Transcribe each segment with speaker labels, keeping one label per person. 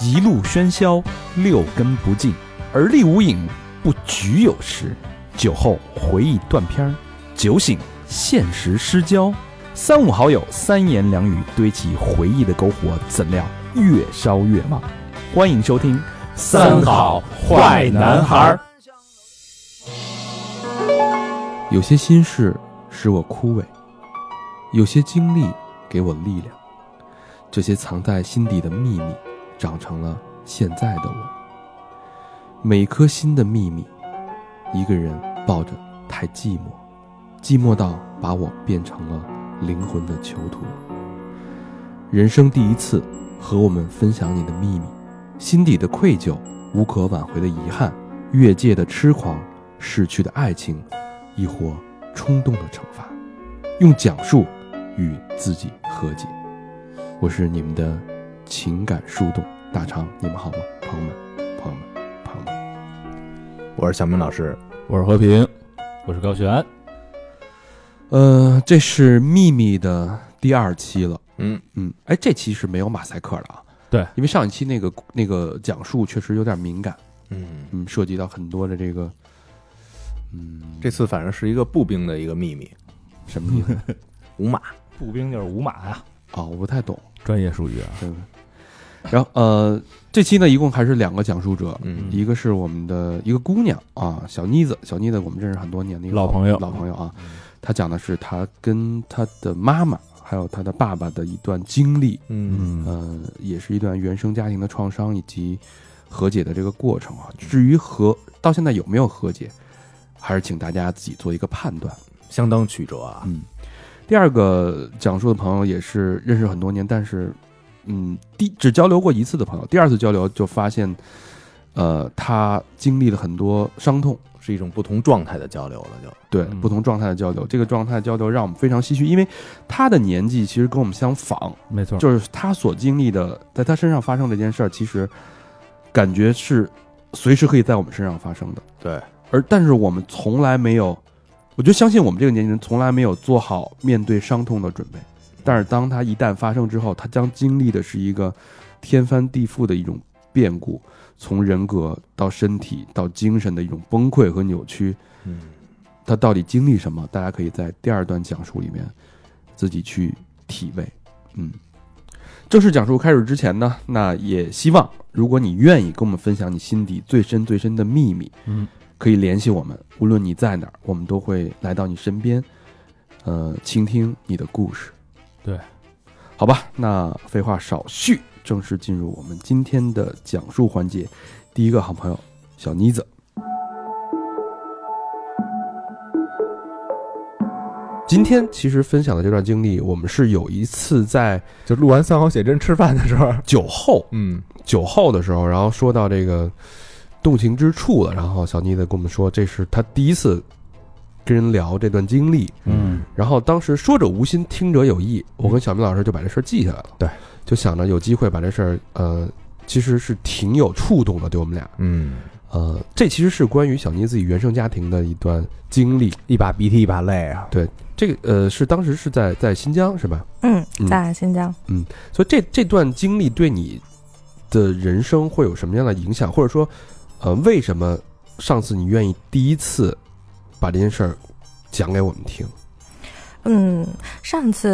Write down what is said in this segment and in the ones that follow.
Speaker 1: 一路喧嚣，六根不净，而立无影，不局有时。酒后回忆断片儿，酒醒现实失焦。三五好友，三言两语堆起回忆的篝火，怎料越烧越旺。欢迎收听《
Speaker 2: 三好坏男孩儿》。
Speaker 3: 有些心事使我枯萎，有些经历给我力量。这些藏在心底的秘密，长成了现在的我。每颗心的秘密，一个人抱着太寂寞，寂寞到把我变成了灵魂的囚徒。人生第一次和我们分享你的秘密，心底的愧疚，无可挽回的遗憾，越界的痴狂，逝去的爱情，亦或冲动的惩罚，用讲述与自己和解。我是你们的情感树洞大肠，你们好吗？朋友们，朋友们，朋友们，
Speaker 2: 我是小明老师，
Speaker 4: 我是和平，我是高璇。
Speaker 3: 呃，这是秘密的第二期了。
Speaker 2: 嗯
Speaker 3: 嗯，哎，这期是没有马赛克的啊。
Speaker 4: 对，
Speaker 3: 因为上一期那个那个讲述确实有点敏感，
Speaker 2: 嗯，
Speaker 3: 嗯，涉及到很多的这个，嗯，
Speaker 2: 这次反正是一个步兵的一个秘密，
Speaker 3: 什么意 思？
Speaker 2: 五马，
Speaker 4: 步兵就是五马呀，
Speaker 3: 哦，我不太懂。
Speaker 4: 专业术语啊。
Speaker 3: 对。然后呃，这期呢一共还是两个讲述者，
Speaker 2: 嗯
Speaker 3: 一个是我们的一个姑娘啊，小妮子，小妮子我们认识很多年的一个
Speaker 4: 老朋友
Speaker 3: 老朋友啊，
Speaker 2: 嗯
Speaker 3: 她讲的是她跟她的妈妈还有她的爸爸的一段经历，
Speaker 2: 嗯
Speaker 3: 呃，也是一段原生家庭的创伤以及和解的这个过程啊。至于和到现在有没有和解，还是请大家自己做一个判断。
Speaker 2: 相当曲折啊，
Speaker 3: 嗯，第二个讲述的朋友也是认识很多年，但是，嗯，第只交流过一次的朋友，第二次交流就发现，呃，他经历了很多伤痛，
Speaker 2: 是一种不同状态的交流了，就
Speaker 3: 对、
Speaker 4: 嗯
Speaker 3: 不同状态的交流，这个状态的交流让我们非常唏嘘，因为他的年纪其实跟我们相仿，
Speaker 4: 没
Speaker 5: 嗯
Speaker 4: 错，
Speaker 3: 就是他所经历的，在他身上发生这件事儿，其实感觉是随时可以在我们身上发生的，
Speaker 2: 对，
Speaker 3: 而但是我们从来没有，我就相信我们这个年纪人从来没有做好面对伤痛的准备。但是当它一旦发生之后，他将经历的是一个天翻地覆的一种变故，从人格到身体到精神的一种崩溃和扭曲。
Speaker 2: 嗯，
Speaker 3: 他到底经历什么？大家可以在第二段讲述里面自己去体味。嗯，正式讲述开始之前呢，那也希望如果你愿意跟我们分享你心底最深最深的秘密，
Speaker 4: 嗯，
Speaker 3: 可以联系我们，无论你在哪儿，我们都会来到你身边，呃，倾听你的故事。
Speaker 4: 对，
Speaker 3: 好吧，那废话少叙，正式进入我们今天的讲述环节。第一个好朋友小妮子。今天其实分享的这段经历，我们是有一次在
Speaker 6: 就录完三好写真吃饭的时候，
Speaker 3: 酒后
Speaker 6: 嗯，
Speaker 3: 酒后的时候，然后说到这个动情之处了，然后小妮子跟我们说，这是她第一次跟人聊这段经历，
Speaker 4: 嗯，
Speaker 3: 然后当时说者无心，听者有意，我跟小明老师就把这事儿记下来了，
Speaker 6: 对，
Speaker 3: 就想着有机会把这事儿，呃，其实是挺有触动的，对我们俩，
Speaker 6: 嗯，
Speaker 3: 呃，这其实是关于小妮自己原生家庭的一段经历，
Speaker 6: 一把鼻涕一把泪啊，
Speaker 3: 这个呃是当时是在在新疆是吧？
Speaker 7: 嗯
Speaker 3: 嗯，
Speaker 7: 在新疆，
Speaker 3: 所以这这段经历对你的人生会有什么样的影响，或者说，呃，为什么上次你愿意第一次把这件事儿讲给我们听？
Speaker 7: 嗯，上次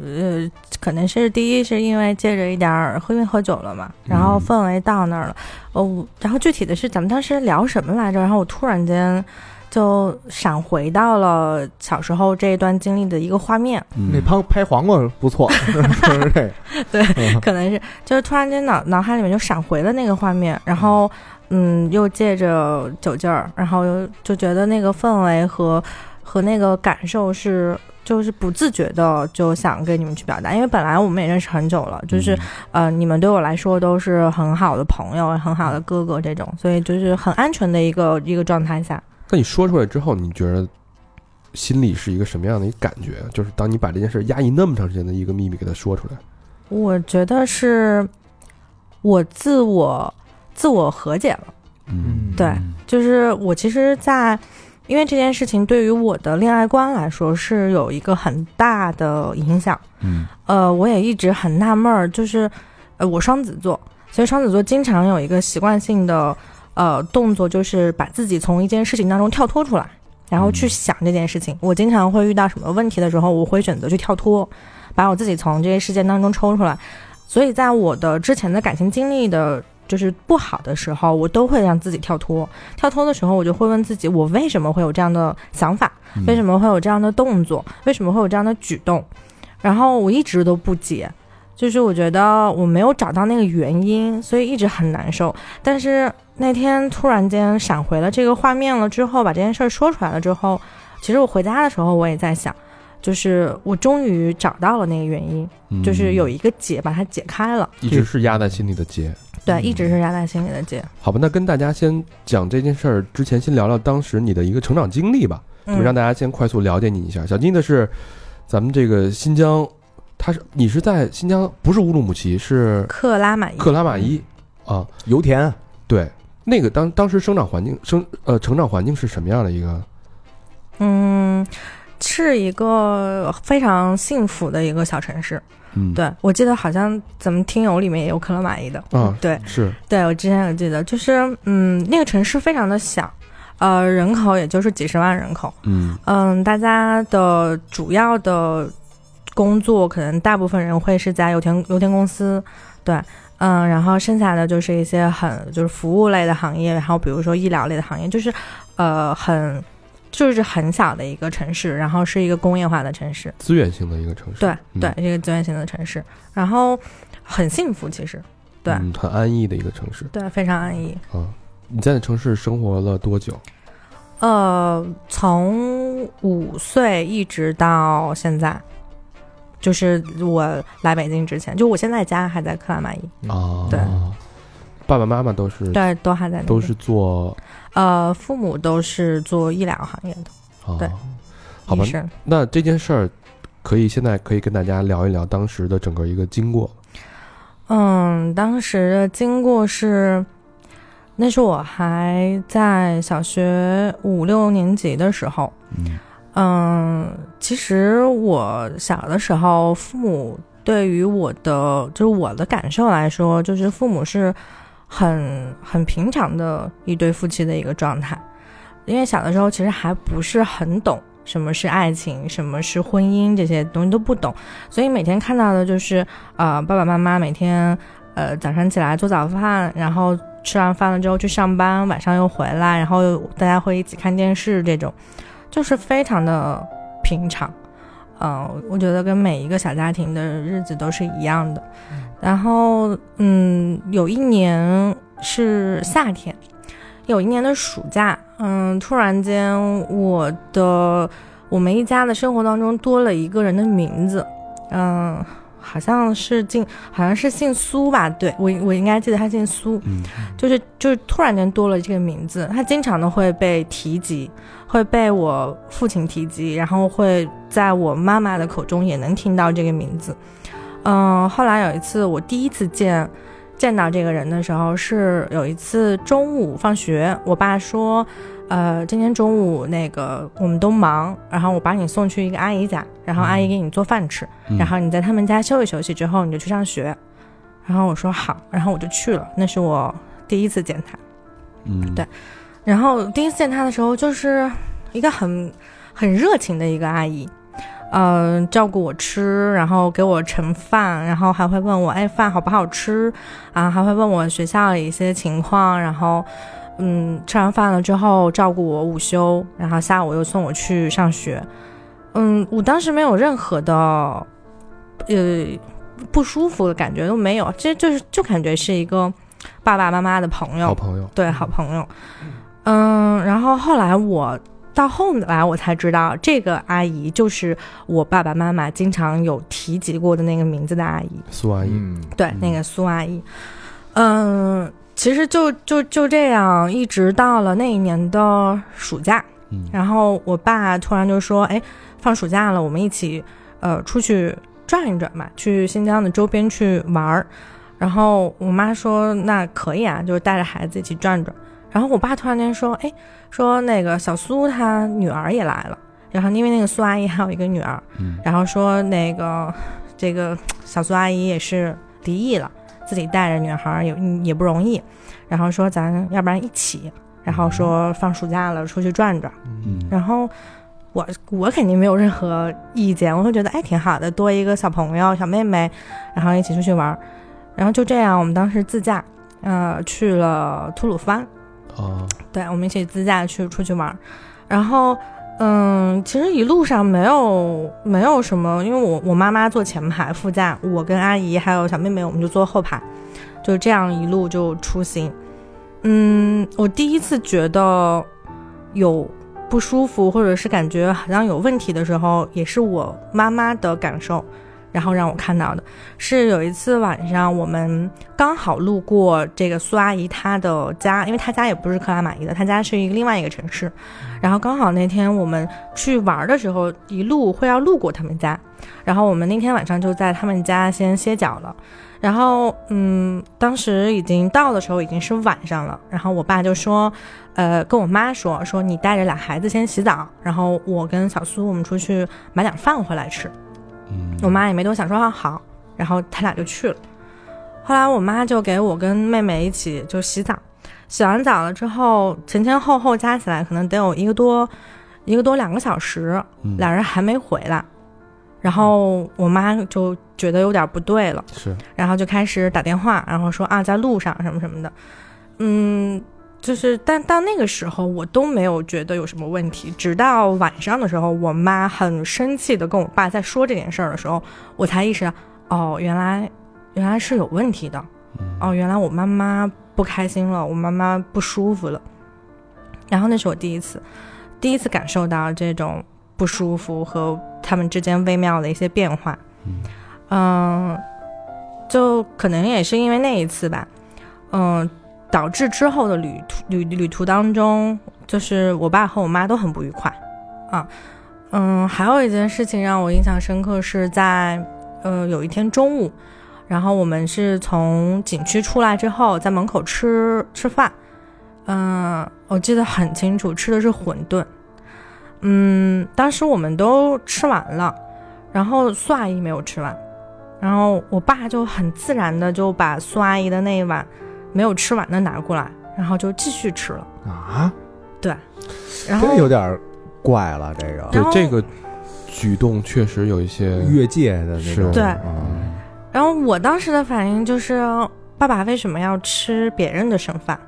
Speaker 7: 呃，可能是第一是因为借着一点儿，因为喝酒了嘛，然后
Speaker 3: 嗯
Speaker 7: 氛围到那儿了，哦，然后具体的是咱们当时聊什么来着？然后我突然间就闪回到了小时候这一段经历的一个画面，
Speaker 3: 嗯
Speaker 2: 嗯
Speaker 6: 那帮拍黄瓜不错，是不是这个？
Speaker 7: 可能是就是突然间脑脑海里面就闪回了那个画面，然后嗯，又借着酒劲儿，然后又就觉得那个氛围和和那个感受是。就是不自觉的就想跟你们去表达，因为本来我们也认识很久了，就是、呃，你们对我来说都是很好的朋友、很好的哥哥这种，所以就是很安全的一个一个状态下。
Speaker 3: 那你说出来之后，你觉得心里是一个什么样的一个感觉？就是当你把这件事压抑那么长时间的一个秘密给它说出来，
Speaker 7: 我觉得是我自我自我和解了。
Speaker 6: 嗯，
Speaker 7: 对，就是我其实在，因为这件事情对于我的恋爱观来说是有一个很大的影响。
Speaker 4: 嗯，
Speaker 7: 呃，我也一直很纳闷儿，就是呃，我双子座，所以双子座经常有一个习惯性的呃动作，就是把自己从一件事情当中跳脱出来，然后去想这件事情。我经常会遇到什么问题的时候，我会选择去跳脱，把我自己从这些事件当中抽出来。所以在我的之前的感情经历的。就是不好的时候，我都会让自己跳脱。跳脱的时候，我就会问自己：我为什么会有这样的想法？为什么会有这样的动作？为什么会有这样的举动？然后我一直都不解，就是我觉得我没有找到那个原因，所以一直很难受。但是那天突然间闪回了这个画面了之后，把这件事儿说出来了之后，其实我回家的时候我也在想，就是我终于找到了那个原因，
Speaker 3: 嗯
Speaker 7: 嗯就是有一个结把它解开了。
Speaker 3: 一直是压在心里的结。
Speaker 7: 对，一直是压在心里的结。
Speaker 3: 好吧，那跟大家先讲这件事儿之前，先聊聊当时你的一个成长经历吧，我
Speaker 7: 嗯
Speaker 3: 们让大家先快速了解你一下。小金的是咱们这个新疆，他是你是在新疆，不是乌鲁木齐，是
Speaker 7: 克拉玛依
Speaker 3: 克拉玛依
Speaker 7: 嗯
Speaker 3: 啊。
Speaker 6: 油田
Speaker 3: 对，那个当当时生长环境生呃成长环境是什么样的一个？
Speaker 7: 嗯，是一个非常幸福的一个小城市。
Speaker 1: 嗯，
Speaker 7: 对我记得好像咱们听友里面也有克拉玛依的。
Speaker 3: 啊
Speaker 7: 嗯对
Speaker 3: 是
Speaker 7: 对，我之前有记得，就是嗯，那个城市非常的小，呃，人口也就是几十万人口。
Speaker 1: 嗯
Speaker 7: 嗯，大家的主要的工作，可能大部分人会是在油田油田公司，对，嗯，然后剩下的就是一些很就是服务类的行业，然后比如说医疗类的行业，就是呃很就是很小的一个城市，然后是一个工业化的城市，
Speaker 3: 资源性的一个城市，
Speaker 7: 对
Speaker 3: 嗯
Speaker 7: 对，一个资源型的城市，然后很幸福，其实对
Speaker 3: 嗯，很安逸的一个城市
Speaker 7: 对非常安逸。
Speaker 3: 啊。你在那城市生活了多久？
Speaker 7: 呃，从五岁一直到现在，就是我来北京之前，就我现在家还在克拉玛依，嗯
Speaker 3: 啊，
Speaker 7: 对，
Speaker 3: 爸爸妈妈都是
Speaker 7: 对，都还在那边
Speaker 3: 嗯都是做
Speaker 7: 呃，父母都是做医疗行业的
Speaker 3: 啊，
Speaker 7: 对
Speaker 3: 好吧
Speaker 7: 医，生。
Speaker 3: 那这件事儿可以现在可以跟大家聊一聊当时的整个一个经过。
Speaker 7: 嗯，当时的经过是，那是我还在小学五六年级的时候，
Speaker 1: 嗯
Speaker 7: 嗯，其实我小的时候，父母对于我的就是我的感受来说，就是父母是很很平常的一对夫妻的一个状态，因为小的时候其实还不是很懂什么是爱情，什么是婚姻这些东西都不懂，所以每天看到的就是呃爸爸妈妈每天呃早上起来做早饭，然后吃完饭了之后去上班，晚上又回来，然后大家会一起看电视这种。就是非常的平常。呃，我觉得跟每一个小家庭的日子都是一样的。然后，嗯，有一年是夏天，有一年的暑假，嗯，突然间我的我们一家的生活当中多了一个人的名字，嗯，好像是姓好像是姓苏吧？对我我应该记得他姓苏，
Speaker 1: 嗯
Speaker 7: 就是就是突然间多了这个名字，他经常的会被提及，会被我父亲提及，然后会在我妈妈的口中也能听到这个名字。嗯、后来有一次我第一次见见到这个人的时候，是有一次中午放学，我爸说，呃，今天中午那个我们都忙，然后我把你送去一个阿姨家，然后阿姨给你做饭吃，然后你在他们家休息休息之后你就去上学。然后我说好，然后我就去了，那是我第一次见他。
Speaker 1: 嗯，
Speaker 7: 对然后第一次见她的时候，就是一个很很热情的一个阿姨，嗯、照顾我吃，然后给我盛饭，然后还会问我哎饭好不好吃啊，还会问我学校的一些情况，然后嗯吃完饭了之后照顾我午休，然后下午又送我去上学，嗯，我当时没有任何的呃不舒服的感觉都没有，这就是就感觉是一个爸爸妈妈的朋友
Speaker 3: 好，朋友，
Speaker 7: 对，好朋友。嗯，然后后来我到后来我才知道，这个阿姨就是我爸爸妈妈经常有提及过的那个名字的阿姨，
Speaker 3: 苏阿姨，
Speaker 2: 嗯，
Speaker 7: 对，那个苏阿姨。嗯，其实就就就这样，一直到了那一年的暑假，
Speaker 1: 嗯
Speaker 7: 然后我爸突然就说：“哎，放暑假了，我们一起呃出去转一转吧，去新疆的周边去玩儿。”然后我妈说：“那可以啊，就是带着孩子一起转转。”然后我爸突然间说：“哎，说那个小苏她女儿也来了。”然后因为那个苏阿姨还有一个女儿，
Speaker 1: 嗯
Speaker 7: 然后说那个这个小苏阿姨也是离异了，自己带着女孩儿也嗯也不容易，然后说咱要不然一起，然后说放暑假了出去转转，
Speaker 1: 嗯
Speaker 7: 然后我我肯定没有任何意见，我会觉得哎挺好的，多一个小朋友小妹妹，然后一起出去玩儿，然后就这样，我们当时自驾，呃，去了吐鲁番，
Speaker 3: 哦，
Speaker 7: 对，我们一起自驾去出去玩儿，然后。嗯，其实一路上没有没有什么，因为我我妈妈坐前排副驾，我跟阿姨还有小妹妹我们就坐后排，就这样一路就出行。嗯，我第一次觉得有不舒服或者是感觉好像有问题的时候，也是我妈妈的感受，然后让我看到的是有一次晚上我们刚好路过这个苏阿姨她的家，因为她家也不是克拉玛依的，她家是一个另外一个城市。然后刚好那天我们去玩的时候，一路会要路过他们家，然后我们那天晚上就在他们家先歇脚了。然后，嗯，当时已经到的时候已经是晚上了。然后我爸就说，呃，跟我妈说，说你带着俩孩子先洗澡，然后我跟小苏我们出去买点饭回来吃。
Speaker 3: 嗯
Speaker 7: 我妈也没多想，说啊好，然后他俩就去了。后来我妈就给我跟妹妹一起就洗澡，洗完澡了之后，前前后后加起来可能得有一个多一个多两个小时，俩人还没回来。然后我妈就觉得有点不对了，
Speaker 1: 是，
Speaker 7: 然后就开始打电话，然后说啊在路上什么什么的，嗯，就是但到那个时候我都没有觉得有什么问题，直到晚上的时候，我妈很生气的跟我爸在说这件事儿的时候，我才意识到哦，原来原来是有问题的，哦，原来我妈妈不开心了，我妈妈不舒服了。然后那是我第一次，第一次感受到这种不舒服和他们之间微妙的一些变化。嗯、就可能也是因为那一次吧，嗯、导致之后的旅途旅旅途当中，就是我爸和我妈都很不愉快啊。嗯，还有一件事情让我印象深刻是在呃有一天中午，然后我们是从景区出来之后，在门口吃吃饭。嗯、我记得很清楚，吃的是馄饨。嗯，当时我们都吃完了，然后苏阿姨没有吃完，然后我爸就很自然的就把苏阿姨的那一碗没有吃完的拿过来，然后就继续吃了。
Speaker 6: 啊，
Speaker 7: 然后
Speaker 6: 这有点怪了，这个
Speaker 7: 然
Speaker 3: 对
Speaker 7: 后
Speaker 3: 这个举动确实有一些
Speaker 6: 越界的那种，
Speaker 3: 是对
Speaker 2: 啊
Speaker 6: 嗯
Speaker 7: 然后我当时的反应就是，爸爸为什么要吃别人的剩饭？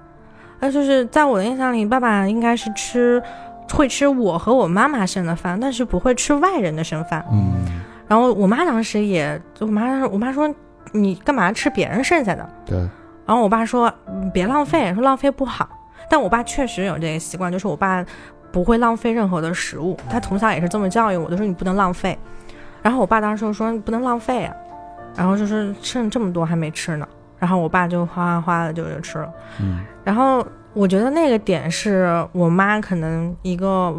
Speaker 7: 那就是在我的印象里，爸爸应该是吃会吃我和我妈妈剩的饭，但是不会吃外人的剩饭。
Speaker 3: 嗯
Speaker 7: 然后我妈当时也，我妈当时我妈说你干嘛吃别人剩下的？
Speaker 3: 对
Speaker 7: 然后我爸说嗯别浪费，说浪费不好。但我爸确实有这个习惯，就是我爸不会浪费任何的食物，他从小也是这么教育我的，说你不能浪费。然后我爸当时就说你不能浪费啊，然后就是剩这么多还没吃呢，然后我爸就哗哗哗的就就吃了。
Speaker 1: 嗯
Speaker 7: 然后我觉得那个点是我妈可能一个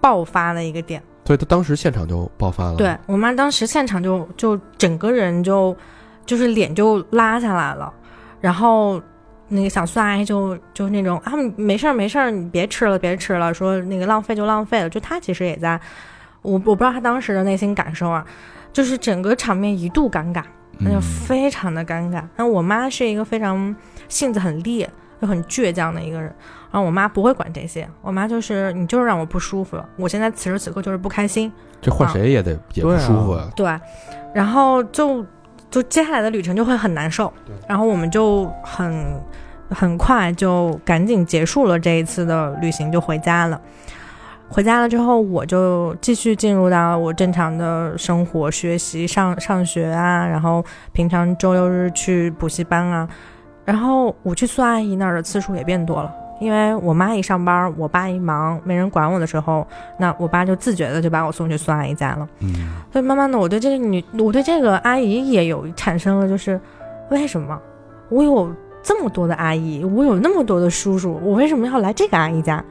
Speaker 7: 爆发的一个点，
Speaker 3: 所以他当时现场就爆发了。
Speaker 7: 对，我妈当时现场就就整个人就就是脸就拉下来了，然后那个小苏阿姨就就那种啊没事儿没事儿，你别吃了别吃了，说那个浪费就浪费了，就她其实也在，我我不知道她当时的内心感受啊，就是整个场面一度尴尬，
Speaker 6: 嗯
Speaker 7: 那
Speaker 4: 嗯
Speaker 7: 就
Speaker 1: 嗯
Speaker 7: 非常的尴尬。那我妈是一个非常性子很烈就很倔强的一个人。然后我妈不会管这些，我妈就是你就是让我不舒服了，我现在此时此刻就是不开心，
Speaker 3: 这换谁也得也不
Speaker 6: 对啊
Speaker 3: 舒服呀。
Speaker 7: 对，然后就就接下来的旅程就会很难受，然后我们就很很快就赶紧结束了这一次的旅行，就回家了。回家了之后，我就继续进入到我正常的生活、学习、上上学啊，然后平常周六日去补习班啊，然后我去苏阿姨那儿的次数也变多了。因为我妈一上班，我爸一忙，没人管我的时候，那我爸就自觉的就把我送去苏阿姨家了。
Speaker 1: 嗯
Speaker 7: 所以慢慢的，我对这个女，我对这个阿姨也有产生了，就是为什么我有这么多的阿姨，我有那么多的叔叔，我为什么要来这个阿姨家？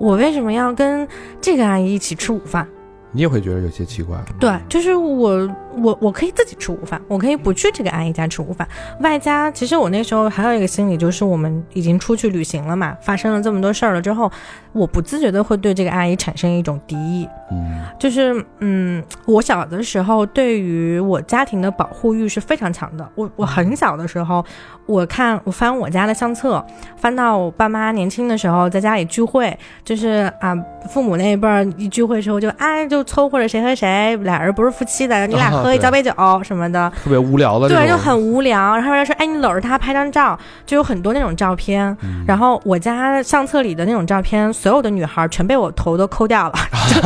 Speaker 7: 我为什么要跟这个阿姨一起吃午饭？
Speaker 3: 你也会觉得有些奇怪。
Speaker 7: 对，就是我，我我可以自己吃午饭，我可以不去这个阿姨家吃午饭。外加，其实我那时候还有一个心理，就是我们已经出去旅行了嘛，发生了这么多事儿了之后，我不自觉的会对这个阿姨产生一种敌意。
Speaker 1: 嗯，
Speaker 7: 就是嗯，我小的时候对于我家庭的保护欲是非常强的。我
Speaker 1: 嗯
Speaker 7: 我很小的时候，我看我翻我家的相册，翻到我爸妈年轻的时候在家里聚会，就是啊，父母那一辈儿一聚会的时候就哎就凑合着谁和谁俩人不是夫妻的，你俩
Speaker 1: 啊
Speaker 7: 喝一
Speaker 1: 对
Speaker 7: 交杯酒什么的，
Speaker 1: 特别无聊的这种，
Speaker 7: 对，就很无聊。然后人家说哎你搂着他拍张照，就有很多那种照片。
Speaker 1: 嗯
Speaker 7: 然后我家相册里的那种照片，所有的女孩儿全被我头都抠掉了。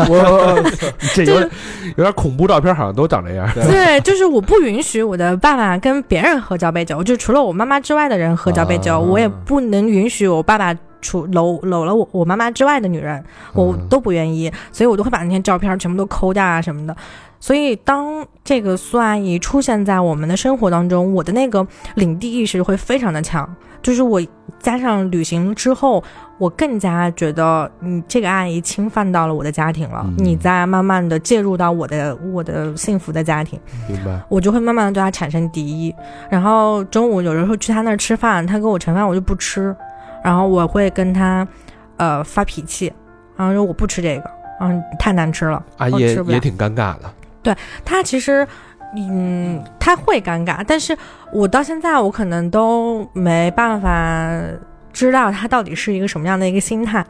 Speaker 1: 我 这有
Speaker 7: 就
Speaker 1: 点有点恐怖照片，好像都长这样。
Speaker 7: 对，就是我不允许我的爸爸跟别人喝交杯酒，就除了我妈妈之外的人喝交杯酒，
Speaker 1: 啊
Speaker 7: 我也不能允许我爸爸除搂搂了我我妈妈之外的女人，我
Speaker 1: 嗯
Speaker 7: 都不愿意，所以我都会把那些照片全部都抠掉啊什么的。所以，当这个苏阿姨出现在我们的生活当中，我的那个领地意识会非常的强。就是我加上旅行之后，我更加觉得，嗯，这个阿姨侵犯到了我的家庭了，
Speaker 1: 嗯
Speaker 7: 你在慢慢的介入到我的我的幸福的家庭。
Speaker 1: 明白，
Speaker 7: 我就会慢慢的对他产生敌意。然后中午有时候去他那儿吃饭，他给我盛饭我就不吃，然后我会跟他呃发脾气，然后说我不吃这个，嗯，太难吃了，
Speaker 1: 阿
Speaker 7: 我
Speaker 1: 姨也
Speaker 7: 吃不了
Speaker 1: 也挺尴尬的。
Speaker 7: 他其实。嗯，他会尴尬，但是我到现在我可能都没办法知道他到底是一个什么样的一个心态。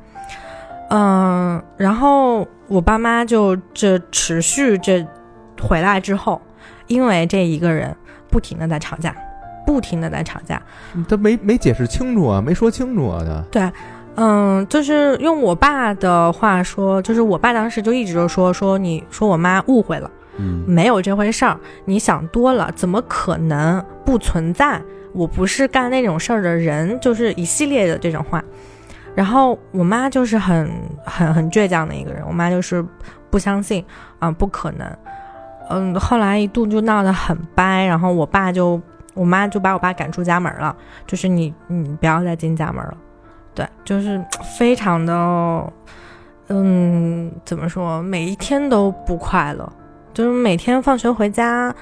Speaker 7: 嗯，然后我爸妈就这持续这回来之后，因为这一个人不停的在吵架，不停的在吵架。
Speaker 2: 他没没解释清楚啊，没说清楚啊，他
Speaker 7: 嗯，就是用我爸的话说，就是我爸当时就一直就说说你说我妈误会了。
Speaker 1: 嗯，
Speaker 7: 没有这回事儿，你想多了，怎么可能不存在？我不是干那种事儿的人，就是一系列的这种话。然后我妈就是很很很倔强的一个人，我妈就是不相信啊、不可能。嗯，后来一度就闹得很掰，然后我爸就我妈就把我爸赶出家门了，就是你你不要再进家门了。对，就是非常的，嗯，怎么说，每一天都不快乐。就是每天放学回家，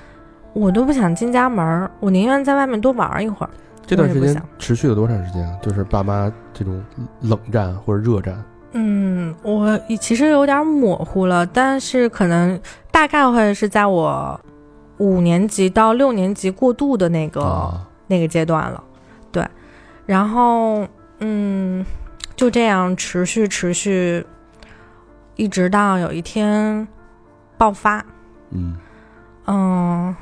Speaker 7: 我都不想进家门儿，我宁愿在外面多玩一会儿。
Speaker 1: 这段时
Speaker 7: 我也不
Speaker 1: 间
Speaker 7: 想
Speaker 1: 持续了多长时间啊？就是爸妈这种冷战或者热战，
Speaker 7: 嗯，我其实有点模糊了，但是可能大概会是在我五年级到六年级过渡的那个、
Speaker 1: 啊
Speaker 7: 那个阶段了。对，然后嗯，就这样持续持续，一直到有一天爆发。
Speaker 1: 嗯，
Speaker 7: 嗯，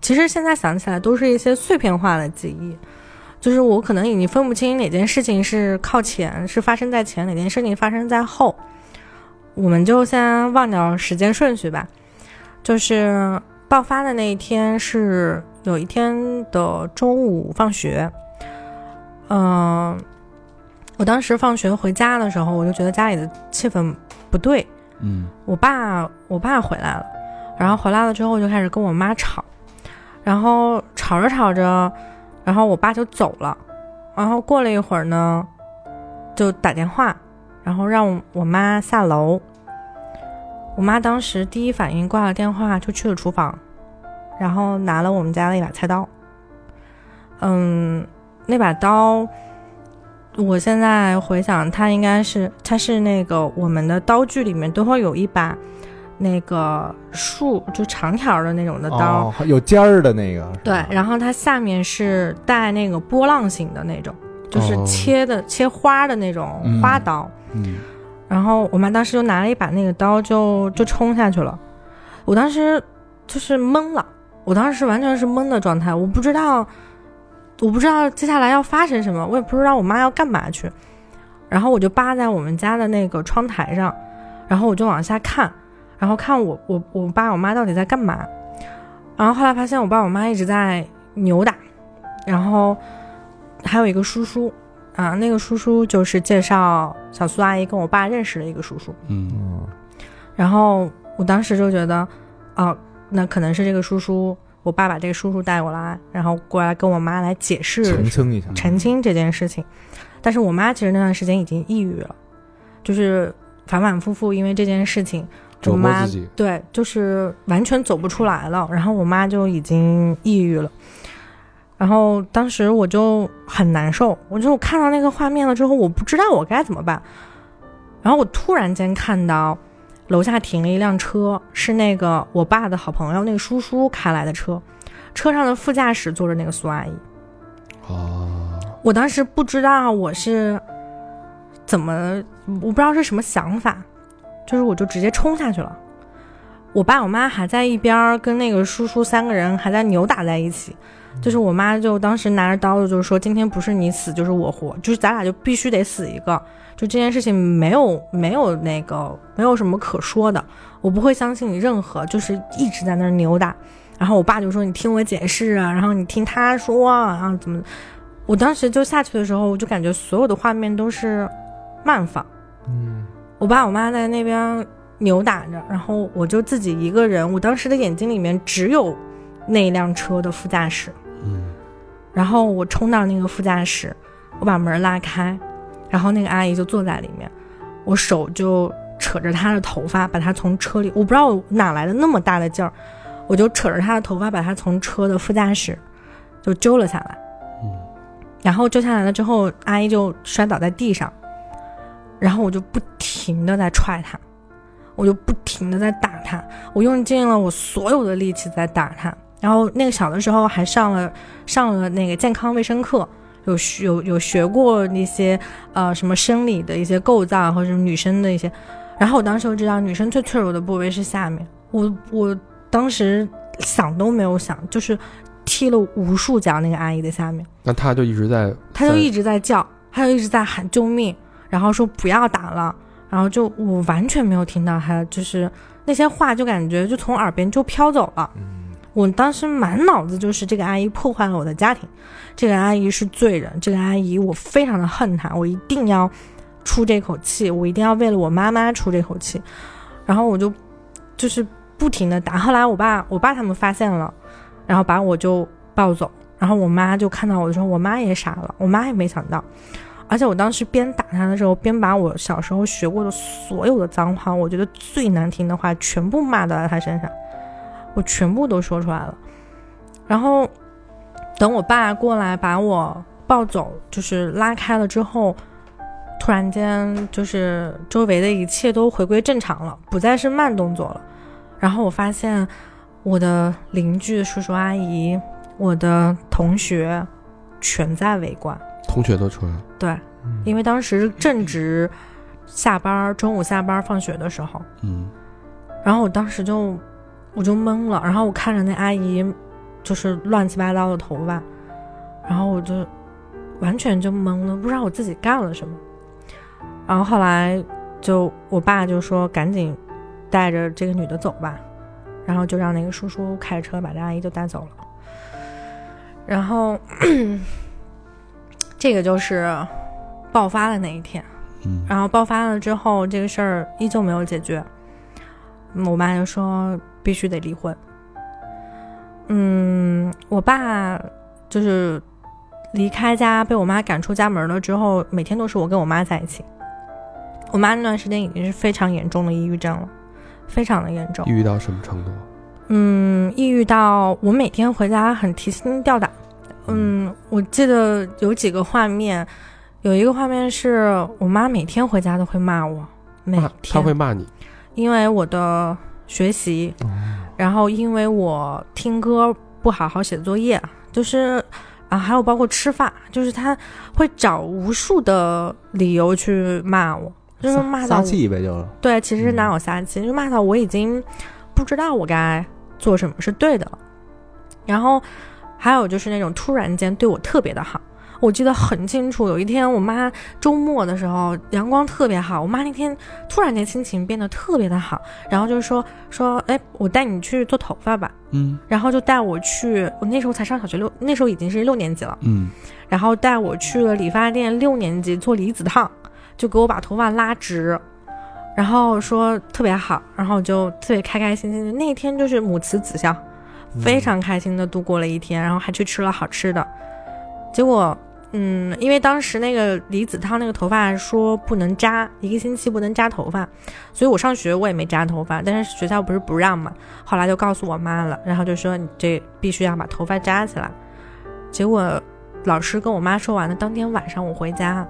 Speaker 7: 其实现在想起来都是一些碎片化的记忆，就是我可能已经分不清哪件事情是靠前，是发生在前，哪件事情发生在后。我们就先忘掉时间顺序吧。就是爆发的那一天是有一天的中午放学，嗯、我当时放学回家的时候，我就觉得家里的气氛不对，
Speaker 1: 嗯，
Speaker 7: 我爸我爸回来了，然后回来了之后就开始跟我妈吵，然后吵着吵着，然后我爸就走了，然后过了一会儿呢，就打电话，然后让我妈下楼。我妈当时第一反应挂了电话就去了厨房，然后拿了我们家的一把菜刀。嗯，那把刀，我现在回想，它应该是它是那个我们的刀具里面都会有一把那个竖就长条的那种的刀，
Speaker 2: 哦，有尖儿的那个是吧，
Speaker 7: 对，然后它下面是带那个波浪形的那种，就是
Speaker 1: 哦
Speaker 7: 切的、切花的那种
Speaker 2: 嗯
Speaker 7: 花刀。
Speaker 1: 嗯
Speaker 7: 然后我妈当时就拿了一把那个刀就就冲下去了，我当时就是懵了，我当时完全是懵的状态，我不知道，我不知道接下来要发生什么，我也不知道我妈要干嘛去，然后我就扒在我们家的那个窗台上，然后我就往下看，然后看我我我爸我妈到底在干嘛，然后后来发现我爸我妈一直在扭打，然后还有一个叔叔，啊，那个叔叔就是介绍小苏阿姨跟我爸认识的一个叔叔，
Speaker 1: 嗯
Speaker 2: 嗯，
Speaker 7: 然后我当时就觉得，哦、那可能是这个叔叔，我爸把这个叔叔带过来，然后过来跟我妈来解
Speaker 2: 澄
Speaker 7: 释
Speaker 2: 清一下，
Speaker 7: 澄清这件事情。但是我妈其实那段时间已经抑郁了，就是反反复复因为这件事情，我
Speaker 3: 折磨
Speaker 7: 妈
Speaker 3: 自己，
Speaker 7: 对，就是完全走不出来了。然后我妈就已经抑郁了，然后当时我就很难受，我就看到那个画面了之后，我不知道我该怎么办。然后我突然间看到楼下停了一辆车，是那个我爸的好朋友那个叔叔开来的车，车上的副驾驶坐着那个苏阿姨。
Speaker 3: 啊，
Speaker 7: 我当时不知道我是怎么，我不知道是什么想法，就是我就直接冲下去了。我爸我妈还在一边儿跟那个叔叔三个人还在扭打在一起，就是我妈就当时拿着刀子就是说今天不是你死就是我活，就是咱俩就必须得死一个，就这件事情没有没有那个没有什么可说的，我不会相信你任何，就是一直在那儿扭打。然后我爸就说你听我解释啊，然后你听他说啊，然后怎么我当时就下去的时候，我就感觉所有的画面都是慢放。
Speaker 2: 嗯，
Speaker 7: 我爸我妈在那边扭打着，然后我就自己一个人。我当时的眼睛里面只有那辆车的副驾驶，
Speaker 3: 嗯，
Speaker 7: 然后我冲到那个副驾驶，我把门拉开，然后那个阿姨就坐在里面，我手就扯着她的头发，把她从车里，我不知道我哪来的那么大的劲儿，我就扯着她的头发，把她从车的副驾驶就揪了下来。
Speaker 3: 嗯
Speaker 7: 然后救下来了之后，阿姨就摔倒在地上，然后我就不停的在踹她，我就不停的在打她，我用尽了我所有的力气在打她。然后那个小的时候还上了上了那个健康卫生课，有学有有学过那些呃什么生理的一些构造啊或者是女生的一些，然后我当时就知道女生最脆弱的部位是下面，我我当时想都没有想，就是踢了无数脚那个阿姨的下面。
Speaker 3: 那他就一直在，
Speaker 7: 他就一直在叫，他就一直在喊救命，然后说不要打了，然后就我完全没有听到他，就是那些话就感觉就从耳边就飘走了。我当时满脑子就是这个阿姨破坏了我的家庭，这个阿姨是罪人，这个阿姨我非常的恨她，我一定要出这口气，我一定要为了我妈妈出这口气。然后我就就是不停的打，后来我爸我爸他们发现了，然后把我就抱走，然后我妈就看到我的时候，我妈也傻了，我妈也没想到。而且我当时边打他的时候，边把我小时候学过的所有的脏话，我觉得最难听的话全部骂到了他身上，我全部都说出来了。然后等我爸过来把我抱走，就是拉开了之后，突然间就是周围的一切都回归正常了，不再是慢动作了。然后我发现我的邻居叔叔阿姨、我的同学全在围观。
Speaker 3: 同学都出来了，
Speaker 7: 对，因为当时正值下班儿，中午下班儿放学的时候，
Speaker 3: 嗯，
Speaker 7: 然后我当时就我就懵了，然后我看着那阿姨就是乱七八糟的头发，然后我就完全就懵了，不知道我自己干了什么。然后后来就我爸就说赶紧带着这个女的走吧，然后就让那个叔叔开着车把这阿姨就带走了。然后 这个就是爆发的那一天。
Speaker 3: 嗯
Speaker 7: 然后爆发了之后，这个事儿依旧没有解决。嗯我妈就说必须得离婚。嗯，我爸就是离开家，被我妈赶出家门了之后，每天都是我跟我妈在一起。我妈那段时间已经是非常严重的抑郁症了，非常的严重
Speaker 3: 抑。郁到什么程度？
Speaker 7: 嗯，抑郁到我每天回家很提心吊胆。嗯，我记得有几个画面，有一个画面是我妈每天回家都会骂我，每
Speaker 2: 啊
Speaker 3: 骂他
Speaker 7: 天
Speaker 3: 会骂你，
Speaker 7: 因为我的学习，
Speaker 2: 哦
Speaker 7: 然后因为我听歌不好好写作业，就是啊，还有包括吃饭，就是他会找无数的理由去骂我，就是骂到
Speaker 2: 撒
Speaker 7: 我
Speaker 2: 气呗，就是
Speaker 7: 对，其实是拿我撒气，就骂到我已经不知道我该做什么是对的了。然后还有就是那种突然间对我特别的好，我记得很清楚，有一天我妈周末的时候阳光特别好，我妈那天突然间心情变得特别的好，然后就说说，哎，我带你去做头发吧，
Speaker 3: 嗯
Speaker 7: 然后就带我去，我那时候才上小学六，那时候已经是六年级了。
Speaker 3: 嗯，
Speaker 7: 然后带我去了理发店六年级做离子烫，就给我把头发拉直，然后说特别好，然后就特别开开心心的。那一天就是母慈子孝，非常开心的度过了一天，然后还去吃了好吃的。结果嗯，因为当时那个李子烫那个头发说不能扎，一个星期不能扎头发，所以我上学我也没扎头发，但是学校不是不让嘛，后来就告诉我妈了，然后就说你这必须要把头发扎起来。结果老师跟我妈说完了，当天晚上我回家，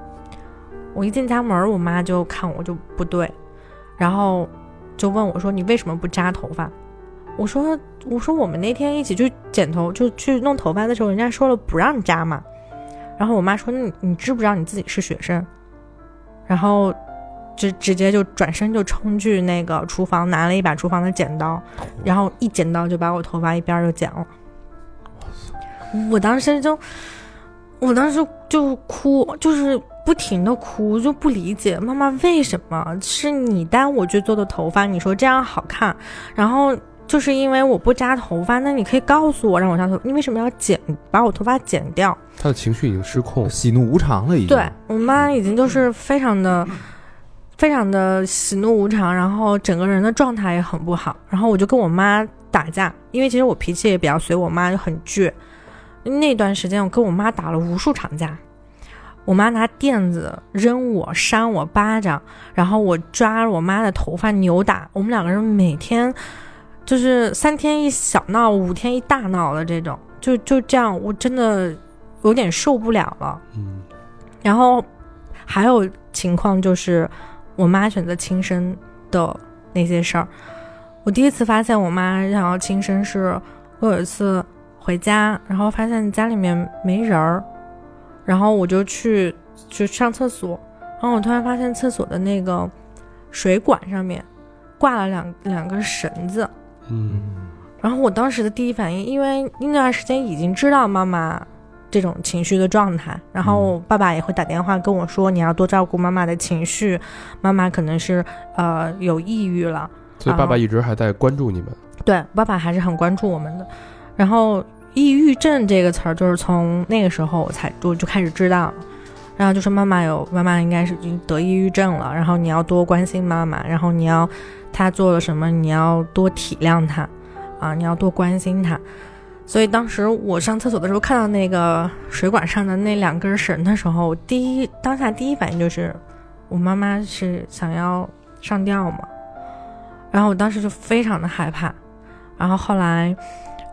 Speaker 7: 我一进家门，我妈就看我就不对，然后就问我说你为什么不扎头发？我说我说我们那天一起去剪头就去弄头发的时候，人家说了不让扎嘛。然后我妈说：“那你你知不知道你自己是学生？”然后直直接就转身就冲去那个厨房，拿了一把厨房的剪刀，然后一剪刀就把我头发一边儿就剪了。我当时就，我当时就哭，就是不停的哭，就不理解妈妈为什么是你带我去做的头发，你说这样好看，然后就是因为我不扎头发，那你可以告诉我让我扎头，你为什么要剪把我头发剪掉？
Speaker 3: 他的情绪已经失
Speaker 7: 啊
Speaker 3: 控，
Speaker 2: 哦喜怒无常了已经。
Speaker 7: 对我妈已经就是非常的、非常的喜怒无常，然后整个人的状态也很不好。然后我就跟我妈打架，因为其实我脾气也比较随，我妈就很倔。那段时间我跟我妈打了无数场架，我妈拿垫子扔我、扇我巴掌，然后我抓着我妈的头发扭打，我们两个人每天就是三天一小闹，五天一大闹的这种，就就这样，我真的有点受不了了。
Speaker 3: 嗯，
Speaker 7: 然后还有情况就是，我妈选择轻生的那些事儿。我第一次发现我妈想要轻生是，我有一次回家，然后发现家里面没人儿，然后我就去去上厕所，然后我突然发现厕所的那个水管上面挂了两两根绳子，
Speaker 3: 嗯，
Speaker 2: 嗯，
Speaker 7: 然后我当时的第一反应，因为那段时间已经知道妈妈这种情绪的状态，然后爸爸也会打电话跟我说，你要多照顾妈妈的情绪，妈妈可能是呃有抑郁了。
Speaker 3: 所以爸爸一直还在关注你们。
Speaker 7: 对，爸爸还是很关注我们的。然后抑郁症这个词儿，就是从那个时候我才我就开始知道，然后就是妈妈有妈妈应该是已经得抑郁症了，然后你要多关心妈妈，然后你要她做了什么，你要多体谅她，啊，你要多关心她。所以当时我上厕所的时候看到那个水管上的那两根绳的时候，我第一当下第一反应就是，我妈妈是想要上吊嘛，然后我当时就非常的害怕，然后后来，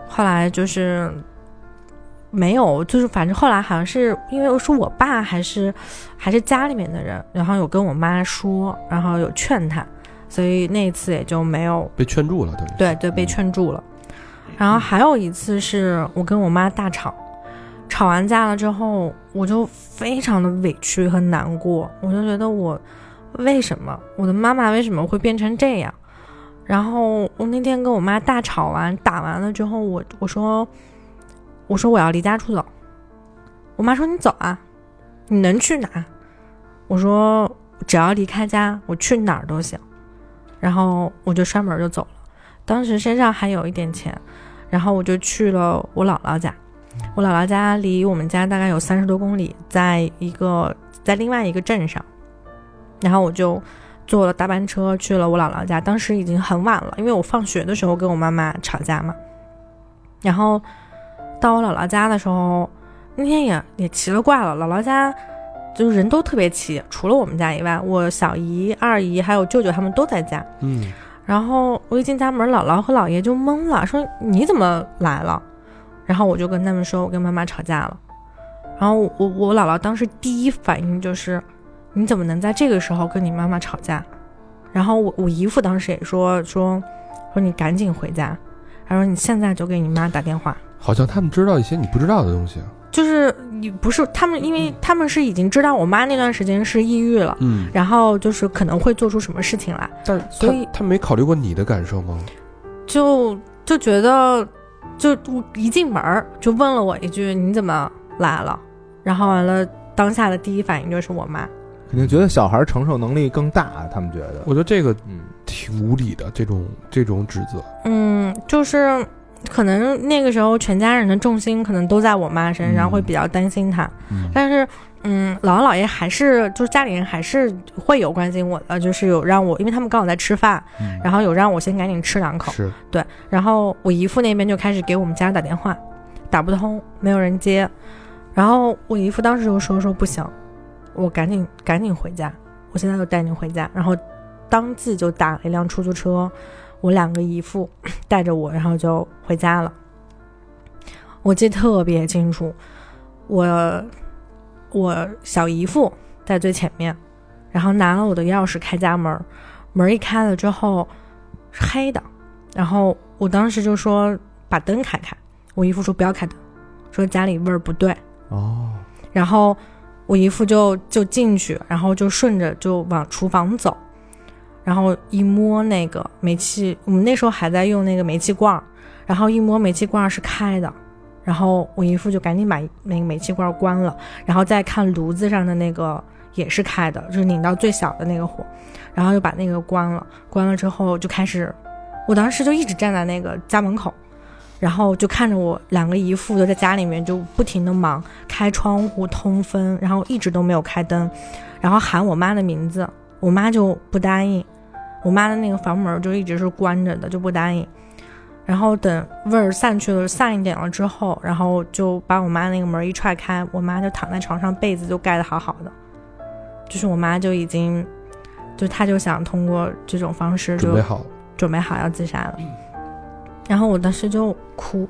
Speaker 7: 后来就是没有，就是反正后来好像是因为是我爸还是还是家里面的人，然后有跟我妈说，然后有劝她，所以那一次也就没有
Speaker 3: 被劝住了，等于
Speaker 7: 对对被劝住了。然后还有一次是我跟我妈大吵，吵完架了之后，我就非常的委屈和难过，我就觉得我为什么我的妈妈为什么会变成这样？然后我那天跟我妈大吵完打完了之后，我我说我说我要离家出走，我妈说你走啊，你能去哪？我说只要离开家，我去哪儿都行。然后我就摔门就走了。当时身上还有一点钱，然后我就去了我姥姥家。我姥姥家离我们家大概有三十多公里，在一个在另外一个镇上。然后我就坐了大班车去了我姥姥家，当时已经很晚了，因为我放学的时候跟我妈妈吵架嘛。然后到我姥姥家的时候，那天也也奇了怪了，姥姥家就是人都特别齐，除了我们家以外，我小姨、二姨还有舅舅他们都在家。
Speaker 3: 嗯，
Speaker 7: 然后我一进家门，姥姥和姥爷就懵了，说你怎么来了？然后我就跟他们说，我跟妈妈吵架了。然后我我我姥姥当时第一反应就是，你怎么能在这个时候跟你妈妈吵架？然后我我姨父当时也说说说你赶紧回家，他说你现在就给你妈打电话。
Speaker 3: 好像他们知道一些你不知道的东西。啊
Speaker 7: 就是你不是他们，因为他们是已经知道我妈那段时间是抑郁了，
Speaker 3: 嗯，
Speaker 7: 然后就是可能会做出什么事情来。
Speaker 3: 但是
Speaker 7: 所以嗯
Speaker 3: 他他没考虑过你的感受吗？
Speaker 7: 就就觉得，就我一进门儿就问了我一句：“你怎么来了？”然后完了，当下的第一反应就是我妈。
Speaker 2: 肯定觉得小孩承受能力更大，他们觉得。
Speaker 3: 我觉得这个
Speaker 2: 嗯，
Speaker 3: 挺无理的，这种这种指责。
Speaker 7: 嗯，就是可能那个时候全家人的重心可能都在我妈身上，
Speaker 4: 嗯
Speaker 7: 会比较担心她。
Speaker 4: 嗯
Speaker 7: 但是，嗯，姥姥姥爷还是就是家里人还是会有关心我的，就是有让我，因为他们刚好在吃饭，
Speaker 4: 嗯
Speaker 7: 然后有让我先赶紧吃两口。
Speaker 3: 是，
Speaker 7: 然后我姨父那边就开始给我们家打电话，打不通，没有人接。然后我姨夫当时就说说不行，我赶紧赶紧回家，我现在就带你回家。然后当即就打了一辆出租车，我两个姨父带着我，然后就回家了。我记得特别清楚，我我小姨父在最前面，然后拿了我的钥匙开家门儿，门儿一开了之后是黑的，然后我当时就说把灯开开，我姨父说不要开灯，说家里味儿不对，
Speaker 2: 哦，
Speaker 7: 然后我姨父就就进去，然后就顺着就往厨房走，然后一摸那个煤气，我们那时候还在用那个煤气罐儿，然后一摸煤气罐儿是开的，然后我姨父就赶紧把那个煤气罐儿关了，然后再看炉子上的那个也是开的，就是拧到最小的那个火，然后又把那个关了，关了之后就开始，我当时就一直站在那个家门口。然后就看着我两个姨父就在家里面就不停的忙，开窗户通风，然后一直都没有开灯，然后喊我妈的名字，我妈就不答应，我妈的那个房门就一直是关着的，就不答应。然后等味儿散去了，散一点了之后，然后就把我妈那个门一踹开，我妈就躺在床上，被子就盖得好好的，就是我妈就已经，就她就想通过这种方式就
Speaker 3: 准备好了，
Speaker 7: 准备好要自杀了。然后我当时就哭，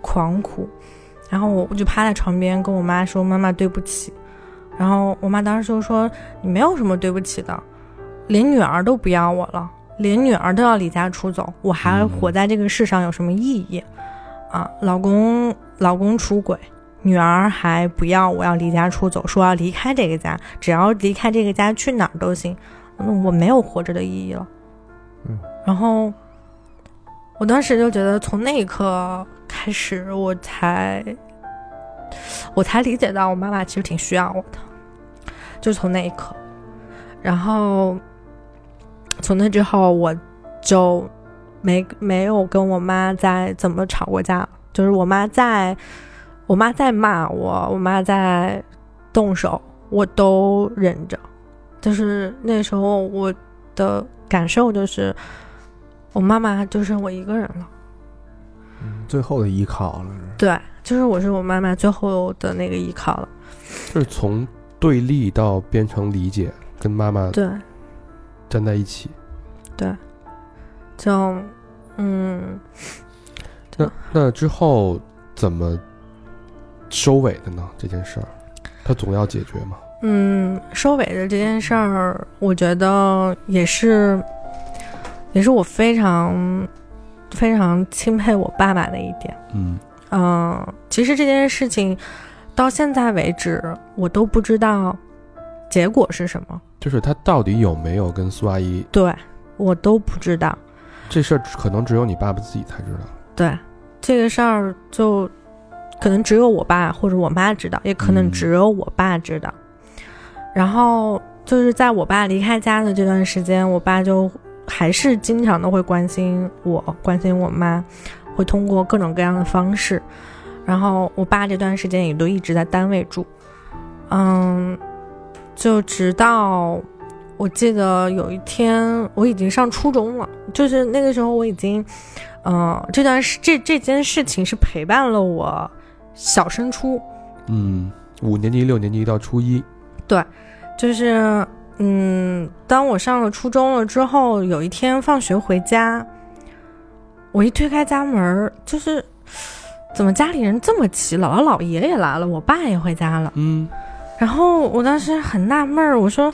Speaker 7: 狂哭，然后我我就趴在床边跟我妈说：“妈妈，对不起。”然后我妈当时就说：“你没有什么对不起的，连女儿都不要我了，连女儿都要离家出走，我还活在这个世上有什么意义？啊，老公老公出轨，女儿还不要，我要离家出走，说要离开这个家，只要离开这个家去哪儿都行，那我没有活着的意义了。”
Speaker 2: 嗯，
Speaker 7: 然后我当时就觉得，从那一刻开始，我才我才理解到，我妈妈其实挺需要我的，就从那一刻。然后从那之后，我就没没有跟我妈再怎么吵过架了。就是我妈在，我妈在骂我，我妈在动手，我都忍着。就是那时候我的感受就是，我妈妈就剩我一个人了。
Speaker 2: 嗯最后的依靠了是，
Speaker 7: 对，就是我是我妈妈最后的那个依靠了。
Speaker 3: 就是从对立到变成理解，跟妈妈
Speaker 7: 对，
Speaker 3: 站在一起。
Speaker 7: 就嗯，对
Speaker 3: 那那之后怎么收尾的呢？这件事儿，他总要解决嘛。
Speaker 7: 嗯，收尾的这件事儿，我觉得也是，也是我非常非常钦佩我爸爸的一点。
Speaker 1: 嗯，
Speaker 7: 嗯，其实这件事情到现在为止，我都不知道结果是什么，
Speaker 3: 就是他到底有没有跟苏阿姨
Speaker 7: 对我都不知道。
Speaker 3: 这事儿，可能只有你爸爸自己才知道。
Speaker 7: 对，这个事儿就可能只有我爸或者我妈知道，也可能
Speaker 1: 嗯
Speaker 7: 只有我爸知道。然后就是在我爸离开家的这段时间，我爸就还是经常的会关心我，关心我妈，会通过各种各样的方式。然后我爸这段时间也都一直在单位住，嗯，就直到我记得有一天我已经上初中了，就是那个时候我已经，嗯，这段事这这件事情是陪伴了我小升初，
Speaker 3: 嗯，五年级、六年级到初一，
Speaker 7: 就是嗯，当我上了初中了之后，有一天放学回家，我一推开家门儿，就是怎么家里人这么齐，姥姥姥爷也来了，我爸也回家了。
Speaker 3: 嗯，
Speaker 7: 然后我当时很纳闷儿，我说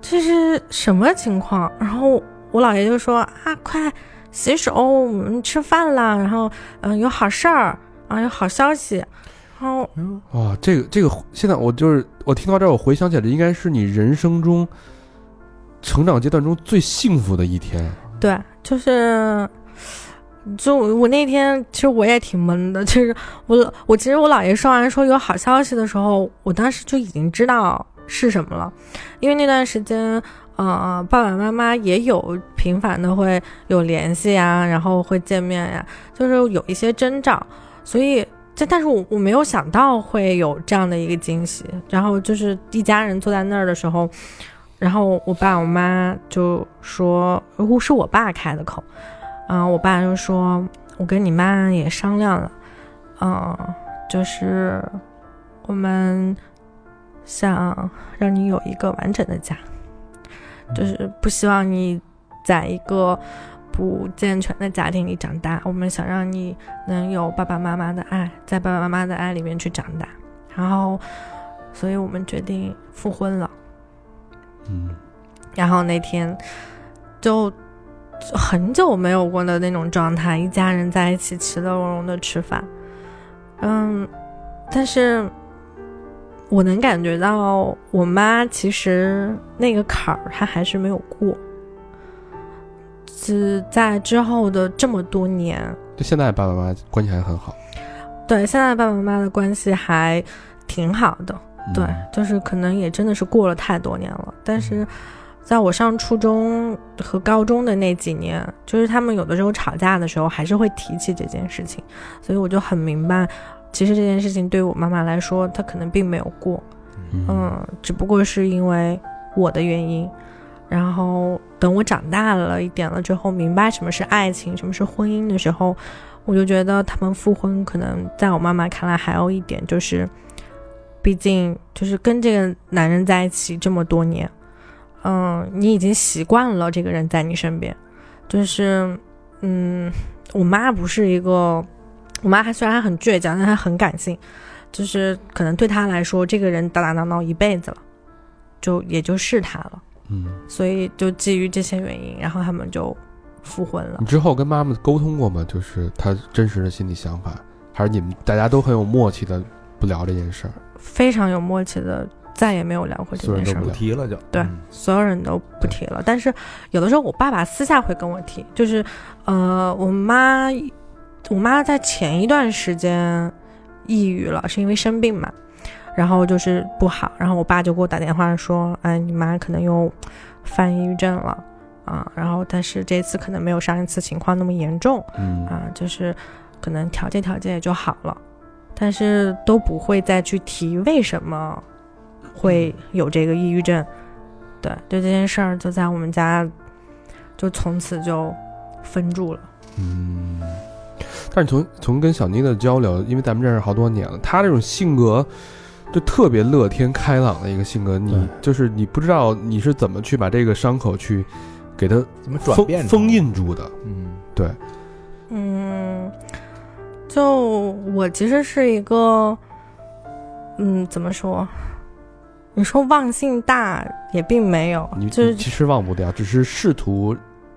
Speaker 7: 这是什么情况？然后我姥爷就说啊，快洗手，我们吃饭啦。然后嗯、呃有好事儿啊，有好消息。然后
Speaker 2: 嗯，
Speaker 3: 哇，啊这个这个，现在我就是我听到这儿，我回想起来，应该是你人生中成长阶段中最幸福的一天。
Speaker 7: 对，就是。就我那天，其实我也挺闷的。就是我，我其实我姥爷说完说有好消息的时候，我当时就已经知道是什么了，因为那段时间，呃，爸爸妈妈也有频繁的会有联系呀，然后会见面呀，就是有一些征兆，所以但但是我我没有想到会有这样的一个惊喜。然后就是一家人坐在那儿的时候，然后我爸我妈就说，呃是我爸开的口，啊、我爸就嗯说，我跟你妈也商量了，嗯、就是我们想让你有一个完整的家，就是不希望你在一个不健全的家庭里长大。我们想让你能有爸爸妈妈的爱，在爸爸妈妈的爱里面去长大。然后，所以我们决定复婚了。
Speaker 1: 嗯，
Speaker 7: 然后那天就就很久没有过的那种状态，一家人在一起其乐融融的吃饭。嗯，但是我能感觉到我妈其实那个坎儿她还是没有过。是在之后的这么多年，
Speaker 3: 就现在爸爸妈妈关系还很好，
Speaker 7: 对现在爸爸妈妈的关系还挺好的。
Speaker 5: 嗯
Speaker 7: 对，就是可能也真的是过了太多年了。但是，在我上初中和高中的那几年，就是他们有的时候吵架的时候，还是会提起这件事情，所以我就很明白，其实这件事情对我妈妈来说，她可能并没有过，嗯，只不过是因为我的原因。然后等我长大了一点了之后，明白什么是爱情，什么是婚姻的时候，我就觉得他们复婚可能在我妈妈看来还有一点就是。毕竟就是跟这个男人在一起这么多年，嗯，你已经习惯了这个人在你身边，就是，嗯，我妈不是一个，我妈她虽然很倔强，但她很感性，就是可能对她来说，这个人打打闹闹一辈子了，就也就是他了，
Speaker 1: 嗯，
Speaker 7: 所以就基于这些原因，然后他们就复婚了
Speaker 3: 你。之后跟妈妈沟通过吗？就是她真实的心理想法，还是你们大家都很有默契的不聊这件事儿？
Speaker 7: 非常有默契的，再也没有聊过这
Speaker 3: 所有
Speaker 7: 件
Speaker 3: 人
Speaker 7: 事
Speaker 3: 都
Speaker 7: 儿
Speaker 3: 不
Speaker 7: 了
Speaker 3: 聊。
Speaker 2: 提了就
Speaker 7: 对
Speaker 2: 嗯
Speaker 7: 所有人都不提了。但是有的时候我爸爸私下会跟我提，就是呃，我妈，我妈在前一段时间抑郁了，是因为生病嘛，然后就是不好，然后我爸就给我打电话说，哎，你妈可能又犯抑郁症了。啊，然后但是这次可能没有上一次情况那么严重，
Speaker 1: 嗯
Speaker 7: 啊，就是可能调节调节也就好了，但是都不会再去提为什么会
Speaker 3: 嗯
Speaker 7: 有这个抑郁症。对，对这件事儿就在我们家就从此就分住了。
Speaker 3: 嗯，但是从从跟小妮的交流，因为咱们认识好多年了，她这种性格就特别乐天开朗的一个性格，你就是你不知道你是怎么去把这个伤口去给它
Speaker 2: 怎么转
Speaker 3: 封
Speaker 2: 变
Speaker 3: 封印住的。
Speaker 2: 嗯，
Speaker 3: 对，
Speaker 7: 嗯，就我其实是一个，嗯，怎么说？你说忘性大也并没有，
Speaker 3: 你
Speaker 7: 就
Speaker 3: 你
Speaker 7: 是
Speaker 3: 其实忘不掉，只是试图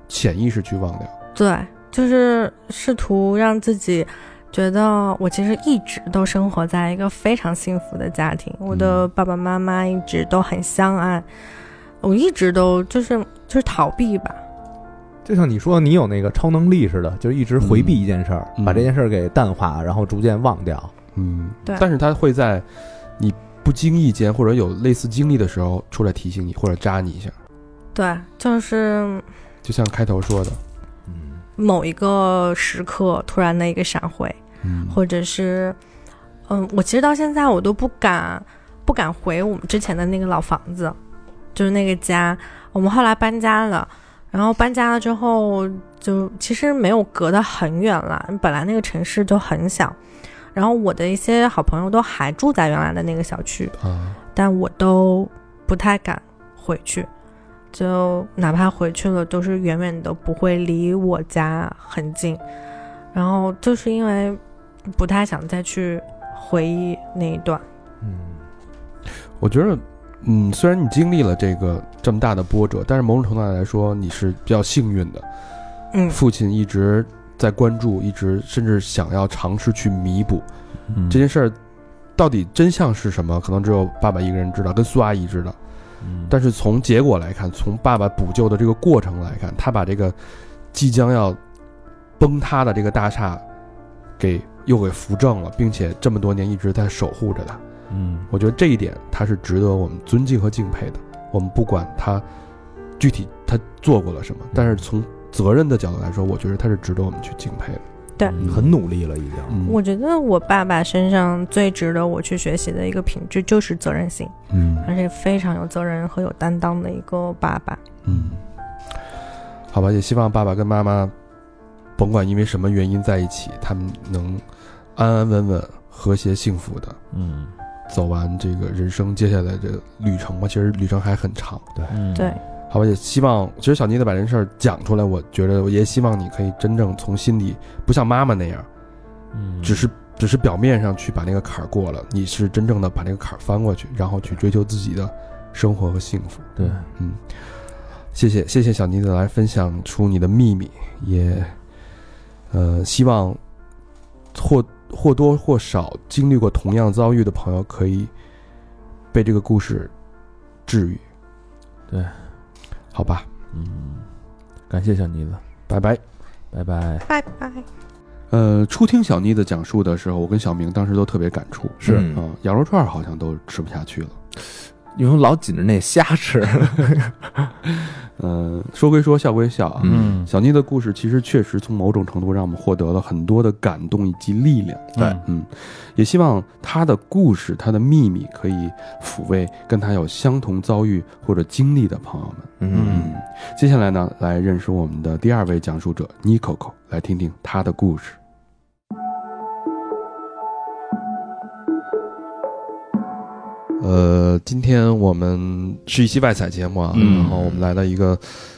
Speaker 3: 潜意识去忘掉。
Speaker 7: 对，就是试图让自己觉得我其实一直都生活在一个非常幸福的家庭，我的爸爸妈妈一直都很相爱，我一直都就是就是逃避吧，
Speaker 2: 就像你说，你有那个超能力似的，就一直回避一件事儿，
Speaker 1: 嗯
Speaker 2: 把这件事儿给淡化，然后逐渐忘掉。
Speaker 3: 嗯，
Speaker 7: 对
Speaker 3: 但是他会在你不经意间或者有类似经历的时候出来提醒你，或者扎你一下，
Speaker 7: 对，就是
Speaker 3: 就像开头说的，
Speaker 2: 嗯，
Speaker 7: 某一个时刻突然的一个闪回，
Speaker 1: 嗯
Speaker 7: 或者是，嗯，我其实到现在我都不敢不敢回我们之前的那个老房子，就是那个家。我们后来搬家了，然后搬家了之后就其实没有隔得很远了，本来那个城市就很小，然后我的一些好朋友都还住在原来的那个小区，
Speaker 3: 啊，
Speaker 7: 但我都不太敢回去，就哪怕回去了，都是远远的，不会离我家很近。然后就是因为不太想再去回忆那一段，
Speaker 2: 嗯
Speaker 3: 我觉得，嗯，虽然你经历了这个这么大的波折，但是某种程度上来说，你是比较幸运的。
Speaker 7: 嗯
Speaker 3: 父亲一直在关注，一直甚至想要尝试去弥补
Speaker 5: 嗯
Speaker 3: 这件事儿，到底真相是什么？可能只有爸爸一个人知道，跟苏阿姨知道。但是从结果来看，从爸爸补救的这个过程来看，他把这个即将要崩塌的这个大厦给又给扶正了，并且这么多年一直在守护着它。
Speaker 4: 嗯
Speaker 3: 我觉得这一点他是值得我们尊敬和敬佩的。我们不管他具体他做过了什么，但是从责任的角度来说，我觉得他是值得我们去敬佩的。
Speaker 7: 对
Speaker 4: 嗯
Speaker 2: 很努力了已经。
Speaker 3: 嗯
Speaker 7: 我觉得我爸爸身上最值得我去学习的一个品质就是责任心，
Speaker 1: 嗯
Speaker 7: 而且非常有责任和有担当的一个爸爸。
Speaker 1: 嗯，
Speaker 3: 好吧，也希望爸爸跟妈妈，甭管因为什么原因在一起，他们能安安稳稳、和谐幸福的
Speaker 4: 嗯
Speaker 3: 走完这个人生接下来的旅程吧。其实旅程还很长，
Speaker 4: 嗯
Speaker 7: 对，
Speaker 3: 好吧，也希望，其实小妮子把这事儿讲出来，我觉得我也希望你可以真正从心里，不像妈妈那样，
Speaker 4: 嗯
Speaker 3: 只是只是表面上去把那个坎儿过了，你是真正的把那个坎儿翻过去，然后去追求自己的生活和幸福。
Speaker 2: 对，
Speaker 3: 嗯，谢谢谢谢小妮子来分享出你的秘密，也呃希望或或多或少经历过同样遭遇的朋友可以被这个故事治愈。
Speaker 4: 对，
Speaker 3: 好吧，
Speaker 4: 嗯，感谢小妮子，
Speaker 3: 拜拜。
Speaker 4: 拜拜。
Speaker 7: 拜拜。
Speaker 3: 呃，初听小妮子讲述的时候，我跟小明当时都特别感触。
Speaker 2: 是
Speaker 3: 啊、
Speaker 6: 嗯
Speaker 3: 羊肉串儿好像都吃不下去了。
Speaker 2: 因为老紧着那虾 吃，
Speaker 3: 呃，说归说，笑归笑啊。
Speaker 4: 嗯
Speaker 3: 小妮的故事其实确实从某种程度让我们获得了很多的感动以及力量。
Speaker 4: 对，
Speaker 3: 嗯，也希望她的故事、她的秘密可以抚慰跟她有相同遭遇或者经历的朋友们。
Speaker 2: 嗯，
Speaker 3: 接下来呢，来认识我们的第二位讲述者 Nicoco，来听听她的故事。呃，今天我们是一期外采节目啊，
Speaker 4: 嗯
Speaker 3: 然后我们来了一个，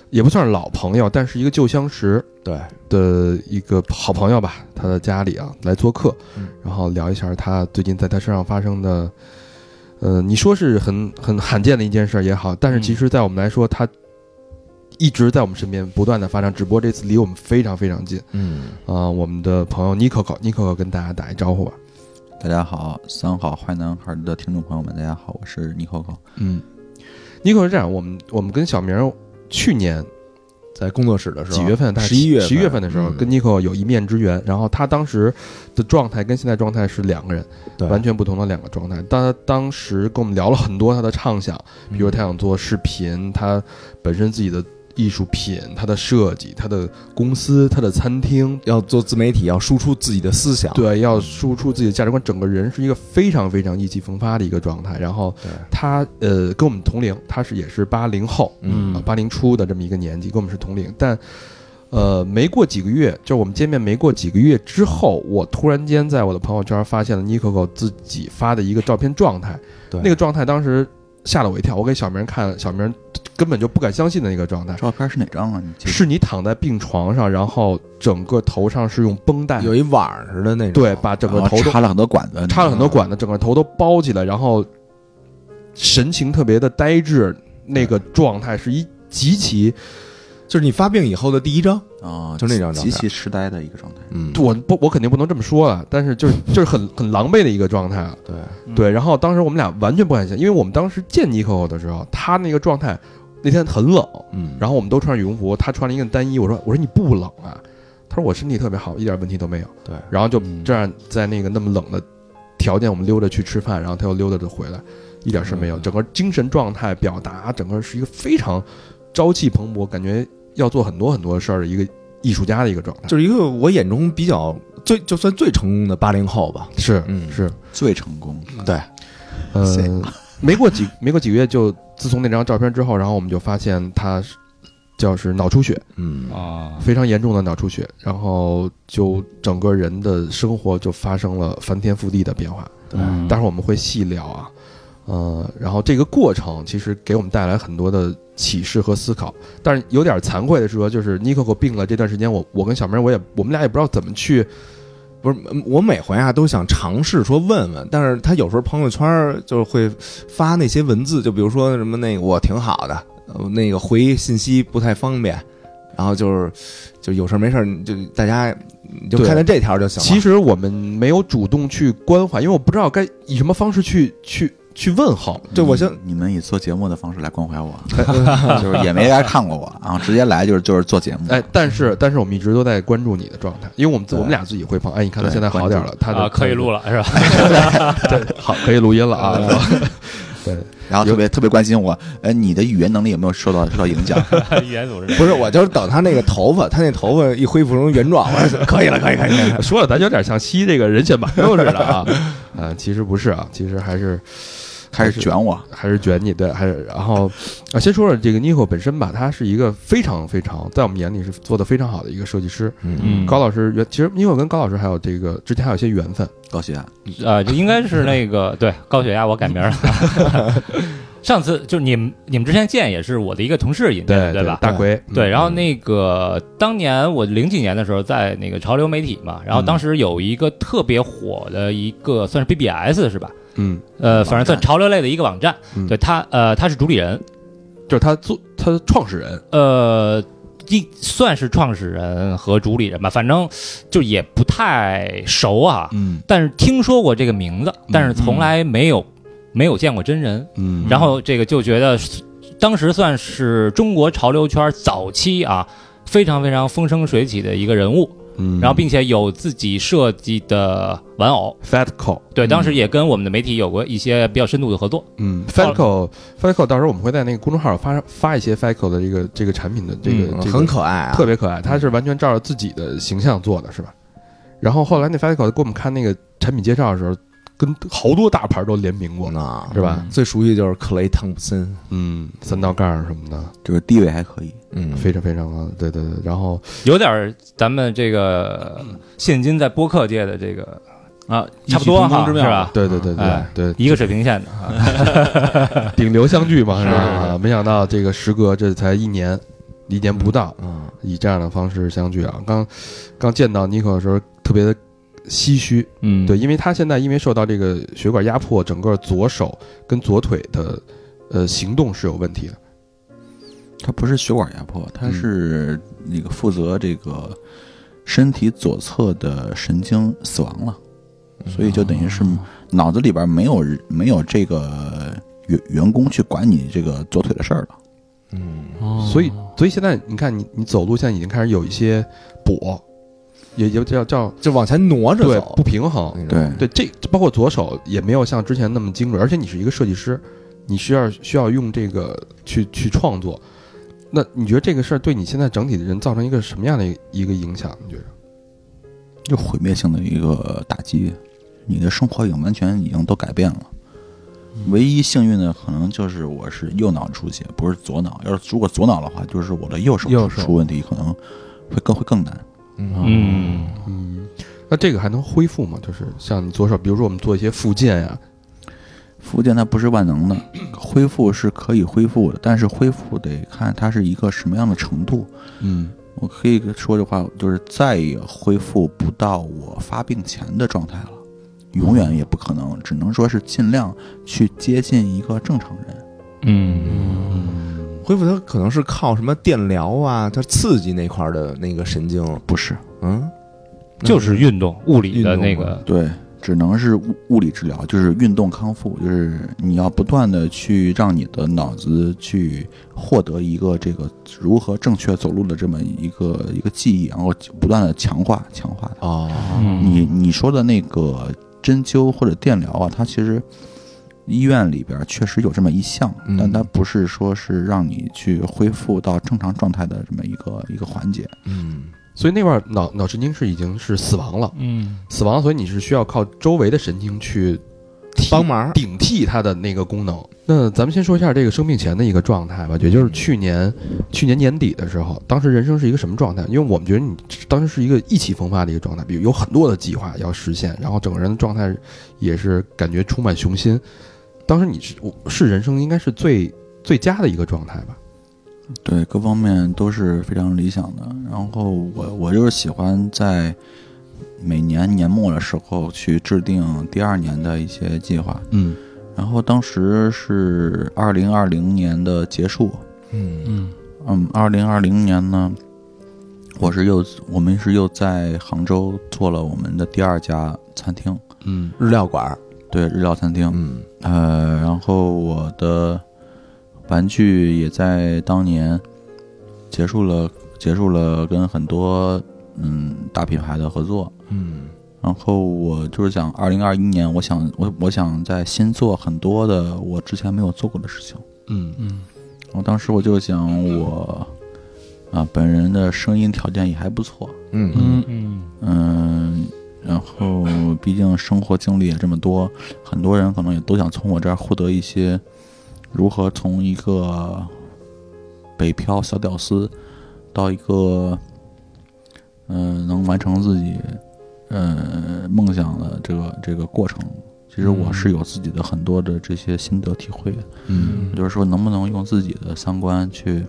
Speaker 3: 也不算是老朋友，但是一个旧相识，
Speaker 6: 对
Speaker 3: 的一个好朋友吧，他的家里啊来做客，然后聊一下他最近在他身上发生的，呃，你说是很很罕见的一件事儿也好，但是其实在我们来说，他一直在我们身边不断的发生，只不过这次离我们非常非常近
Speaker 6: 嗯，
Speaker 3: 啊、我们的朋友 Nico Nico 跟大家打一招呼吧，
Speaker 5: 大家好，三好坏男孩的听众朋友们，大家好，我是尼可可。
Speaker 3: 嗯，Nico 是这样，我们我们跟小明儿去年
Speaker 2: 在工作室的时候，
Speaker 3: 几月份？
Speaker 2: 十一月份
Speaker 3: 十一月份的时候，
Speaker 2: 嗯
Speaker 3: 跟 Nico 有一面之缘。然后他当时的状态跟现在状态是两个人，
Speaker 2: 对
Speaker 3: 完全不同的两个状态。他当时跟我们聊了很多他的畅想，
Speaker 2: 嗯
Speaker 3: 比如他想做视频，他本身自己的艺术品、他的设计、他的公司、他的餐厅，
Speaker 2: 要做自媒体，要输出自己的思想，
Speaker 3: 对，要输出自己的价值观，整个人是一个非常非常意气风发的一个状态。然后
Speaker 2: 对
Speaker 3: 他呃跟我们同龄，他是也是八零后，啊
Speaker 2: 嗯
Speaker 3: 八零初的这么一个年纪，跟我们是同龄，但。呃，没过几个月，就是我们见面没过几个月之后，我突然间在我的朋友圈发现了 Nico 自己发的一个照片状态，
Speaker 2: 对
Speaker 3: 那个状态当时吓了我一跳，我给小明看，小明根本就不敢相信的那个状态，
Speaker 5: 照片是哪张啊？你记得
Speaker 3: 是你躺在病床上，然后整个头上是用绷带
Speaker 2: 有一网似的那种，啊
Speaker 3: 对把整个
Speaker 5: 然后
Speaker 3: 头都
Speaker 5: 插了很多管子，
Speaker 3: 嗯插了很多管子，整个头都包起来，然后神情特别的呆滞，那个状态是一极其
Speaker 2: 就是你发病以后的第一张，
Speaker 5: 啊，
Speaker 2: 就那张照片
Speaker 5: 极其痴呆的一个状态。
Speaker 2: 嗯，
Speaker 3: 我不我肯定不能这么说啊，但是就是 就是很很狼狈的一个状态啊。
Speaker 2: 对
Speaker 3: 对，然后当时我们俩完全不敢想，因为我们当时见 Nico 的时候，他那个状态那天很冷，
Speaker 2: 嗯，
Speaker 3: 然后我们都穿着羽绒服，他穿了一件单衣，我说我说你不冷啊，他说我身体特别好，一点问题都没有。
Speaker 2: 对
Speaker 3: 然后就这样在那个那么冷的条件，我们溜达去吃饭，然后他又溜达着回来，一点事儿没
Speaker 2: 嗯
Speaker 3: 有，整个精神状态表达，整个是一个非常朝气蓬勃，感觉要做很多很多事儿的一个艺术家的一个状态。
Speaker 2: 就是一个我眼中比较最就算最成功的八零后吧，
Speaker 3: 是
Speaker 2: 嗯
Speaker 3: 是，
Speaker 5: 最成功，谁
Speaker 3: 呃，没过几没过几个月就，自从那张照片之后，然后我们就发现他是就是脑出血，
Speaker 2: 嗯，
Speaker 4: 啊，
Speaker 3: 非常严重的脑出血，然后
Speaker 8: 嗯
Speaker 3: 就整个人的生活就发生了翻天覆地的变化。
Speaker 4: 嗯
Speaker 3: 待会儿我们会细聊啊，呃，然后这个过程其实给我们带来很多的启示和思考，但是有点惭愧的说，就是 Nico 病了这段时间，我我跟小明我也我们俩也不知道怎么去，
Speaker 2: 不是，嗯我每回啊都想尝试说问问，但是他有时候朋友圈儿就会发那些文字，就比如说什么那个我挺好的，呃那个回信息不太方便，然后就是就有事儿没事儿你就大家你就
Speaker 3: 对
Speaker 2: 看看这条就行了。
Speaker 3: 其实我们没有主动去关怀，因为我不知道该以什么方式去去去问候。
Speaker 2: 对我先
Speaker 5: 嗯你们以做节目的方式来关怀 我，就是也没来看过我啊，直接来就是就是做节目。
Speaker 3: 哎，但是但是我们一直都在关注你的状态，因为我们自
Speaker 5: 对
Speaker 3: 我们俩自己会碰。哎，你看他
Speaker 5: 对
Speaker 3: 现在好点了，他的
Speaker 8: 啊，可以录
Speaker 3: 了，
Speaker 8: 了是吧？
Speaker 3: 对，好，可以录音了啊。是吧
Speaker 5: 然后特别特别关心我，哎，你的语言能力有没有受到受到影响？
Speaker 8: 语言组织
Speaker 2: 不是，我就是等他那个头发，他那头发一恢复成原状，我说可以了，可以，可以，可以 了。
Speaker 3: 说 了，咱有点像吸这个人血馒头似的啊。呃，其实不是啊，其实还是，
Speaker 5: 开始卷我，
Speaker 3: 还是卷你对，还是然后啊，先说说这个 Nico 本身吧，他是一个非常非常在我们眼里是做的非常好的一个设计师。
Speaker 2: 嗯
Speaker 3: 高老师原其实 Nico 跟高老师还有这个之前还有一些缘分，
Speaker 5: 高啊血压，
Speaker 8: 呃，就应该是那个 对高血压，我改名了。 上次就是你们你们之前见也是我的一个同事引荐的，
Speaker 3: 对
Speaker 8: 吧？
Speaker 3: 大奎嗯
Speaker 8: 对，然后那个当年我零几年的时候在那个潮流媒体嘛，然后当时有一个特别火的一个算是 BBS 是吧？
Speaker 3: 嗯，
Speaker 8: 呃，
Speaker 5: 网站
Speaker 8: 反正算潮流类的一个网站，
Speaker 3: 嗯
Speaker 8: 对他呃他是主理人，
Speaker 3: 就是他做他创始人，
Speaker 8: 呃，一算是创始人和主理人吧，反正就也不太熟啊，
Speaker 5: 嗯，
Speaker 8: 但是听说过这个名
Speaker 4: 嗯
Speaker 8: 字，但是从来没有、没有见过真人，
Speaker 3: 嗯
Speaker 8: 然后这个就觉得当时算是中国潮流圈早期啊。非常非常风生水起的一个人物，
Speaker 3: 嗯
Speaker 4: 嗯
Speaker 8: 然后并且有自己设计的玩偶，
Speaker 3: Fatco，
Speaker 4: 嗯
Speaker 8: 对，当时也跟我们的媒体有过一些比较深度的合作。
Speaker 3: 嗯，Fatco Fatco，到时候我们会在那个公众号发发一些 Fatco 的这个这个产品的这个、
Speaker 2: 嗯
Speaker 3: 这个
Speaker 2: 很可爱啊，
Speaker 3: 特别可爱，他是完全照着自己的形象做的，是吧？然后后来那 Fatco 给我们看那个产品介绍的时候，跟好多大牌都联名过，
Speaker 2: 呢，
Speaker 3: 是吧？
Speaker 2: 最熟悉就是克雷汤普森，
Speaker 3: 嗯，三道杠儿什么的，
Speaker 5: 这个地位还可以，
Speaker 2: 嗯
Speaker 3: 非常非常的，对对对。然后
Speaker 8: 有点儿咱们这个现今在播客界的这个
Speaker 4: 啊，
Speaker 8: 差不多
Speaker 4: 异曲同
Speaker 8: 哈，
Speaker 4: 工
Speaker 8: 是
Speaker 4: 之妙
Speaker 8: 吧？？
Speaker 3: 对对对对
Speaker 8: 哎
Speaker 3: 对，
Speaker 8: 一个水平线的，
Speaker 3: 顶流相聚嘛，是吧？啊没想到这个时隔这才一年，一年不到，
Speaker 2: 嗯，
Speaker 3: 以这样的方式相聚啊。刚刚见到 Nico 的时候，特别的唏嘘，
Speaker 4: 嗯，
Speaker 3: 对，因为他现在因为受到这个血管压迫，整个左手跟左腿的呃行动是有问题的。
Speaker 5: 他不是血管压迫，他是那个负责这个身体左侧的神经死亡了，
Speaker 2: 嗯
Speaker 5: 所以就等于是脑子里边没有没有这个员员工去管你这个左腿的事儿了。
Speaker 2: 哦
Speaker 3: 所以，所以现在你看你，你走路现在已经开始有一些跛，也也叫叫
Speaker 2: 就往前挪着
Speaker 3: 对
Speaker 2: 走
Speaker 3: 不，平衡。
Speaker 2: 那种，
Speaker 5: 对，
Speaker 3: 对，这包括左手也没有像之前那么精准，而且你是一个设计师，你需要需要用这个去去创作。那你觉得这个事儿对你现在整体的人造成一个什么样的一个一个影响？你觉得？
Speaker 5: 就毁灭性的一个打击，你的生活已经完全已经都改变了。唯一幸运的可能就是我是右脑出血，不是左脑。要是如果左脑的话，就是我的右手
Speaker 4: 右手
Speaker 5: 出问题，可能会更会更难。
Speaker 2: 嗯
Speaker 8: 嗯，
Speaker 3: 嗯，那这个还能恢复吗？就是像你左手，比如说我们做一些复健呀，
Speaker 5: 复健它不是万能的，恢复是可以恢复的，但是恢复得看它是一个什么样的程度。
Speaker 3: 嗯，
Speaker 5: 我可以说的话，就是再也恢复不到我发病前的状态了，永远也不可能，只能说是尽量去接近一个正常人。
Speaker 2: 嗯恢复它可能是靠什么电疗啊，它刺激那块儿的那个神经，
Speaker 5: 不是，
Speaker 2: 嗯，
Speaker 8: 就是运动，物理的那
Speaker 2: 运动
Speaker 8: 个，
Speaker 5: 对，只能是物物理治疗，就是运动康复，就是你要不断的去让你的脑子去获得一个这个如何正确走路的这么一个一个记忆，然后不断的强化强化
Speaker 3: 啊
Speaker 5: 它。
Speaker 2: 哦，
Speaker 5: 你你说的那个针灸或者电疗啊，它其实医院里边确实有这么一项，
Speaker 2: 嗯
Speaker 5: 但它不是说是让你去恢复到正常状态的这么一个一个环节。
Speaker 2: 嗯，
Speaker 3: 所以那块儿脑脑神经是已经是死亡了，
Speaker 4: 嗯
Speaker 3: 死亡，所以你是需要靠周围的神经去替
Speaker 2: 帮忙，
Speaker 3: 顶替它的那个功能。那咱们先说一下这个生病前的一个状态吧，也就是去年去年年底的时候，当时人生是一个什么状态？因为我们觉得你当时是一个意气风发的一个状态，比如有很多的计划要实现，然后整个人的状态也是感觉充满雄心。当时你是我是人生应该是最最佳的一个状态吧？
Speaker 5: 对，各方面都是非常理想的。然后我我就是喜欢在每年年末的时候去制定第二年的一些计划。
Speaker 3: 嗯，
Speaker 5: 然后当时是二零二零年的结束，
Speaker 2: 嗯
Speaker 4: 嗯
Speaker 5: 嗯，二零二零年呢，我是又我们是又在杭州做了我们的第二家餐厅，
Speaker 3: 嗯
Speaker 2: 日料馆儿，
Speaker 5: 对日料餐厅，
Speaker 2: 嗯
Speaker 5: 呃，然后我的玩具也在当年结束了，结束了跟很多嗯大品牌的合作。
Speaker 2: 嗯
Speaker 5: 然后我就是想，二零二一年，我想我我想在新做很多的我之前没有做过的事情。
Speaker 3: 嗯
Speaker 4: 嗯
Speaker 5: 然后当时我就想我，啊，本人的声音条件也还不错，
Speaker 2: 嗯
Speaker 4: 嗯嗯
Speaker 5: 嗯，然后毕竟生活经历也这么多，很多人可能也都想从我这儿获得一些如何从一个北漂小屌丝到一个嗯、呃能完成自己呃梦想的这个这个过程。其实我是有自己的很多的这些心得体会的，
Speaker 2: 嗯
Speaker 5: 就是说能不能用自己的三观去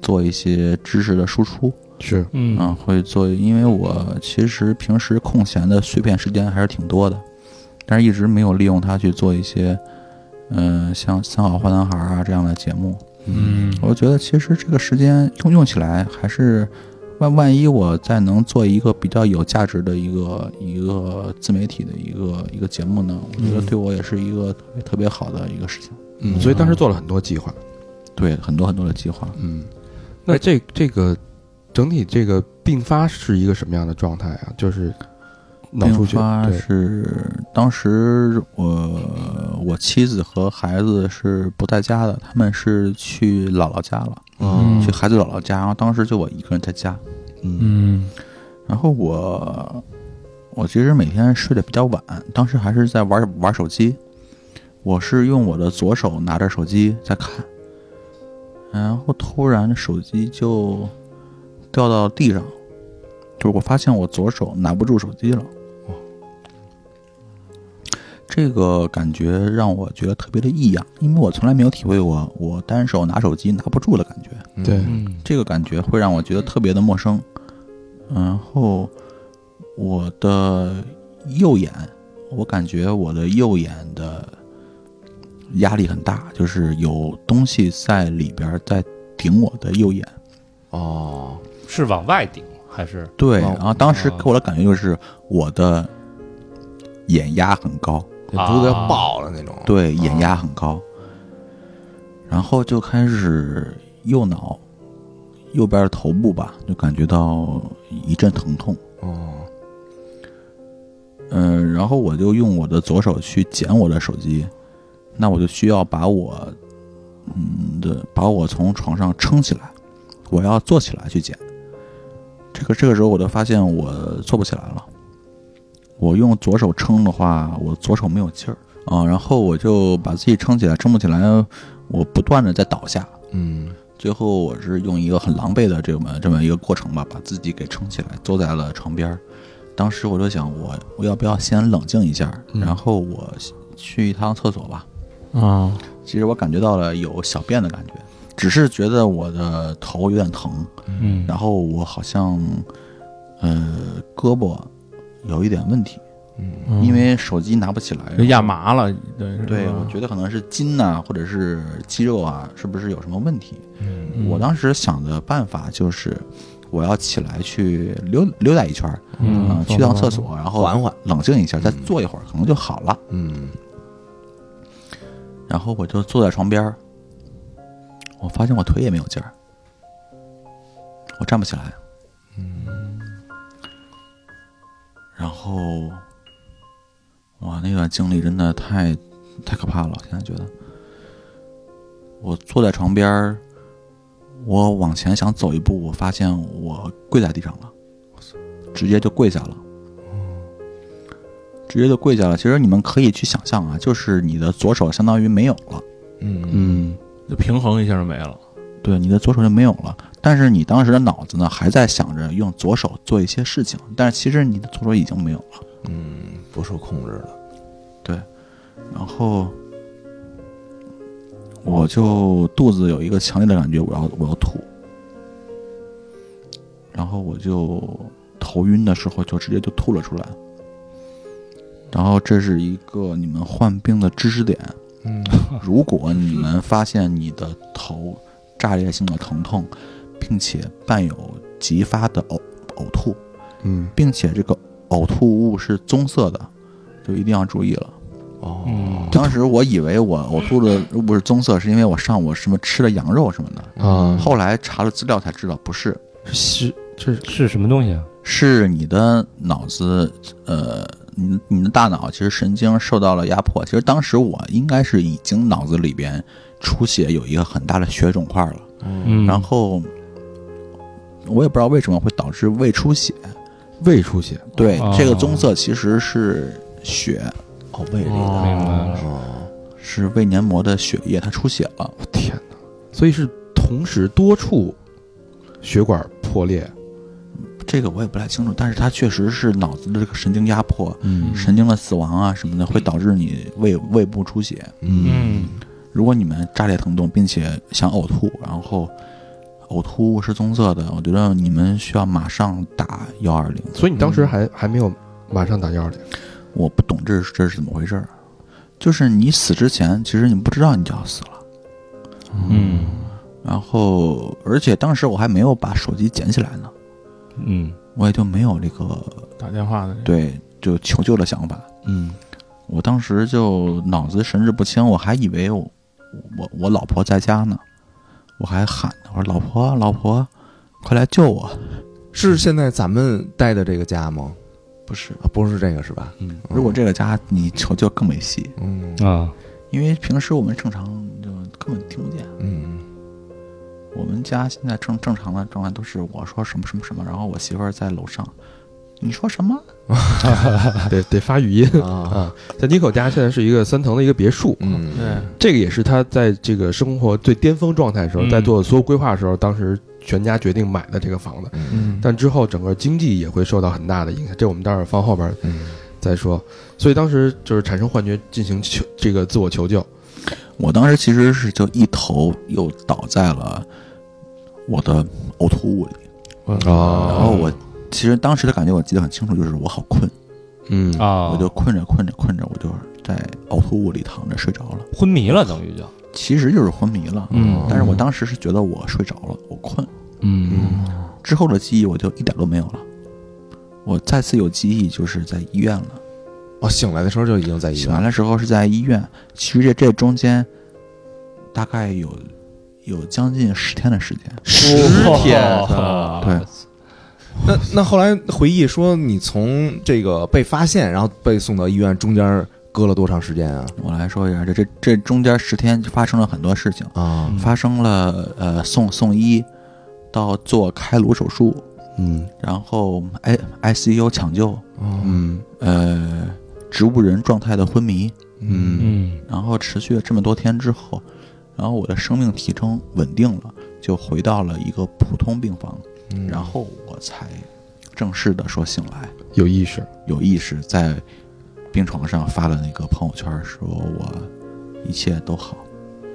Speaker 5: 做一些知识的输出，
Speaker 6: 是
Speaker 8: 嗯
Speaker 5: 啊，会做，因为我其实平时空闲的碎片时间还是挺多的，但是一直没有利用它去做一些，嗯、像《三好坏男孩》啊这样的节目。
Speaker 2: 嗯
Speaker 5: 我觉得其实这个时间用用起来还是，万万一我再能做一个比较有价值的一个一个自媒体的一个一个节目呢，我觉得对我也是一个特别特别好的一个事情。
Speaker 2: 嗯
Speaker 3: 所以当时做了很多计划。
Speaker 5: 对，很多很多的计划。
Speaker 2: 嗯
Speaker 3: 那这这个整体这个并发是一个什么样的状态啊？就是脑出血
Speaker 5: 并，发
Speaker 3: 对，
Speaker 5: 是当时我我妻子和孩子是不在家的，他们是去姥姥家了，
Speaker 2: 哦
Speaker 3: 嗯
Speaker 5: 去孩子姥姥家。然后当时就我一个人在家，
Speaker 4: 嗯
Speaker 5: 然后我我其实每天睡得比较晚，当时还是在玩玩手机，我是用我的左手拿着手机在看，然后突然手机就掉到地上，就是我发现我左手拿不住手机了。这个感觉让我觉得特别的异样，因为我从来没有体会过我单手拿手机拿不住的感觉。
Speaker 3: 对
Speaker 8: 嗯
Speaker 5: 这个感觉会让我觉得特别的陌生。然后我的右眼，我感觉我的右眼的压力很大，就是有东西在里边儿在顶我的右眼。
Speaker 2: 哦，
Speaker 8: 是往外顶还是
Speaker 5: 对，
Speaker 2: 哦
Speaker 5: 然后当时给我的感觉就是我的眼压很高，
Speaker 3: 嗯
Speaker 2: 这肚子要爆了那种，
Speaker 5: 对，眼压很高，然后就开始右脑右边的头部吧，就感觉到一阵疼痛。
Speaker 2: 哦，
Speaker 5: 嗯，然后我就用我的左手去捡我的手机，那我就需要把我，嗯的，把我从床上撑起来，我要坐起来去捡。这个这个时候我就发现我坐不起来了，我用左手撑的话，我左手没有劲儿啊，然后我就把自己撑起来，撑不起来，我不断的在倒下，
Speaker 2: 嗯
Speaker 5: 最后我是用一个很狼狈的这么这么一个过程吧，把自己给撑起来，坐在了床边儿。当时我就想我，我要不要先冷静一下，然后我去一趟厕所吧。
Speaker 4: 啊，
Speaker 5: 其实我感觉到了有小便的感觉，只是觉得我的头有点疼，
Speaker 4: 嗯
Speaker 5: 然后我好像呃胳膊有一点问题，
Speaker 2: 嗯
Speaker 4: 嗯
Speaker 5: 因为手机拿不起来，
Speaker 4: 就压麻了，对
Speaker 5: 对，我觉得可能是筋呐、或者是肌肉啊，是不是有什么问题？
Speaker 2: 嗯
Speaker 5: 我当时想的办法就是，我要起来去溜溜达一圈儿，
Speaker 4: 嗯
Speaker 5: 啊去趟厕所，然后
Speaker 2: 缓缓
Speaker 5: 冷静一下，再
Speaker 2: 嗯
Speaker 5: 坐一会儿，可能就好了。
Speaker 2: 嗯
Speaker 5: 然后我就坐在床边儿，我发现我腿也没有劲儿，我站不起来。嗯，然后，哇，那段经历真的太太可怕了。现在觉得，我坐在床边儿，我往前想走一步，我发现我跪在地上了，直接就跪下了。直接就跪下了。其实你们可以去想象啊，就是你的左手相当于没有了，
Speaker 2: 嗯
Speaker 3: 嗯，
Speaker 4: 就平衡一下就没了。
Speaker 5: 对，你的左手就没有了。但是你当时的脑子呢，还在想着用左手做一些事情，但是其实你的左手已经没有了。
Speaker 2: 嗯，不受控制了，
Speaker 5: 然后我就肚子有一个强烈的感觉，我要我要吐。然后我就头晕的时候，就直接就吐了出来。然后这是一个你们患病的知识点，
Speaker 2: 嗯
Speaker 5: 如果你们发现你的头炸裂性的疼痛，并且伴有急发的呕呕吐，
Speaker 3: 嗯，
Speaker 5: 并且这个呕吐物是棕色的，就一定要注意了。
Speaker 2: 哦
Speaker 4: 嗯
Speaker 5: 当时我以为我呕吐的如果是棕色，是因为我上午什么吃了羊肉什么的，
Speaker 2: 啊
Speaker 5: 后来查了资料才知道不是，
Speaker 4: 是是
Speaker 8: 是什么东西啊？
Speaker 5: 是你的脑子，呃，你你的大脑其实神经受到了压迫。其实当时我应该是已经脑子里边出血有一个很大的血肿块了，
Speaker 8: 嗯
Speaker 5: 哦然后我也不知道为什么会导致胃出血，
Speaker 3: 胃出血，
Speaker 5: 对，
Speaker 4: 哦
Speaker 5: 这个棕色其实是血，哦，胃里的，
Speaker 4: 哦明白了
Speaker 5: 是胃黏膜的血液，它出血了。
Speaker 3: 我天哪！所以是同时多处血管破裂，
Speaker 5: 这个我也不太清楚，但是它确实是脑子的这个神经压迫、
Speaker 3: 嗯
Speaker 5: 神经的死亡啊什么的，会导致你胃胃部出血。
Speaker 4: 嗯，
Speaker 5: 如果你们炸裂疼痛，并且想呕吐，然后呕吐是棕色的，我觉得你们需要马上打幺二零。
Speaker 3: 所以你当时还还没有马上打幺二零，
Speaker 5: 我不懂这是这是怎么回事儿，就是你死之前，其实你不知道你就要死了。
Speaker 4: 嗯
Speaker 5: 然后，而且当时我还没有把手机捡起来呢，
Speaker 8: 嗯，
Speaker 5: 我也就没有这个
Speaker 4: 打电话的，
Speaker 5: 对就求救的想法。
Speaker 3: 嗯，
Speaker 5: 我当时就脑子神志不清，我还以为我我我老婆在家呢，我还喊呢，我说老婆老婆，快来救我！
Speaker 2: 是现在咱们待的这个家吗？
Speaker 4: 嗯
Speaker 5: 不是，
Speaker 2: 啊，不是这个是吧？
Speaker 3: 嗯，
Speaker 5: 如果这个家你求救更没戏，
Speaker 2: 嗯
Speaker 8: 啊，
Speaker 5: 因为平时我们正常就根本听不见。
Speaker 2: 嗯
Speaker 5: 我们家现在正正常的状态都是我说什么什么什么，然后我媳妇儿在楼上，你说什么？
Speaker 3: 得得发语音。
Speaker 2: 啊
Speaker 3: 啊，在妮可家现在是一个三层的一个别墅，
Speaker 2: 嗯
Speaker 4: 对，
Speaker 3: 这个也是他在这个生活最巅峰状态的时候，
Speaker 8: 嗯
Speaker 3: 在做所有规划的时候，当时全家决定买的这个房子。
Speaker 2: 嗯
Speaker 4: 嗯，
Speaker 3: 但之后整个经济也会受到很大的影响，这我们待会儿放后边
Speaker 2: 嗯
Speaker 3: 再说。所以当时就是产生幻觉，进行求这个自我求救。
Speaker 5: 我当时其实是就一头又倒在了我的呕吐物里，
Speaker 2: 嗯
Speaker 3: 啊
Speaker 5: 然
Speaker 2: 哦
Speaker 5: 后我其实当时的感觉我记得很清楚，就是我好困，
Speaker 3: 嗯
Speaker 8: 啊，
Speaker 5: 我就困着困着困着，我就在呕吐物里躺着睡着了，
Speaker 8: 昏迷了，等于就
Speaker 5: 其实就是昏迷了。
Speaker 4: 嗯
Speaker 5: 但是我当时是觉得我睡着了，我困。
Speaker 4: 嗯
Speaker 5: 之后的记忆我就一点都没有了。我再次有记忆就是在医院了，
Speaker 2: 哦，醒来的时候就已经在医
Speaker 5: 醒
Speaker 2: 院
Speaker 5: 来
Speaker 2: 了。
Speaker 5: 的时候是在医院。其实这这中间大概有有将近十天的时间。
Speaker 8: 十
Speaker 2: 天
Speaker 8: 哦
Speaker 5: 对，
Speaker 2: 啊那那后来回忆说，你从这个被发现，然后被送到医院，中间隔了多长时间啊？
Speaker 5: 我来说一下，这这这中间十天发生了很多事情，
Speaker 2: 啊，
Speaker 5: 发生了呃送送医，到做开颅手术，
Speaker 3: 嗯
Speaker 5: 然后 I I C U 抢救，
Speaker 3: 嗯
Speaker 5: 呃植物人状态的昏迷，
Speaker 3: 嗯
Speaker 8: 嗯
Speaker 5: 然后持续了这么多天之后，然后我的生命体征稳定了，就回到了一个普通病房，
Speaker 2: 嗯
Speaker 5: 然后我才正式的说醒来，
Speaker 3: 有意识。
Speaker 5: 有意识在病床上发了那个朋友圈，说我一切都好。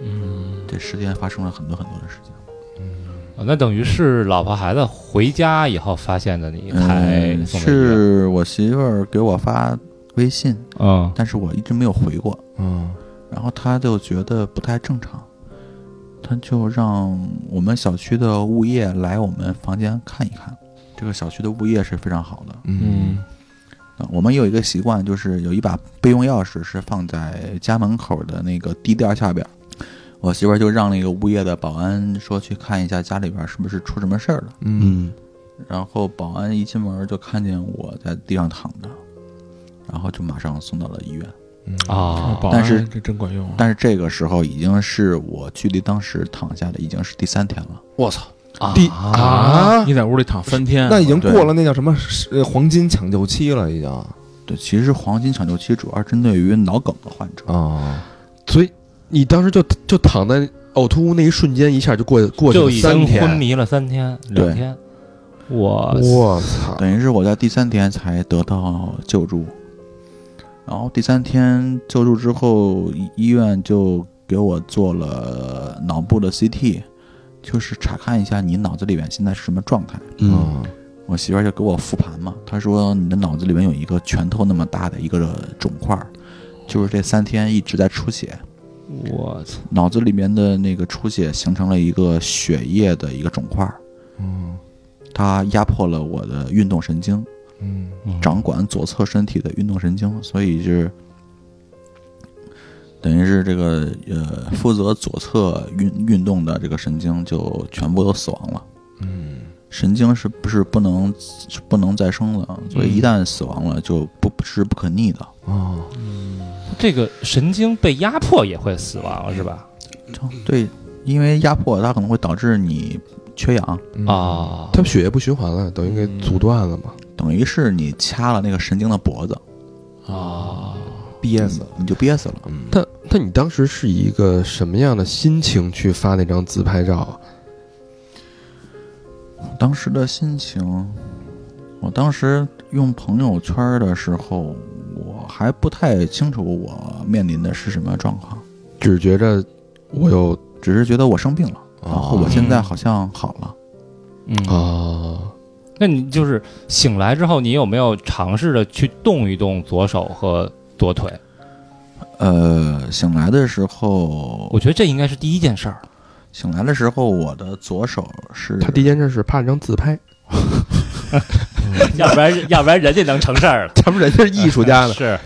Speaker 5: 嗯，这十天发生了很多很多的事情，
Speaker 8: 哦那等于是老婆孩子回家以后发现的你才
Speaker 5: 嗯
Speaker 8: 送的医院，
Speaker 5: 是我媳妇儿给我发微信，
Speaker 8: 嗯
Speaker 5: 但是我一直没有回过。
Speaker 2: 嗯
Speaker 5: 然后他就觉得不太正常，他就让我们小区的物业来我们房间看一看。这个小区的物业是非常好的。
Speaker 2: 嗯
Speaker 5: 啊我们有一个习惯，就是有一把备用钥匙是放在家门口的那个地垫下边儿。我媳妇儿就让那个物业的保安说去看一下家里边儿是不是出什么事儿了。
Speaker 2: 嗯
Speaker 3: 嗯
Speaker 5: 然后保安一进门就看见我在地上躺着，然后就马上送到了医院。
Speaker 2: 嗯
Speaker 8: 啊
Speaker 4: 保安
Speaker 5: 但是
Speaker 4: 这真管用啊，
Speaker 5: 但是这个时候已经是我距离当时躺下的已经是第三天了，
Speaker 2: 我操，
Speaker 3: 第
Speaker 4: 啊，你在屋里躺三天，
Speaker 2: 那已经过了那叫什么呃黄金抢救期了，已经
Speaker 5: 对，其实黄金抢救期主要针对于脑梗的患者，
Speaker 2: 啊，
Speaker 3: 哦所以你当时就就躺在呕吐物那一瞬间，一下就过过去
Speaker 8: 就
Speaker 3: 了
Speaker 8: 已
Speaker 3: 三
Speaker 8: 经昏
Speaker 3: 天。
Speaker 8: 迷了三天两天，我
Speaker 3: 我操！
Speaker 5: 等于是我在第三天才得到救助，然后第三天救助之后，医医院就给我做了脑部的 CT，就是查看一下你脑子里面现在是什么状态。
Speaker 3: 嗯
Speaker 2: 啊
Speaker 5: 我媳妇儿就给我复盘嘛，她说你的脑子里面有一个拳头那么大的一个肿块儿，就是这三天一直在出血。
Speaker 8: 我操，
Speaker 5: 脑子里面的那个出血形成了一个血液的一个肿块，
Speaker 2: 嗯
Speaker 5: 它压迫了我的运动神经，
Speaker 2: 嗯
Speaker 5: 掌管左侧身体的运动神经，所以是等于是这个呃负责左侧运运动的这个神经就全部都死亡了。
Speaker 2: 嗯
Speaker 5: 神经是不是不能是不能再生了？所以一旦死亡了，就不是不可逆的。
Speaker 3: 嗯
Speaker 2: 啊，
Speaker 3: 哦
Speaker 8: 这个神经被压迫也会死亡是吧？
Speaker 5: 对，因为压迫它可能会导致你缺氧，
Speaker 2: 嗯，
Speaker 8: 啊，
Speaker 3: 他血液不循环了，等于给阻断了嘛？
Speaker 5: 等于是你掐了那个神经的脖子，
Speaker 4: 啊，
Speaker 2: 憋死了。
Speaker 5: 你就憋死了。
Speaker 2: 嗯，
Speaker 3: 但但你当时是以一个什么样的心情去发那张自拍照啊？
Speaker 5: 当时的心情，我当时用朋友圈的时候，我还不太清楚我面临的是什么状况，
Speaker 3: 只觉着我有
Speaker 5: 只是觉得我生病了，
Speaker 8: 啊
Speaker 3: 哦
Speaker 5: 然后我现在好像好了。
Speaker 8: 嗯，
Speaker 3: 啊，
Speaker 8: 那你就是醒来之后，你有没有尝试着去动一动左手和左腿？
Speaker 5: 呃，醒来的时候
Speaker 8: 我，觉得这应该是第一件事儿。
Speaker 5: 醒来的时候，我的左手是
Speaker 3: 他第一件事是拍了张自拍，
Speaker 8: 要不然，要不然人家能成事儿了。。
Speaker 3: 他们人家是艺术家呢
Speaker 8: 是，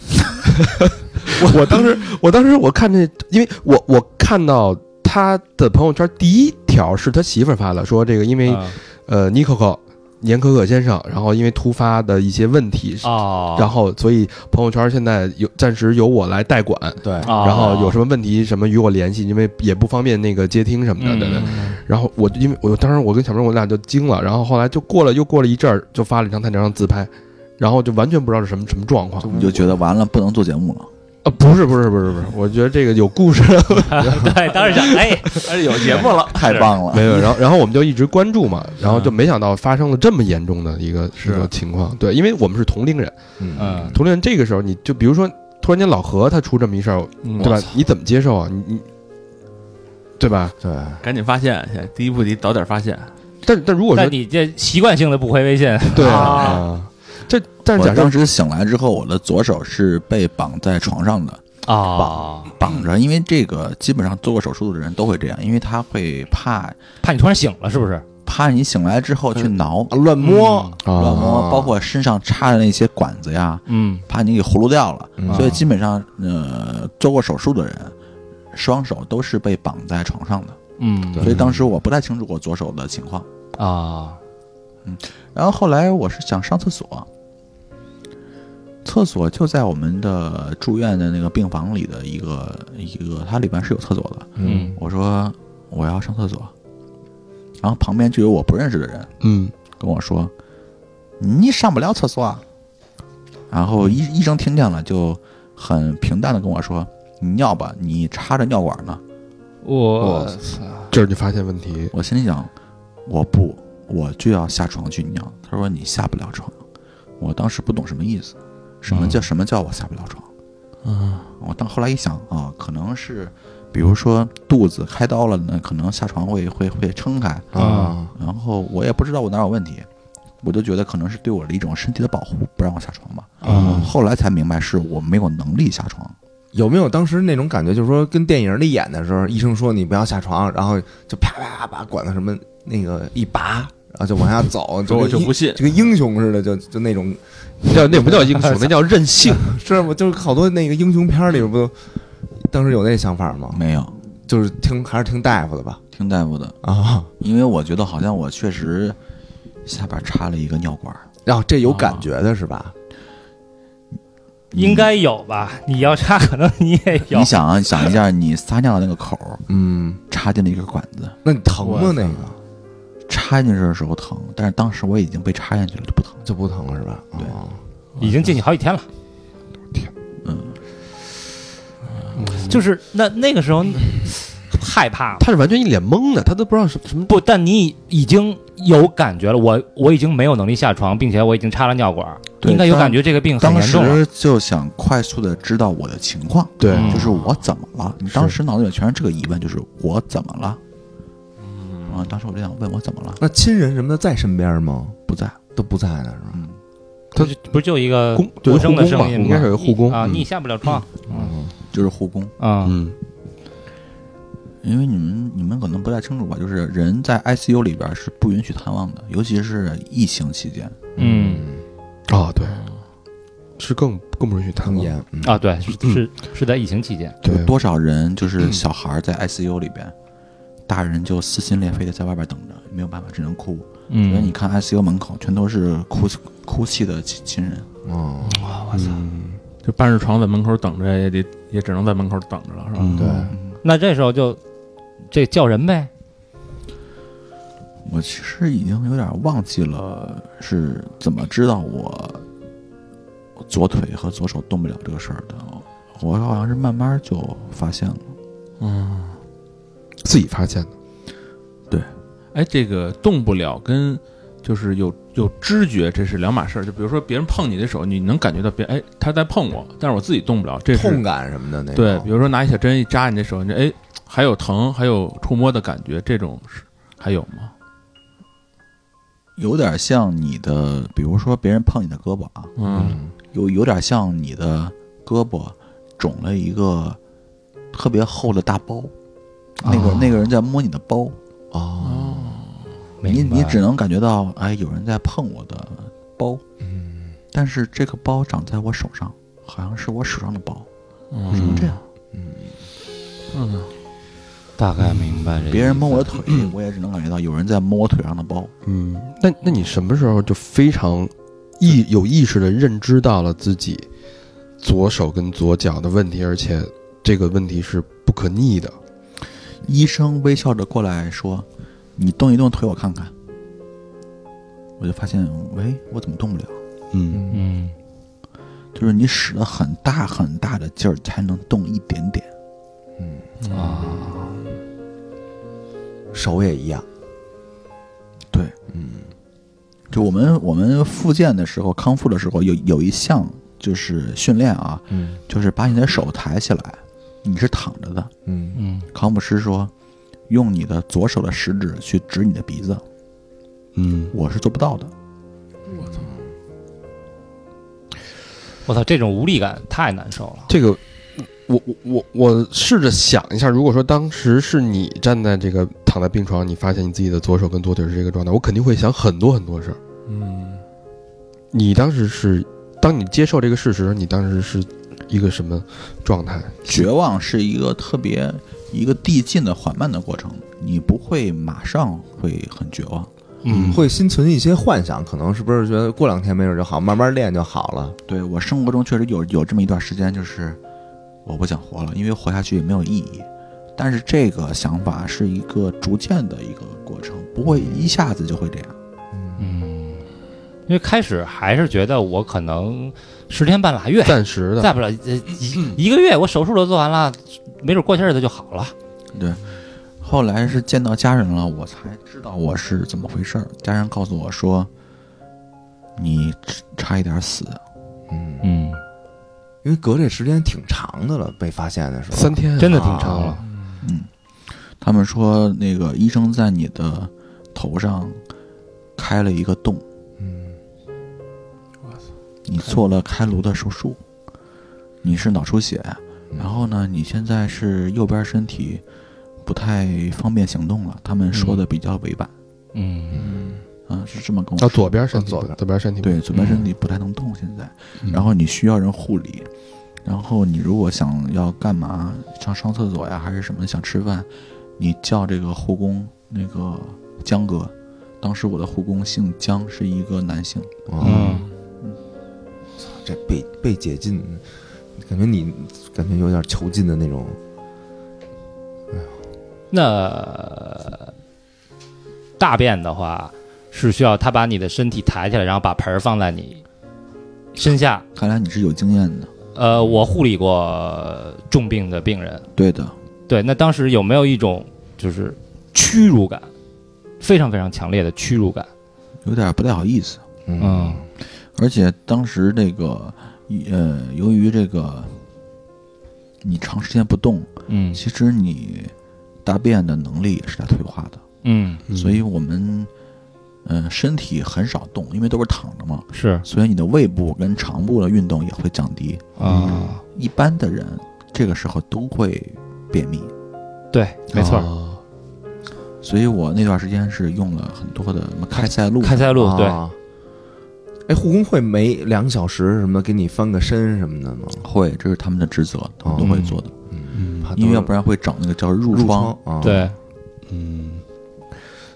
Speaker 3: 我我当时，我当时我看这，因为我我看到他的朋友圈第一条是他媳妇儿发的，说这个因为、
Speaker 8: 嗯
Speaker 3: 呃尼可可严可可先生，然后因为突发的一些问题，
Speaker 8: 哦，
Speaker 3: 然后所以朋友圈现在有暂时由我来代管，
Speaker 2: 对，
Speaker 8: 哦
Speaker 3: 然后有什么问题什么与我联系，因为也不方便那个接听什么的，对对。然后我就因为我当时我跟小明我俩就惊了，然后后来就过了又过了一阵儿，就发了一张他那张自拍，然后就完全不知道是什么什么状况
Speaker 5: 你就觉得完了，不能做节目了。
Speaker 3: 啊！不是不是不是不是，我觉得这个有故事，
Speaker 8: 对， 当时想，哎，
Speaker 5: 有节目了， 太棒了！
Speaker 3: 没有。然后然后我们就一直关注嘛，然后就
Speaker 2: 嗯
Speaker 3: 没想到发生了这么严重的一个一个情况。对，因为我们是同龄人，
Speaker 8: 嗯，
Speaker 3: 同龄人这个时候你就比如说突然间老何他出这么一事儿，
Speaker 4: 嗯
Speaker 2: 嗯
Speaker 3: 对吧？你怎么接受啊？你你对吧？
Speaker 2: 对，
Speaker 4: 赶紧发现，先第一步得早点发现。
Speaker 3: 但但如果
Speaker 8: 那
Speaker 3: 说
Speaker 8: 你这习惯性的不回微信，
Speaker 3: 对啊，这但是
Speaker 5: 我
Speaker 3: 假设
Speaker 5: 当时醒来之后，我的左手是被绑在床上的，
Speaker 8: 啊，
Speaker 5: 绑着，因为这个基本上做过手术的人都会这样，因为他会怕
Speaker 8: 怕你突然醒了，是不是？
Speaker 5: 怕你醒来之后去挠
Speaker 2: 啊乱摸，
Speaker 5: 乱
Speaker 3: 啊，
Speaker 5: 摸，包括身上插的那些管子呀，
Speaker 8: 嗯，
Speaker 5: 怕你给葫芦掉了。
Speaker 3: 啊
Speaker 2: 嗯
Speaker 5: 所以基本上，呃，做过手术的人，双手都是被绑在床上的。
Speaker 8: 嗯
Speaker 5: 所以当时我不太清楚我左手的情况。
Speaker 3: 嗯
Speaker 8: 啊，
Speaker 5: 然后后来我是想上厕所，厕所就在我们的住院的那个病房里的一个一个，它里边是有厕所的。
Speaker 8: 嗯
Speaker 5: 我说我要上厕所，然后旁边就有我不认识的人
Speaker 3: 嗯
Speaker 5: 跟我说：“你上不了厕所。”啊。”然后医医生听见了，就很平淡的跟我说：“你尿吧，你插着尿管呢。
Speaker 8: 我
Speaker 3: 这儿就发现问题”，
Speaker 5: 我心里想：“我不，我就要下床去尿。”他说：“你下不了床。”我当时不懂什么意思，什么叫什么叫我下不了床？
Speaker 4: 嗯，
Speaker 5: 我当后来一想啊，可能是比如说肚子开刀了呢，可能下床会会会撑开，
Speaker 2: 啊，
Speaker 5: 然后我也不知道我哪有问题，我就觉得可能是对我的一种身体的保护，不让我下床吧。
Speaker 4: 嗯
Speaker 5: 后来才明白是我没有能力下床，
Speaker 2: 有没有当时那种感觉？就是说，跟电影里演的时候，医生说你不要下床，然后就啪啪啪把管子什么那个一拔，然后就往下走，
Speaker 4: 所以
Speaker 2: 就
Speaker 4: 我就不信。
Speaker 2: 就跟英雄似的，就就那种
Speaker 3: 叫那不叫英雄，那叫任性。
Speaker 2: 是不？就是好多那个英雄片里边不都当时有那想法吗？
Speaker 5: 没有
Speaker 2: 就是听还是听大夫的吧？
Speaker 5: 听大夫的，
Speaker 2: 啊，
Speaker 5: 因为我觉得好像我确实下边插了一个尿管儿，
Speaker 2: 然后这有感觉的是吧？
Speaker 8: 应该有吧？你要差，可能你也有
Speaker 5: 你。想啊，想一下，你撒尿的那个口儿
Speaker 2: 嗯，
Speaker 5: 插进了一个管子，
Speaker 2: 那你疼吗？那个
Speaker 5: 插进去的时候疼，但是当时我已经被插进去了，就不疼。
Speaker 2: 就不疼是吧？
Speaker 5: 对
Speaker 2: 哦
Speaker 8: 已经进去好几天了。
Speaker 5: 嗯，
Speaker 8: 就是那那个时候害怕
Speaker 3: 他是完全一脸懵的，他都不知道什么什么。
Speaker 8: 不？但你已经有感觉了，我我已经没有能力下床，并且我已经插了尿管，
Speaker 5: 对
Speaker 8: 应该有感觉这个病很
Speaker 5: 当
Speaker 8: 严重啊了。
Speaker 5: 时就想快速的知道我的情况，
Speaker 3: 对
Speaker 8: 嗯
Speaker 5: 就是我怎么了？你当时脑子里全是这个疑问，就是我怎么了？啊，当时我就想问我怎么了，
Speaker 2: 那亲人什么的在身边吗？
Speaker 5: 不在，
Speaker 2: 都不在呢是吧？
Speaker 5: 嗯，
Speaker 3: 他
Speaker 8: 就不是就一个
Speaker 3: 公对
Speaker 8: 无声的
Speaker 3: 护工吧
Speaker 8: 声音吗？
Speaker 3: 应该是有个护工
Speaker 8: 啊，
Speaker 3: 嗯
Speaker 8: 你下不了床
Speaker 5: 就是护工，
Speaker 8: 啊，
Speaker 3: 嗯，
Speaker 5: 因为你们你们可能不太清楚吧，就是人在 ICU 里边是不允许探望的，尤其是疫情期间，
Speaker 8: 嗯
Speaker 3: 啊，对，是更更不允许谈
Speaker 2: 疼
Speaker 3: 了。
Speaker 2: 严嗯
Speaker 8: 啊，对，是是是在疫情期间，
Speaker 3: 对
Speaker 5: 有，多少人就是小孩在 ICU 里边，大人就撕心裂肺的在外边等着，没有办法，只能哭。所以你
Speaker 8: 嗯，
Speaker 5: 看 ICU 门口全都是哭哭泣的亲亲人，
Speaker 2: 哦，
Speaker 4: 这搬着床在门口等着，也得也只能在门口等着了，是吧？
Speaker 2: 嗯对，
Speaker 5: 嗯
Speaker 8: 那这时候就这叫人呗，
Speaker 5: 我其实已经有点忘记了是怎么知道我左腿和左手动不了这个事儿的。我好像是慢慢就发现了。
Speaker 4: 嗯，
Speaker 2: 自己发现的，
Speaker 4: 哎，这个动不了跟就是有有知觉，这是两码事儿。就比如说别人碰你的手，你能感觉到别哎他在碰我，但是我自己动不了，这是
Speaker 2: 痛感什么的那
Speaker 4: 对，
Speaker 2: 种
Speaker 4: 比如说拿一小针一扎你这手，你这哎还有疼，还有触摸的感觉，这种是还有吗？
Speaker 5: 有点像你的，比如说别人碰你的胳膊啊，
Speaker 4: 嗯，
Speaker 2: 嗯，
Speaker 5: 有有点像你的胳膊肿了一个特别厚的大包，那个、那个人在摸你的包，
Speaker 2: 哦，
Speaker 5: 你
Speaker 6: 明白
Speaker 5: 你只能感觉到哎有人在碰我的包，
Speaker 2: 嗯
Speaker 5: 但是这个包长在我手上，好像是我手上的包，为什
Speaker 4: 嗯
Speaker 5: 么这样？
Speaker 2: 嗯，
Speaker 4: 嗯，
Speaker 6: 大概明白这
Speaker 8: 嗯
Speaker 5: 别人摸我的腿，我也只能感觉到有人在摸我腿上的包。
Speaker 3: 嗯，那那你什么时候就非常意有意识的认知到了自己左手跟左脚的问题，而且这个问题是不可逆的？
Speaker 5: 医生微笑着过来说：“你动一动腿，我看看。”我就发现，喂，我怎么动不了？
Speaker 3: 嗯
Speaker 8: 嗯，
Speaker 5: 就是你使了很大很大的劲儿才能动一点点。
Speaker 2: 嗯手也一样，
Speaker 5: 对，
Speaker 2: 嗯，
Speaker 5: 就我们我们复健的时候，康复的时候有有一项就是训练啊，
Speaker 2: 嗯
Speaker 5: 就是把你的手抬起来，你是躺着的。
Speaker 2: 嗯
Speaker 5: 康复师说，用你的左手的食指去指你的鼻子，
Speaker 3: 嗯，
Speaker 5: 我是做不到的。
Speaker 8: 我操，这种无力感太难受了。
Speaker 3: 这个我我我我试着想一下，如果说当时是你站在这个躺在病床，你发现你自己的左手跟左腿是这个状态，我肯定会想很多很多事儿。
Speaker 4: 嗯，
Speaker 3: 你当时是，当你接受这个事实，你当时是一个什么状态？
Speaker 5: 绝望是一个特别一个递进的缓慢的过程，你不会马上会很绝望。
Speaker 3: 嗯
Speaker 2: 会心存一些幻想，可能是不是觉得过两天没准就好，慢慢练就好了，
Speaker 5: 对我生活中确实有有这么一段时间，就是我不想活了，因为活下去也没有意义。但是这个想法是一个逐渐的一个过程，不会一下子就会这样。
Speaker 8: 嗯，因为开始还是觉得我可能十天半拉月，
Speaker 3: 暂时 的，
Speaker 8: 再不了呃 一一个月，我手术都做完了，没准过些日子就好了。
Speaker 5: 后来是见到家人了，我才知道我是怎么回事儿。家人告诉我说，你差一点死，
Speaker 2: 嗯，
Speaker 8: 嗯，
Speaker 2: 因为隔这时间挺长的了，被发现的时候
Speaker 3: 三天啊
Speaker 8: 真的挺长
Speaker 2: 啊
Speaker 8: 了。
Speaker 5: 嗯，他们说那个医生在你的头上开了一个洞，
Speaker 2: 嗯
Speaker 5: 你做了开颅的手术，你是脑出血，然后呢，你现在是右边身体不太方便行动了。他们说的比较委婉，
Speaker 8: 嗯
Speaker 5: 啊，是这么跟我
Speaker 3: 到哦
Speaker 5: 说。
Speaker 3: 左边身体，
Speaker 2: 到左边
Speaker 3: 左边身体，
Speaker 5: 对，左边身体不太能动现在，然后你需要人护理，然后你如果想要干嘛，上上厕所呀，还是什么想吃饭，你叫这个护工那个江哥，当时我的护工姓江，是一个男性，
Speaker 2: 嗯，这被被解禁，感觉你感觉有点囚禁的那种，
Speaker 8: 那呃大便的话是需要他把你的身体抬起来，然后把盆儿放在你身下。
Speaker 5: 看来你是有经验的，
Speaker 8: 呃，我护理过重病的病人，
Speaker 5: 对的，
Speaker 8: 对，那当时有没有一种就是屈辱感，非常非常强烈的屈辱感？
Speaker 5: 有点不太好意思，
Speaker 8: 嗯，
Speaker 5: 而且当时这个，呃，由于这个你长时间不动，
Speaker 8: 嗯
Speaker 5: 其实你大便的能力也是在退化的。
Speaker 8: 嗯，
Speaker 5: 所以我们，呃，身体很少动，因为都是躺着嘛，
Speaker 8: 是
Speaker 5: 所以你的胃部跟肠部的运动也会降低。
Speaker 8: 啊，
Speaker 5: 一般的人这个时候都会便秘，
Speaker 8: 对，没错儿，
Speaker 3: 啊
Speaker 5: 所以我那段时间是用了很多的什么开塞露，
Speaker 8: 开塞
Speaker 4: 哦
Speaker 8: 露，
Speaker 1: 哦
Speaker 8: 对，
Speaker 2: 啊哎，护工会每两小时什么给你翻个身什么的吗？
Speaker 5: 会，这是他们的职责，他们都会做的，
Speaker 2: 嗯，怕
Speaker 5: 因为要
Speaker 2: 得
Speaker 5: 不然会长那个叫褥
Speaker 2: 褥
Speaker 5: 疮。
Speaker 2: 疮，啊
Speaker 8: 对，
Speaker 3: 嗯，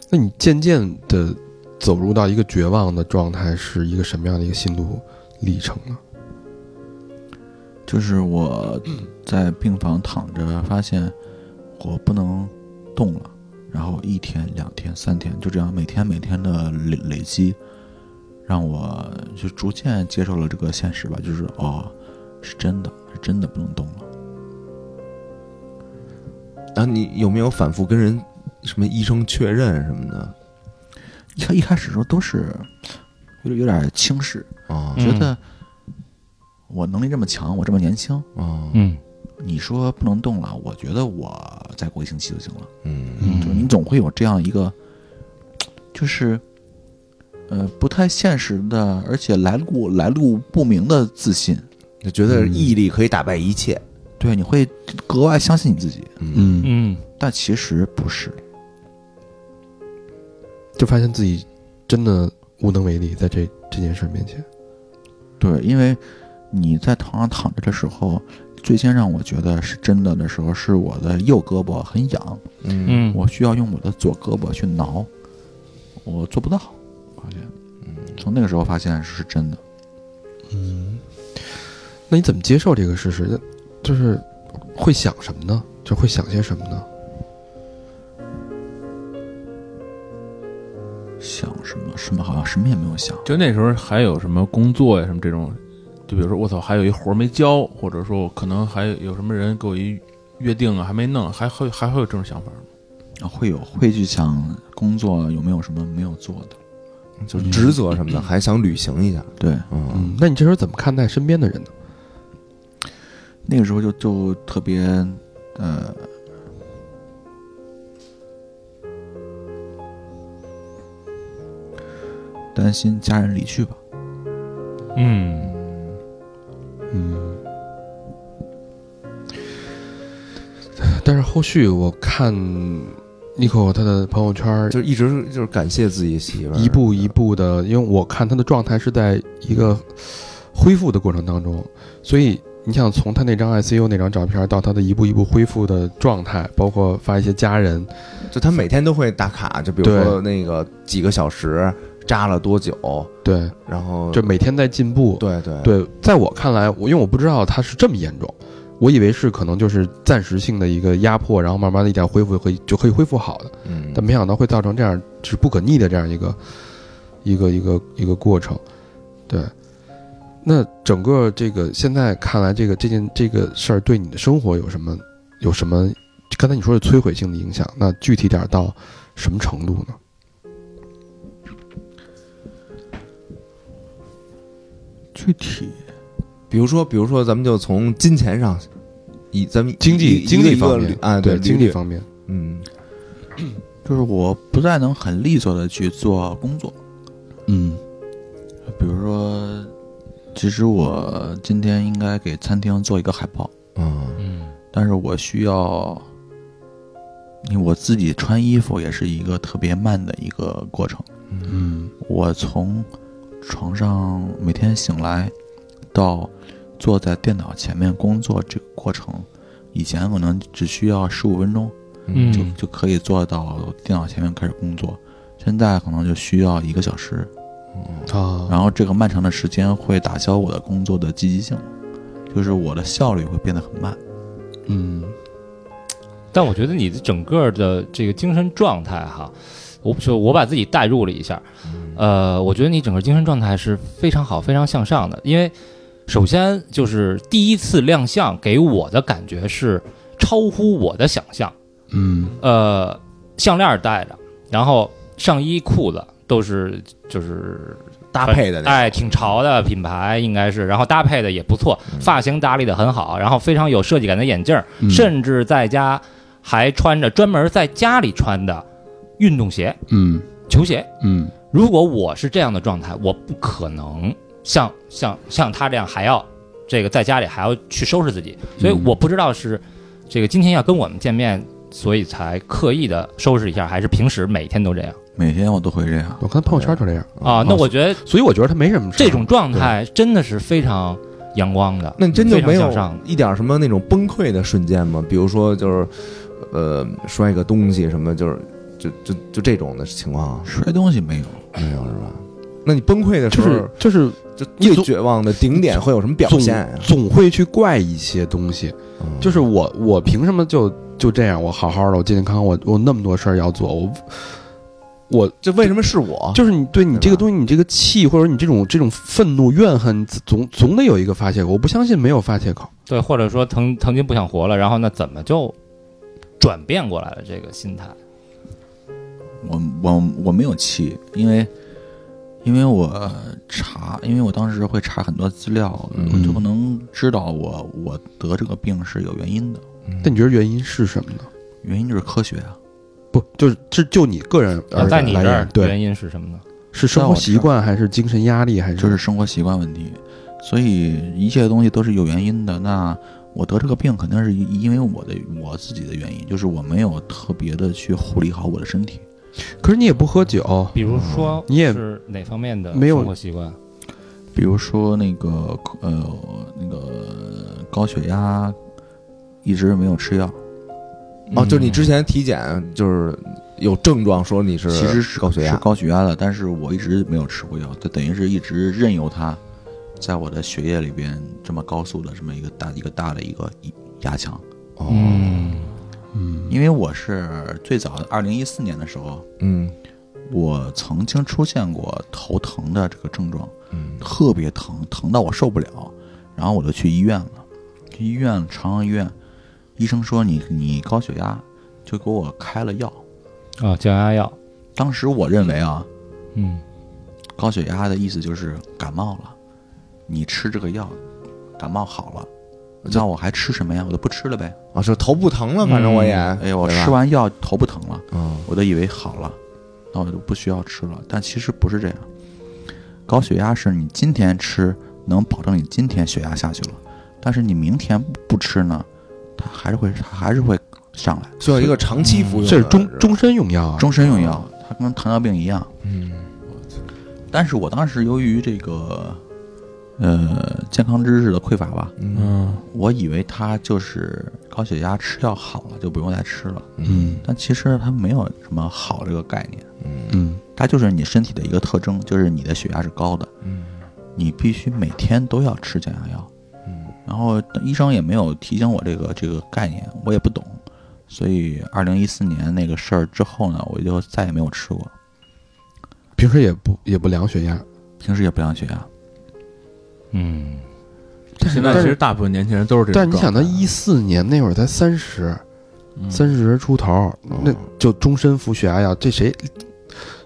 Speaker 3: 那你渐渐的走入到一个绝望的状态，是一个什么样的一个心路历程呢？
Speaker 5: 就是我在病房躺着，发现我不能动了，然后一天、两天、三天，就这样每天每天的累累积，让我就逐渐接受了这个现实吧，就是哦，是真的，是真的不能动了。
Speaker 2: 然后你有没有反复跟人什么医生确认什么的？
Speaker 5: 一开一开始的时候都是有点有点轻视，
Speaker 3: 嗯
Speaker 2: 啊
Speaker 5: 觉得我能力这么强，我这么年轻，
Speaker 2: 啊
Speaker 6: 嗯
Speaker 5: 你说不能动了，我觉得我再过一星期就行了。
Speaker 2: 嗯
Speaker 6: 嗯
Speaker 5: 就是你总会有这样一个，就是，呃，不太现实的，而且来路来路不明的自信。
Speaker 2: 就觉
Speaker 4: 嗯
Speaker 2: 得毅力可以打败一切。
Speaker 5: 对，你会格外相信你自己，
Speaker 2: 嗯，
Speaker 3: 嗯，
Speaker 8: 嗯，
Speaker 5: 但其实不是。
Speaker 3: 就发现自己真的无能为力，在这这件事儿面前，
Speaker 5: 对，因为你在床上躺着的时候，最先让我觉得是真的的时候，是我的右胳膊很痒，
Speaker 2: 嗯
Speaker 8: 嗯，
Speaker 5: 我需要用我的左胳膊去挠，我做不到。发现，嗯从那个时候发现是真的。
Speaker 3: 嗯，那你怎么接受这个事实的？就是会想什么呢？就会想些什么呢？
Speaker 5: 想什么什么好像什么也没有想。
Speaker 4: 就那时候还有什么工作呀，什么这种，就比如说我操，还有一活儿没交，或者说我可能还有什么人给我一约定啊，还没弄，还会还会有这种想法吗？
Speaker 5: 啊，会有会去想工作有没有什么没有做的，
Speaker 4: 嗯
Speaker 2: 就职责什么的，还想履行一下。
Speaker 5: 对，
Speaker 2: 嗯，
Speaker 3: 嗯，那你这时候怎么看待身边的人呢？
Speaker 5: 那个时候就就特别，呃，担心家人离去吧，
Speaker 8: 嗯，
Speaker 3: 嗯，但是后续我看 Nico 他的朋友圈儿
Speaker 2: 就一直就是感谢自己媳妇儿，
Speaker 3: 一步一步的，因为我看他的状态是在一个恢复的过程当中，所以你想从他那张 ICU 那张照片到他的一步一步恢复的状态，包括发一些家人，
Speaker 2: 就他每天都会打卡，就比如说那个几个小时扎了多久，
Speaker 3: 对，
Speaker 1: 嗯
Speaker 2: 然后
Speaker 3: 就每天在进步。
Speaker 2: 对对，
Speaker 3: 对，在我看来，我因为我不知道他是这么严重，我以为是可能就是暂时性的一个压迫，然后慢慢的一点恢复会就可以恢复好的，
Speaker 2: 嗯，
Speaker 3: 但没想到会造成这样是不可逆的这样一个一个一个一个过程。对，那整个这个现在看来，这个这件这个事儿对你的生活有什么有什么？刚才你说是摧毁性的影响，那具体点儿到什么程度呢？
Speaker 5: 具体
Speaker 2: 比如说比如说咱们就从金钱上，以咱们
Speaker 3: 经济
Speaker 2: 一
Speaker 3: 经
Speaker 2: 一
Speaker 3: 济
Speaker 2: 个
Speaker 3: 方
Speaker 2: 一
Speaker 3: 面
Speaker 2: 个啊，对
Speaker 3: 经济，方面，
Speaker 2: 嗯
Speaker 5: 就是我不再能很利索的去做工作，
Speaker 6: 嗯
Speaker 5: 比如说，其实我今天应该给餐厅做一个海报，
Speaker 2: 嗯
Speaker 5: 但是我需要，因为我自己穿衣服也是一个特别慢的一个过程。
Speaker 6: 嗯
Speaker 5: 我从床上每天醒来，到坐在电脑前面工作这个过程，以前可能只需要十五分钟
Speaker 8: 嗯
Speaker 5: 就就可以做到电脑前面开始工作，现在可能就需要一个小时，
Speaker 2: 嗯
Speaker 3: 啊，
Speaker 5: 然后这个漫长的时间会打消我的工作的积极性，就是我的效率会变得很慢。
Speaker 3: 嗯，
Speaker 8: 但我觉得你的整个的这个精神状态哈，我就我把自己代入了一下，
Speaker 2: 嗯
Speaker 8: 呃，我觉得你整个精神状态是非常好、非常向上的，因为首先就是第一次亮相给我的感觉是超乎我的想象，
Speaker 3: 嗯，
Speaker 8: 呃，项链戴着，然后上衣、裤子都是就是
Speaker 2: 搭配的那
Speaker 8: 哎，挺潮的品牌应该是，然后搭配的也不错，
Speaker 2: 嗯
Speaker 8: 发型打理的很好，然后非常有设计感的眼镜儿，
Speaker 6: 嗯
Speaker 8: 甚至在家还穿着专门在家里穿的运动鞋、
Speaker 6: 嗯
Speaker 8: 球鞋。
Speaker 6: 嗯
Speaker 8: 如果我是这样的状态，我不可能像像像他这样还要这个在家里还要去收拾自己，所以
Speaker 6: 嗯
Speaker 8: 我不知道是这个今天要跟我们见面，所以才刻意的收拾一下，还是平时每天都这样
Speaker 5: 每天我都会这样，
Speaker 3: 我看朋友圈就这样，
Speaker 2: 哦
Speaker 8: 啊？那我觉得
Speaker 3: 所以我觉得他没什么事儿
Speaker 8: 这种状态真的是非常阳光的，
Speaker 2: 那你真就
Speaker 8: 非常
Speaker 2: 没
Speaker 8: 向
Speaker 2: 有
Speaker 8: 上的
Speaker 2: 一点什么那种崩溃的瞬间吗？比如说就是，呃，摔个东西什么，就是就就就这种的情况
Speaker 5: 摔东西没有，
Speaker 2: 没有是吧？那你崩溃的时
Speaker 3: 就
Speaker 2: 候，
Speaker 3: 是就是
Speaker 2: 就
Speaker 3: 你
Speaker 2: 最
Speaker 3: 总
Speaker 2: 绝望的顶点会有什么表
Speaker 3: 总
Speaker 2: 现呀、
Speaker 3: 总会去怪一些东西，
Speaker 2: 嗯
Speaker 3: 就是我我凭什么就就这样，我好好的，我健健康康，我我那么多事儿要做，我我
Speaker 2: 这为什么是我？
Speaker 3: 就是你对你
Speaker 2: 对
Speaker 3: 这个
Speaker 2: 吧
Speaker 3: 东西，你这个气或者你这种这种愤怒、怨恨，总总得有一个发泄口。我不相信没有发泄口。
Speaker 8: 对，或者说曾曾经不想活了，然后那怎么就转变过来了这个心态？
Speaker 5: 我我我没有气，因为因为我查，因为我当时会查很多资料，
Speaker 2: 嗯
Speaker 5: 我就不能知道我我得这个病是有原因的，
Speaker 3: 但你觉得原因是什么呢？
Speaker 5: 原因就是科学啊。
Speaker 3: 不，就是这就你个人而
Speaker 8: 在你
Speaker 3: 来
Speaker 8: 这儿
Speaker 3: 源，对，
Speaker 8: 原因是什么呢？
Speaker 3: 是生活习惯还是精神压力还是
Speaker 5: 就是生活习惯问题，所以一切东西都是有原因的。那我得这个病肯定是因因为我的我自己的原因，就是我没有特别的去护理好我的身体。
Speaker 3: 可是你也不喝酒，
Speaker 8: 比
Speaker 2: 嗯
Speaker 8: 如说
Speaker 3: 你也
Speaker 8: 是哪方面的
Speaker 3: 没有
Speaker 8: 生活习惯？
Speaker 5: 比如说那个呃那个高血压，一直没有吃药，
Speaker 4: 嗯
Speaker 2: 哦，就是你之前体检就是有症状说你是
Speaker 5: 其实是
Speaker 2: 高血
Speaker 5: 是
Speaker 2: 压，
Speaker 5: 高血压的，但是我一直没有吃过药，它等于是一直任由它在我的血液里边这么高速的这么一个大一个大的一个压强。
Speaker 2: 哦，
Speaker 3: 嗯，
Speaker 5: 因为我是最早二零一四年的时候，
Speaker 2: 嗯
Speaker 5: 我曾经出现过头疼的这个症状，
Speaker 2: 嗯
Speaker 5: 特别疼，疼到我受不了，然后我就去医院了。去医院，长安医院，医生说你你高血压，就给我开了药。
Speaker 8: 啊，降压药。
Speaker 5: 当时我认为啊，
Speaker 8: 嗯，
Speaker 5: 高血压的意思就是感冒了，你吃这个药，感冒好了，那我还吃什么呀？我就不吃了呗。
Speaker 2: 啊，是头不疼了，反正我也，
Speaker 3: 嗯
Speaker 5: 哎呀，我
Speaker 2: 对吧
Speaker 5: 吃完药头不疼了。
Speaker 2: 嗯
Speaker 5: 我都以为好了，那我就不需要吃了。但其实不是这样，高血压是你今天吃能保证你今天血压下去了，但是你明天不不吃呢，它还是会它还是会上来，
Speaker 2: 需要一个长期服用的，
Speaker 3: 这是终
Speaker 2: 吧
Speaker 3: 终身用药啊，
Speaker 5: 终身用药，它跟糖尿病一样。
Speaker 2: 嗯
Speaker 5: 但是我当时由于这个呃健康知识的匮乏吧，
Speaker 2: 嗯
Speaker 5: 我以为它就是高血压吃药好了就不用再吃了，
Speaker 3: 嗯
Speaker 5: 但其实它没有什么好这个概念。
Speaker 2: 嗯
Speaker 3: 嗯
Speaker 5: 它就是你身体的一个特征，就是你的血压是高的，
Speaker 2: 嗯
Speaker 5: 你必须每天都要吃降压药。
Speaker 2: 嗯，
Speaker 5: 然后医生也没有提醒我这个这个概念，我也不懂，所以二零一四年那个事儿之后呢，我就再也没有吃过，
Speaker 3: 平时也不也不量血压，
Speaker 5: 平时也不量啊血压。
Speaker 8: 嗯，
Speaker 3: 但是
Speaker 4: 现在其
Speaker 3: 但是
Speaker 4: 实大部分年轻人都是这种
Speaker 3: 但是你
Speaker 4: 状
Speaker 3: 想，他
Speaker 2: 嗯
Speaker 4: 态
Speaker 3: 一四年那会儿才三十、
Speaker 4: 嗯
Speaker 3: 三十出头，那
Speaker 2: 哦
Speaker 3: 就终身服血压药，这谁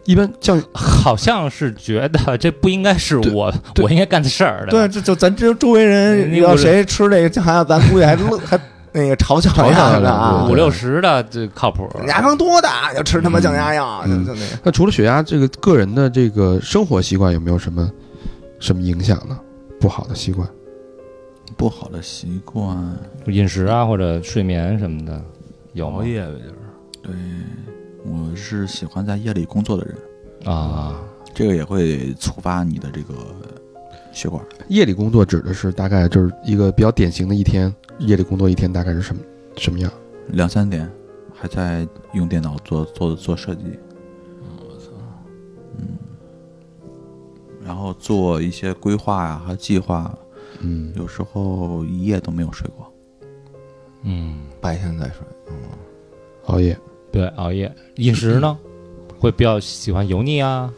Speaker 3: 一般像
Speaker 8: 好像是觉得这不应该是
Speaker 2: 对
Speaker 8: 我
Speaker 2: 对
Speaker 8: 我应该干的事儿。
Speaker 2: 对，啊
Speaker 8: 吧，
Speaker 2: 这就咱这周围人
Speaker 8: 你
Speaker 2: 要
Speaker 8: 我
Speaker 2: 谁吃这个还要咱估计还乐还那个嘲笑
Speaker 3: 嘲
Speaker 2: 一下
Speaker 3: 笑一
Speaker 2: 呢
Speaker 3: 下
Speaker 2: 啊
Speaker 8: 五，六十的这靠谱。
Speaker 2: 你牙刚多大就吃他妈降压药，就
Speaker 3: 嗯
Speaker 2: 就那个。
Speaker 3: 那除了血压，这个个人的这个生活习惯有没有什么什么影响呢？不好的习惯，
Speaker 5: 不好的习惯，
Speaker 8: 饮食啊或者睡眠什么的有吗
Speaker 4: 熬夜呗，就是
Speaker 5: 对我是喜欢在夜里工作的人，
Speaker 8: 啊？
Speaker 5: 这个也会触发你的这个血管。
Speaker 3: 夜里工作指的是大概就是一个比较典型的一天，夜里工作一天大概是什么什么样？
Speaker 5: 两三点还在用电脑做做做设计。嗯，然后做一些规划呀、和计划，
Speaker 3: 嗯，
Speaker 5: 有时候一夜都没有睡过。
Speaker 8: 嗯，
Speaker 2: 白天再睡，
Speaker 3: 熬夜，
Speaker 8: 对，熬夜。饮食呢，会比较喜欢油腻啊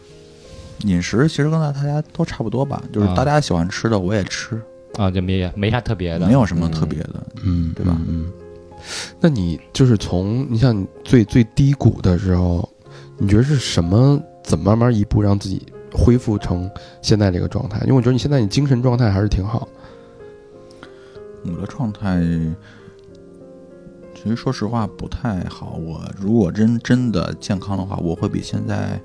Speaker 5: 饮食其实跟大家都差不多吧，就是
Speaker 8: 啊
Speaker 5: 大家喜欢吃的我也吃，
Speaker 8: 啊，就没没啥特别的。
Speaker 5: 没有什么特别的。
Speaker 3: 嗯，
Speaker 5: 对吧
Speaker 3: 嗯，嗯那你就是从你像你最最低谷的时候，你觉得是什么？怎么慢慢一步让自己恢复成现在这个状态？因为我觉得你现在你精神状态还是挺好。
Speaker 5: 我的状态其实说实话不太好。我如果真真的健康的话，我会比现在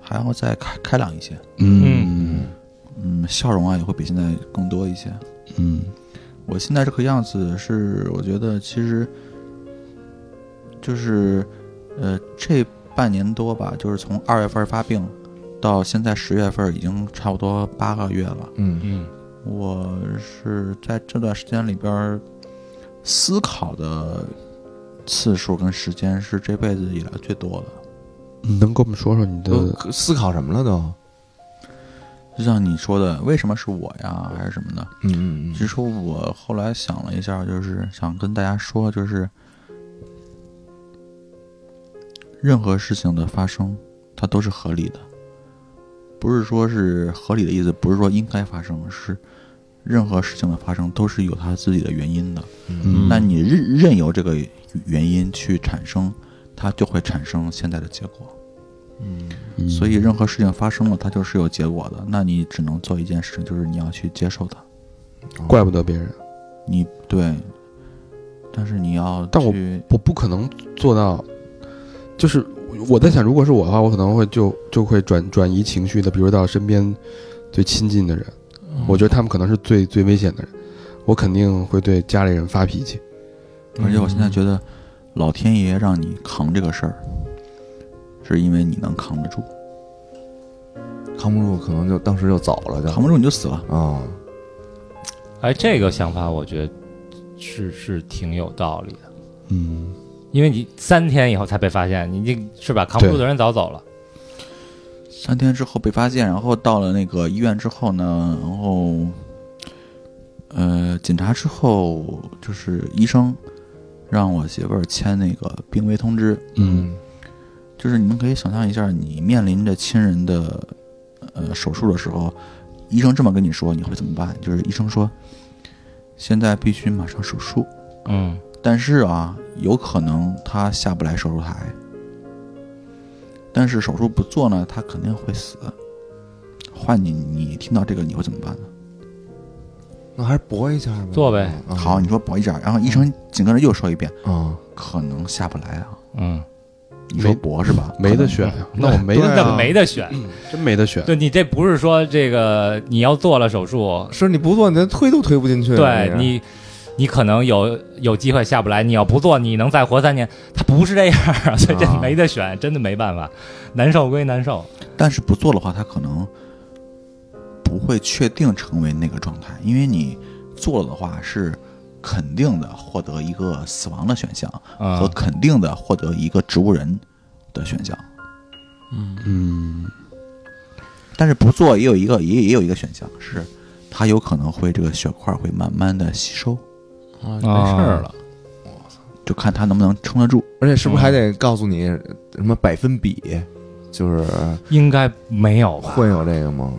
Speaker 5: 还要再开开朗一些。
Speaker 8: 嗯
Speaker 5: 嗯，笑容啊也会比现在更多一些。
Speaker 3: 嗯
Speaker 5: 我现在这个样子是，我觉得其实就是呃这半年多吧，就是从二月份发病到现在十月份，已经差不多八个月了。
Speaker 2: 嗯
Speaker 8: 嗯
Speaker 5: 我是在这段时间里边儿思考的次数跟时间是这辈子以来最多的。
Speaker 3: 你嗯能跟我们说说你
Speaker 2: 都
Speaker 3: 的？
Speaker 2: 思考什么了都？
Speaker 5: 就像你说的，为什么是我呀，还是什么的？
Speaker 2: 嗯嗯
Speaker 5: 其实我后来想了一下，就是想跟大家说，就是任何事情的发生，它都是合理的，不是说是合理的意思，不是说应该发生，是任何事情的发生都是有它自己的原因的。
Speaker 2: 嗯
Speaker 5: 那你任任由这个原因去产生，它就会产生现在的结果。
Speaker 6: 嗯
Speaker 5: 所以任何事情发生了，它就是有结果的。那你只能做一件事情，就是你要去接受它。
Speaker 3: 怪不得别人，
Speaker 5: 你对，但是你要
Speaker 3: 但我
Speaker 5: 去
Speaker 3: 我不可能做到，就是我在想，如果是我的话，我可能会就就会转转移情绪的，比如到身边最亲近的人，我觉得他们可能是最最危险的人，我肯定会对家里人发脾气。
Speaker 5: 而且我现在觉得，老天爷让你扛这个事儿，是因为你能扛得住，
Speaker 2: 扛不住可能就当时就走了，就
Speaker 5: 扛不住你就死了。
Speaker 2: 啊，
Speaker 8: 哎，这个想法我觉得是是挺有道理的，
Speaker 6: 嗯，
Speaker 8: 因为你三天以后才被发现，你这是吧？扛不住的人早走了。
Speaker 5: 三天之后被发现，然后到了那个医院之后呢，然后，呃，检查之后就是医生让我媳妇儿签那个病危通知，
Speaker 2: 嗯
Speaker 5: 就是你们可以想象一下，你面临着亲人的呃手术的时候，医生这么跟你说，你会怎么办？就是医生说，现在必须马上手术，
Speaker 8: 嗯，
Speaker 5: 但是啊，有可能他下不来手术台，但是手术不做呢，他肯定会死。换你，你听到这个你会怎么办呢？
Speaker 2: 那还是搏一下呗，
Speaker 8: 做呗
Speaker 2: 嗯。
Speaker 5: 好，你说保一下，然后医生紧跟着又说一遍，
Speaker 2: 啊，
Speaker 5: 可能下不来啊。
Speaker 8: 嗯，
Speaker 5: 你说
Speaker 3: 没
Speaker 5: 博是吧？
Speaker 3: 没得选嗯呀，那我没
Speaker 2: 对
Speaker 3: 得
Speaker 2: 啊
Speaker 8: 那没得选。
Speaker 3: 真没得选。啊
Speaker 8: 对你这不是说这个你要做了手术，
Speaker 2: 是你不做，你连推都推不进去，
Speaker 8: 对
Speaker 2: 你
Speaker 8: 你，你可能有有机会下不来。你要不做，你能再活三年。他不是这样啊，所以这
Speaker 2: 啊
Speaker 8: 没得选，真的没办法。难受归难受，
Speaker 5: 但是不做的话，他可能不会确定成为那个状态，因为你做了的话是肯定的获得一个死亡的选项和
Speaker 3: 啊
Speaker 8: 嗯，
Speaker 5: 肯定的获得一个植物人的选项。
Speaker 6: 嗯，
Speaker 5: 但是不做也有一个也也有一个选项是，它有可能会这个血块会慢慢的吸收，
Speaker 8: 嗯
Speaker 4: 啊，没事儿了，
Speaker 5: 就看它能不能撑得住。
Speaker 2: 而且是不是还
Speaker 3: 嗯
Speaker 2: 得告诉你什么百分比，就是
Speaker 8: 应该没有吧？
Speaker 2: 会有这个吗？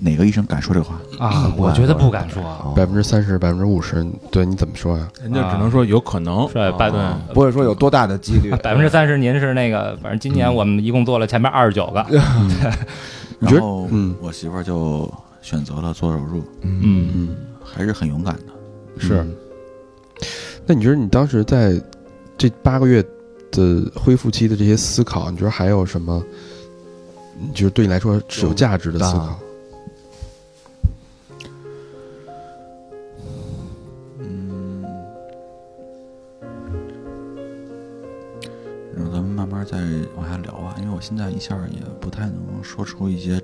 Speaker 5: 哪个医生敢说这话？
Speaker 8: 啊，我觉得不敢说。
Speaker 2: 啊
Speaker 3: 百分之三十、百分之五十，对你怎么说啊呀？
Speaker 4: 人家只能说有可能，
Speaker 1: 啊
Speaker 8: 是拜
Speaker 4: 对
Speaker 8: 顿
Speaker 2: 哦不会说有多大的几率，
Speaker 8: 啊 百分之三十，您是那个，反正今年我们一共做了前面二十九个，
Speaker 3: 你觉得
Speaker 5: 然后
Speaker 3: 嗯
Speaker 5: 我媳妇儿就选择了做手术，
Speaker 2: 嗯，
Speaker 3: 嗯，
Speaker 5: 还是很勇敢的。
Speaker 3: 是。那你觉得你当时在这八个月的恢复期的这些思考，你觉得还有什么？嗯就是对你来说是有价值的思考？
Speaker 5: 然后咱们慢慢再往下聊吧，因为我现在一下儿也不太能说出一些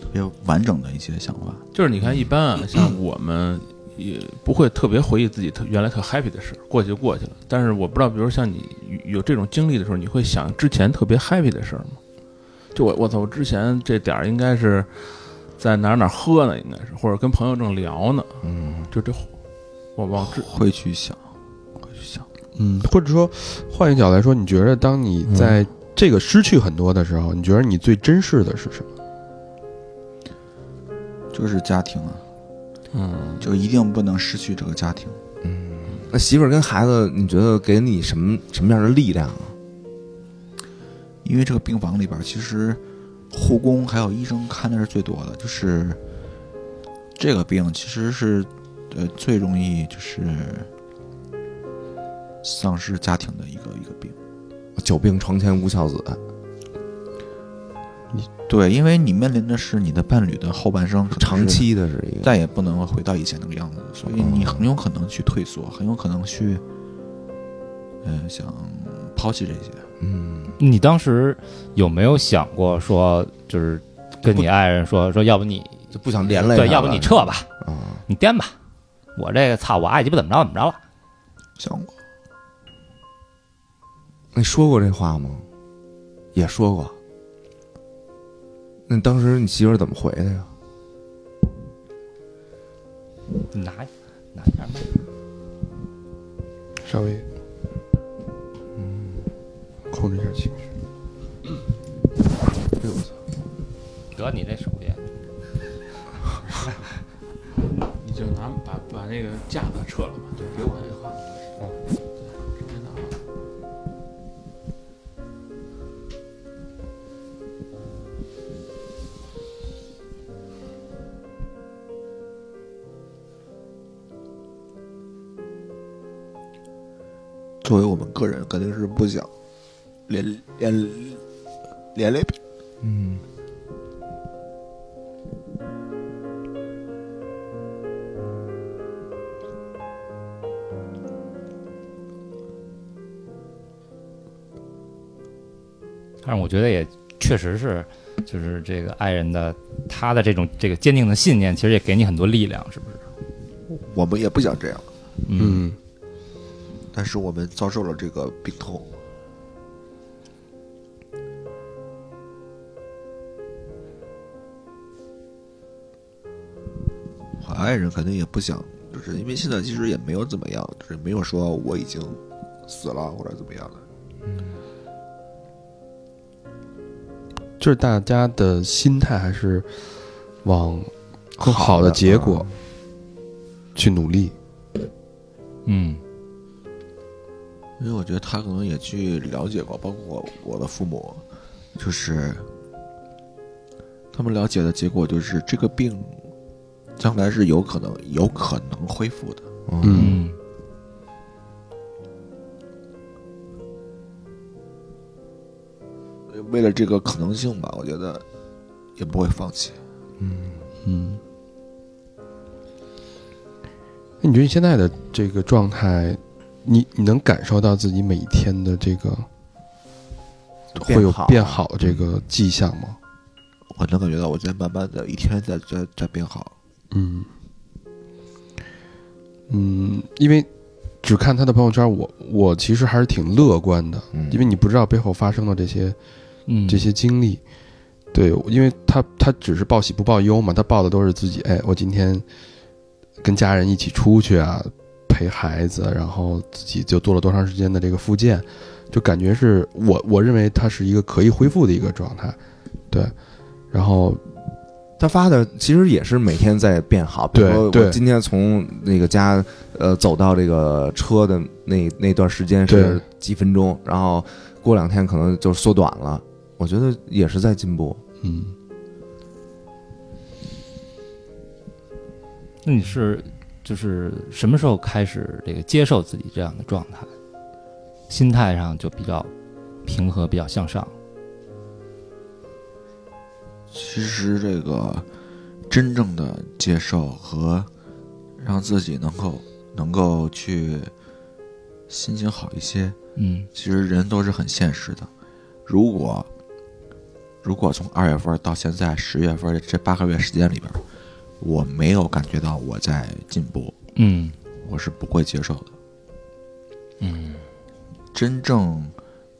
Speaker 5: 特别完整的一些想法。
Speaker 4: 就是你看，一般啊，像我们也不会特别回忆自己特原来特 happy 的事，过去就过去了。但是我不知道，比如像你有有这种经历的时候，你会想之前特别 happy 的事儿吗？就我我操，我之前这点儿应该是在哪儿哪儿喝呢，应该是或者跟朋友正聊呢，嗯，就这我忘之
Speaker 5: 会去想，会去想。
Speaker 3: 嗯，或者说换一个角度来说，你觉得当你在这个失去很多的时候，你觉得你最珍视的是什么？
Speaker 5: 就是家庭啊，
Speaker 4: 嗯
Speaker 5: 就一定不能失去这个家庭。
Speaker 2: 那媳妇儿跟孩子，你觉得给你什么什么样的力量啊？
Speaker 5: 因为这个病房里边儿，其实护工还有医生看的是最多的，就是这个病其实是呃最容易就是丧失家庭的一个一个病。
Speaker 2: 久病床前无孝子，
Speaker 5: 对，因为你面临的是你的伴侣的后半生，可能
Speaker 2: 长
Speaker 5: 是
Speaker 2: 期的是一个，
Speaker 5: 再也不能回到以前那个样子，所以你很有可能去退缩，很有可能去呃想抛弃这些。
Speaker 2: 嗯，
Speaker 8: 你当时有没有想过说，就是跟你爱人说说，要不你
Speaker 2: 就不想连累他了。
Speaker 8: 对，要不你撤吧，
Speaker 2: 啊，
Speaker 8: 你颠吧，我这个操，我爱鸡巴怎么着怎么着了。
Speaker 5: 想过，
Speaker 2: 那你说过这话吗？也说过。那当时你媳妇儿怎么回的呀？
Speaker 8: 你拿拿一下麦，
Speaker 3: 稍微，嗯控制一下情绪。
Speaker 2: 哎呦我操！
Speaker 8: 得你这手艺，
Speaker 4: 你就拿把把那个架子撤了吧，对，给我这个。对这边拿好
Speaker 5: 作为我们个人，肯定是不想连连连累别人。
Speaker 2: 嗯，
Speaker 8: 但是我觉得也确实是，就是这个爱人的他的这种这个坚定的信念，其实也给你很多力量，是不是？
Speaker 5: 我们也不想这样，
Speaker 8: 嗯，
Speaker 5: 但是我们遭受了这个病痛。我爱人肯定也不想，就是因为现在其实也没有怎么样，就是没有说我已经死了或者怎么样的。
Speaker 3: 就是大家的心态还是往更
Speaker 5: 好
Speaker 3: 好
Speaker 5: 的
Speaker 3: 的嗯结果去努力。
Speaker 8: 嗯，
Speaker 5: 因为我觉得他可能也去了解过，包括我我的父母，就是他们了解的结果就是这个病将来是有可能有可能恢复的。
Speaker 3: 嗯，
Speaker 8: 嗯，
Speaker 5: 为了这个可能性吧，我觉得也不会放弃。
Speaker 3: 嗯。那你觉得你现在的这个状态，你你能感受到自己每一天的这个会有变好的这个迹象吗？
Speaker 5: 我能感觉到我在慢慢的一天在在在变好。
Speaker 3: 嗯，嗯，因为只看他的朋友圈，我我其实还是挺乐观的，
Speaker 2: 嗯
Speaker 3: 因为你不知道背后发生的这些
Speaker 8: 嗯
Speaker 3: 这些经历。对，因为他他只是报喜不报忧嘛，他报的都是自己。哎，我今天跟家人一起出去啊，陪孩子，然后自己就做了多长时间的这个复健，就感觉是我我认为它是一个可以恢复的一个状态。对，然后
Speaker 2: 他发的其实也是每天在变好，比如
Speaker 3: 对
Speaker 2: 说我
Speaker 3: 对
Speaker 2: 今天从那个家呃走到这个车的那那段时间是
Speaker 3: 对
Speaker 2: 几分钟，然后过两天可能就缩短了。我觉得也是在进步，
Speaker 3: 嗯，
Speaker 8: 那你是就是什么时候开始这个接受自己这样的状态，心态上就比较平和，比较向上？
Speaker 5: 其实这个真正的接受和让自己能够能够去心情好一些，
Speaker 8: 嗯
Speaker 5: 其实人都是很现实的。如果如果从二月份到现在十月份这八个月时间里边，我没有感觉到我在进步，
Speaker 8: 嗯
Speaker 5: 我是不会接受的。
Speaker 8: 嗯
Speaker 5: 真正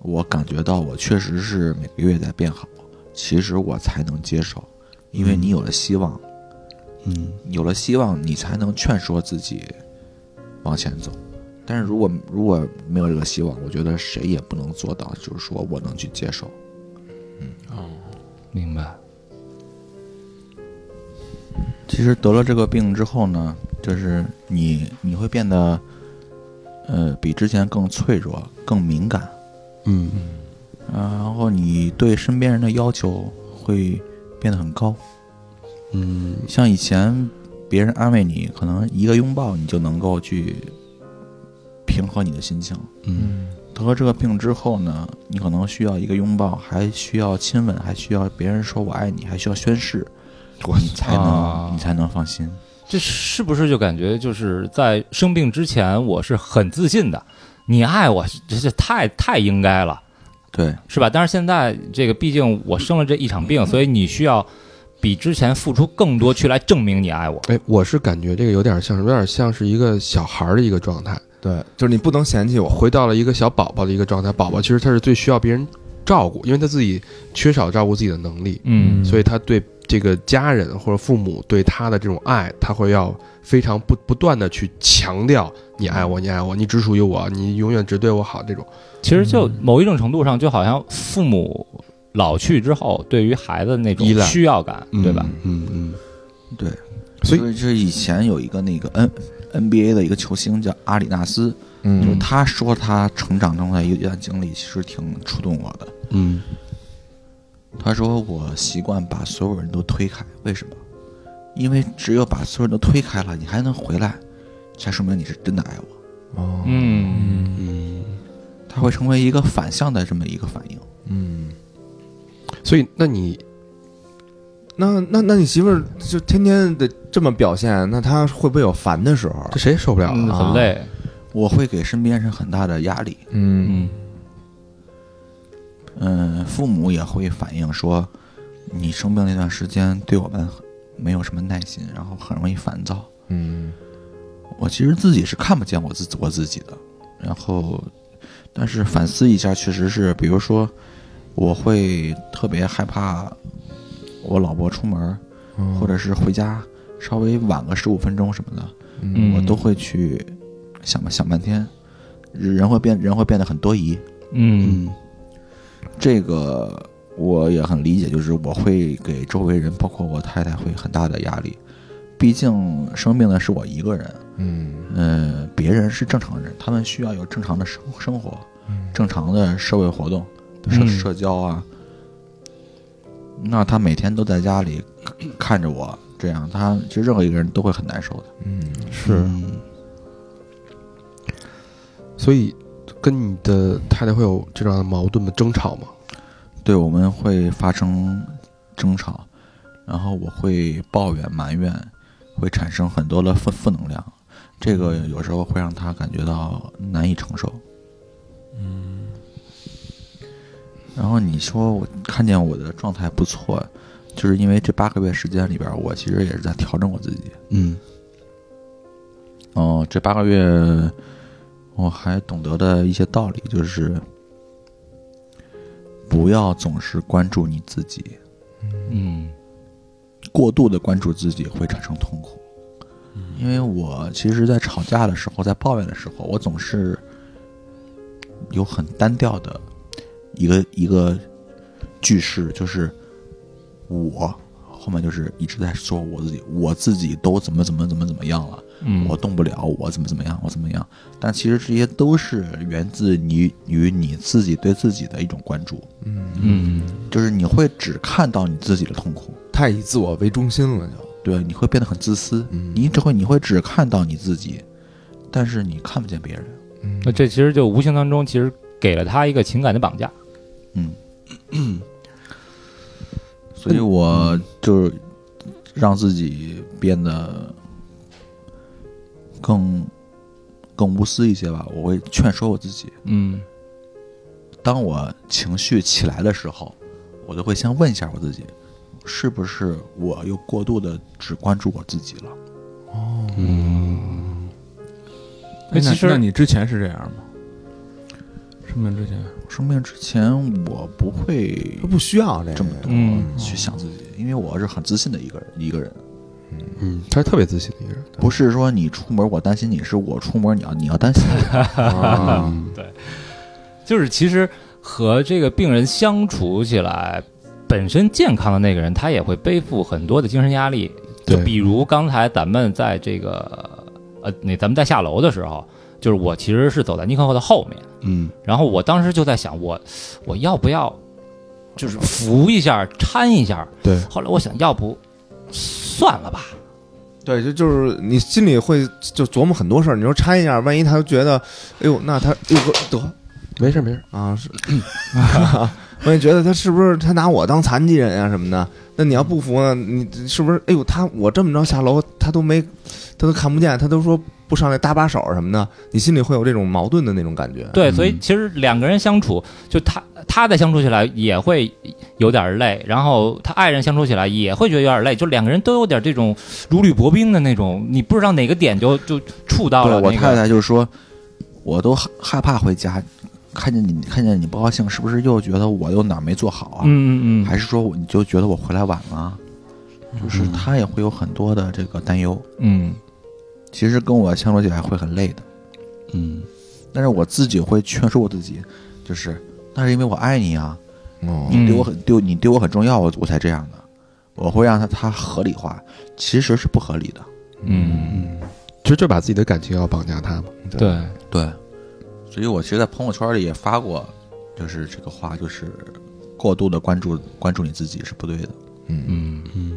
Speaker 5: 我感觉到我确实是每个月在变好，其实我才能接受，因为你有了希望，
Speaker 3: 嗯，
Speaker 5: 有了希望，你才能劝说自己往前走。但是如果如果没有这个希望，我觉得谁也不能做到，就是说我能去接受。
Speaker 8: 明白。
Speaker 5: 其实得了这个病之后呢，就是你你会变得，呃，比之前更脆弱、更敏感，
Speaker 3: 嗯
Speaker 5: 呃然后你对身边人的要求会变得很高。
Speaker 3: 嗯
Speaker 5: 像以前别人安慰你，可能一个拥抱你就能够去平和你的心情。
Speaker 3: 嗯
Speaker 5: 得了这个病之后呢，你可能需要一个拥抱，还需要亲吻，还需要别人说我爱你，还需要宣誓，你才能、
Speaker 8: 啊
Speaker 5: 你才能放心。
Speaker 8: 这是不是就感觉就是在生病之前，我是很自信的，你爱我，这这太太应该了，
Speaker 5: 对，
Speaker 8: 是吧？但是现在这个，毕竟我生了这一场病，所以你需要比之前付出更多去来证明你爱我。
Speaker 3: 哎，我是感觉这个有点像什么？有点像是一个小孩儿的一个状态，
Speaker 2: 对，就是你不能嫌弃我，
Speaker 3: 回到了一个小宝宝的一个状态。宝宝其实他是最需要别人照顾，因为他自己缺少照顾自己的能力，
Speaker 8: 嗯
Speaker 3: 所以他对
Speaker 6: 这个家人或者父母对他的这种爱，他会要非常不不断的去强调你爱我，你爱我，你只属于我，你永远只对我好这种。
Speaker 8: 其实就某一种程度上，就好像父母老去之后，对于孩子的那种
Speaker 6: 依赖
Speaker 8: 需要感，对吧？？
Speaker 6: 嗯嗯，
Speaker 5: 对，
Speaker 6: 所以
Speaker 5: 以这以前有一个那个嗯 N NBA 的一个球星叫阿里纳斯，就是
Speaker 2: 嗯
Speaker 5: 他说他成长中的一段经历，其实挺触动我的。
Speaker 6: 嗯
Speaker 5: 他说我习惯把所有人都推开，为什么？因为只有把所有人都推开了，你还能回来，才说明你是真的爱我。
Speaker 2: 哦
Speaker 8: 嗯，
Speaker 6: 嗯，
Speaker 5: 他会成为一个反向的这么一个反应。
Speaker 2: 嗯，
Speaker 6: 所以那你
Speaker 2: 那那那你媳妇儿就天天得这么表现，那她会不会有烦的时候
Speaker 6: 这？谁也受不了
Speaker 8: 嗯
Speaker 6: 啊？
Speaker 8: 很累。
Speaker 5: 我会给身边人很大的压力，
Speaker 2: 嗯
Speaker 8: 嗯，
Speaker 5: 嗯，父母也会反映说，你生病那段时间对我们没有什么耐心，然后很容易烦躁。
Speaker 2: 嗯
Speaker 5: 我其实自己是看不见我自我自己的，然后，但是反思一下，确实是，比如说，我会特别害怕我老婆出门，
Speaker 6: 嗯
Speaker 5: 或者是回家稍微晚个十五分钟什么的，
Speaker 8: 嗯
Speaker 5: 我都会去想吧想半天，人会变人会变得很多疑，
Speaker 8: 嗯
Speaker 6: 嗯
Speaker 5: 这个我也很理解，就是我会给周围人，包括我太太，会很大的压力。毕竟生病的是我一个人，
Speaker 2: 嗯
Speaker 5: 嗯，别人是正常人，他们需要有正常的生生活，正常的社会活动、社
Speaker 8: 嗯
Speaker 5: 社交啊。那他每天都在家里看着我，这样他其实任何一个人都会很难受的。
Speaker 2: 嗯
Speaker 6: 是，所以跟你的太太会有这样的矛盾吗？争吵吗？
Speaker 5: 对，我们会发生争吵，然后我会抱怨、埋怨，会产生很多的负负能量，这个有时候会让他感觉到难以承受。嗯。然后你说我看见我的状态不错，就是因为这八个月时间里边儿，我其实也是在调整我自己。
Speaker 6: 嗯
Speaker 5: 哦，这八个月我还懂得的一些道理就是，不要总是关注你自己，
Speaker 8: 嗯
Speaker 5: 过度的关注自己会产生痛苦。因为我其实，在吵架的时候，在抱怨的时候，我总是有很单调的一个一个句式，就是我后面就是一直在说我自己，我自己都怎么怎么怎么怎么样了。
Speaker 8: 嗯，
Speaker 5: 我动不了，我怎么怎么样，我怎么样。但其实这些都是源自于于你自己对自己的一种关注，
Speaker 8: 嗯
Speaker 5: 就是你会只看到你自己的痛苦，
Speaker 2: 太以自我为中心了就，
Speaker 5: 对，你会变得很自私，你只会你会只看到你自己，但是你看不见别人。
Speaker 8: 那这其实就无形当中，其实给了他一个情感的绑架。
Speaker 5: 嗯，所以我就是让自己变得更更无私一些吧，我会劝说我自己。
Speaker 8: 嗯
Speaker 5: 当我情绪起来的时候，我都会先问一下我自己，是不是我又过度的只关注我自己了？
Speaker 3: 嗯
Speaker 8: 那哎其实
Speaker 4: 那你之前是这样吗？生病之前，
Speaker 5: 生病之前，我不会
Speaker 1: 嗯
Speaker 2: 她不需要这
Speaker 5: 这
Speaker 2: 个
Speaker 5: 么。多
Speaker 8: 嗯
Speaker 5: 去想自己，因为我是很自信的一个人，一个人，
Speaker 6: 嗯，他是特别自信的一个人。
Speaker 5: 不是说你出门我担心你，是我出门你要你要担心 我。
Speaker 8: 就是其实和这个病人相处起来，本身健康的那个人他也会背负很多的精神压力。就
Speaker 6: 对
Speaker 8: 比如刚才咱们在这个呃，那咱们在下楼的时候，就是我其实是走在尼克后的后面，
Speaker 6: 嗯
Speaker 8: 然后我当时就在想，我我要不要就是扶一下、搀一下？
Speaker 6: 对
Speaker 8: 后来我想要不算了吧，
Speaker 2: 对，就就是你心里会就琢磨很多事儿，你说掺一下，万一她觉得，哎呦，那她哎呦得
Speaker 6: 没事没事，
Speaker 2: 啊是， 我也觉得她是不是她拿我当残疾人啊什么的？那你要不服呢？你是不是？哎呦，她我这么着下楼，她都没，她都看不见，她都说不上来搭把手什么的，你心里会有这种矛盾的那种感觉。
Speaker 8: 对，所以其实两个人相处，就他他在相处起来也会有点累，然后他爱人相处起来也会觉得有点累，就两个人都有点这种如履薄冰的那种，你不知道哪个点就就触到了、
Speaker 5: 对
Speaker 8: 那个。
Speaker 5: 我太太就说，我都害害怕回家，看见你看见你不高兴，是不是又觉得我又哪儿没做好啊？
Speaker 8: 嗯，嗯嗯
Speaker 5: 还是说我你就觉得我回来晚了？
Speaker 8: 嗯
Speaker 5: 就是他也会有很多的这个担忧。
Speaker 2: 嗯
Speaker 5: 其实跟我相处起来会很累的，
Speaker 3: 嗯，
Speaker 5: 但是我自己会劝说我自己，就是那是因为我爱你啊，
Speaker 2: 哦
Speaker 8: 嗯
Speaker 5: 你对我很对你对我很重要，我我才这样的。我会让他他合理化，其实是不合理的。
Speaker 2: 嗯
Speaker 3: 其实就把自己的感情要绑架他嘛。
Speaker 8: 对，
Speaker 5: 对，所以我其实，在朋友圈里也发过，就是这个话，就是过度的关注关注你自己是不对的。
Speaker 3: 嗯嗯，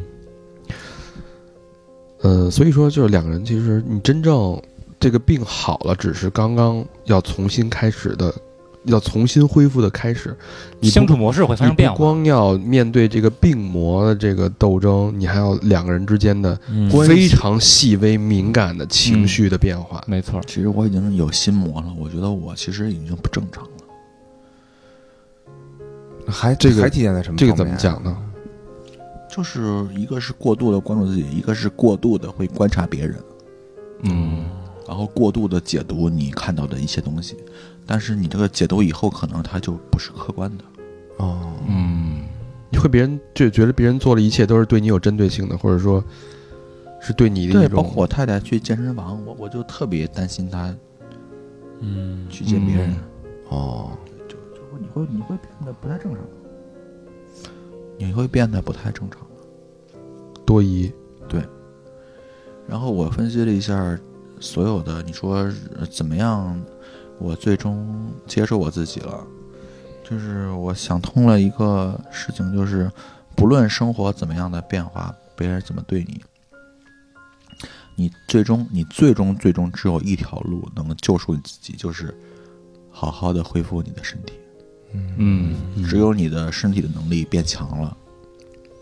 Speaker 3: 呃，所以说就是两个人，其实你真正这个病好了，只是刚刚要重新开始的，要重新恢复的开始。你不
Speaker 8: 相处模式会发
Speaker 3: 你
Speaker 8: 生变
Speaker 3: 不
Speaker 8: 化，
Speaker 3: 光要面对这个病魔的这个斗争，你还要两个人之间的
Speaker 8: 嗯
Speaker 3: 非常细微、敏感的情绪的变化。
Speaker 8: 没错，
Speaker 5: 其实我已经有心魔了，我觉得我其实已经不正常了。
Speaker 2: 还
Speaker 3: 这个
Speaker 2: 还体现在什么？
Speaker 8: 嗯
Speaker 2: 啊
Speaker 3: 这个怎么？讲呢？
Speaker 5: 就是一个是过度的关注自己，一个是过度的会观察别人，
Speaker 3: 嗯
Speaker 5: 然后过度的解读你看到的一些东西，但是你这个解读以后，可能它就不是客观的。
Speaker 2: 哦，
Speaker 3: 嗯，你会别人就觉得别人做了一切都是对你有针对性的，或者说是对你的一
Speaker 5: 对，包
Speaker 3: 种
Speaker 5: 括我太太去健身房，我我就特别担心她
Speaker 4: 嗯，
Speaker 5: 去见别人，
Speaker 2: 哦，
Speaker 5: 你会你会变得不太正常，你会变得不太正常。
Speaker 3: 多疑。
Speaker 5: 然后我分析了一下所有的，你说呃怎么样？我最终接受我自己了，就是我想通了一个事情，就是不论生活怎么样的变化，别人怎么对你，你最终你最终最终只有一条路能救赎你自己，就是好好的恢复你的身体。
Speaker 8: 嗯，
Speaker 5: 只有你的身体的能力变强了，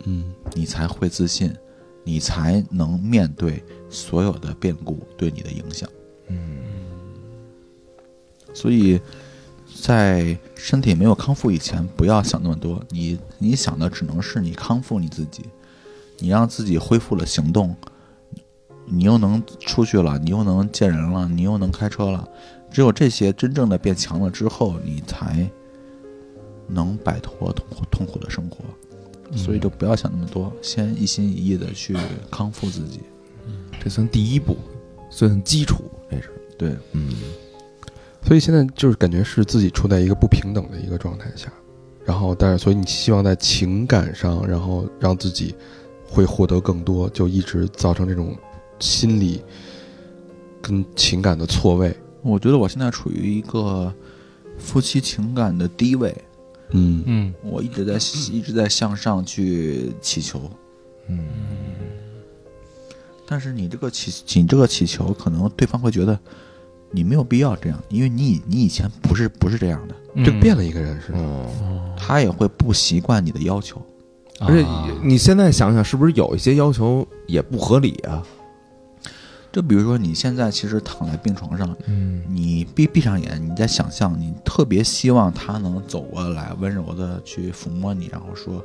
Speaker 3: 嗯，
Speaker 5: 你才会自信，你才能面对所有的变故对你的影响。嗯，所以在身体没有康复以前，不要想那么多，你你想的只能是你康复你自己，你让自己恢复了行动，你又能出去了，你又能见人了，你又能开车了。只有这些真正的变强了之后，你才能摆脱痛苦痛苦的生活。所以就不要想那么多，先一心一意的去康复自己。
Speaker 2: 这算第一步，算基础，这是
Speaker 5: 对，
Speaker 2: 嗯
Speaker 3: 所以现在就是感觉是自己处在一个不平等的一个状态下，然后但是所以你希望在情感上，然后让自己会获得更多，就一直造成这种心理跟情感的错位。
Speaker 5: 我觉得我现在处于一个夫妻情感的低位，
Speaker 3: 嗯
Speaker 4: 嗯，
Speaker 5: 我一直在一直在向上去祈求，
Speaker 2: 嗯
Speaker 5: 但是你这个祈你这个祈求，可能对方会觉得你没有必要这样，因为你以你以前不是不是这样的，
Speaker 8: 嗯
Speaker 3: 就变了一个人是吧？
Speaker 2: 哦，
Speaker 5: 他也会不习惯你的要求。
Speaker 8: 啊
Speaker 2: 而且你现在想想，是不是有一些要求也不合理啊？
Speaker 5: 就比如说你现在其实躺在病床上，
Speaker 2: 嗯
Speaker 5: 你闭闭上眼，你在想象，你特别希望他能走过来，温柔的去抚摸你，然后说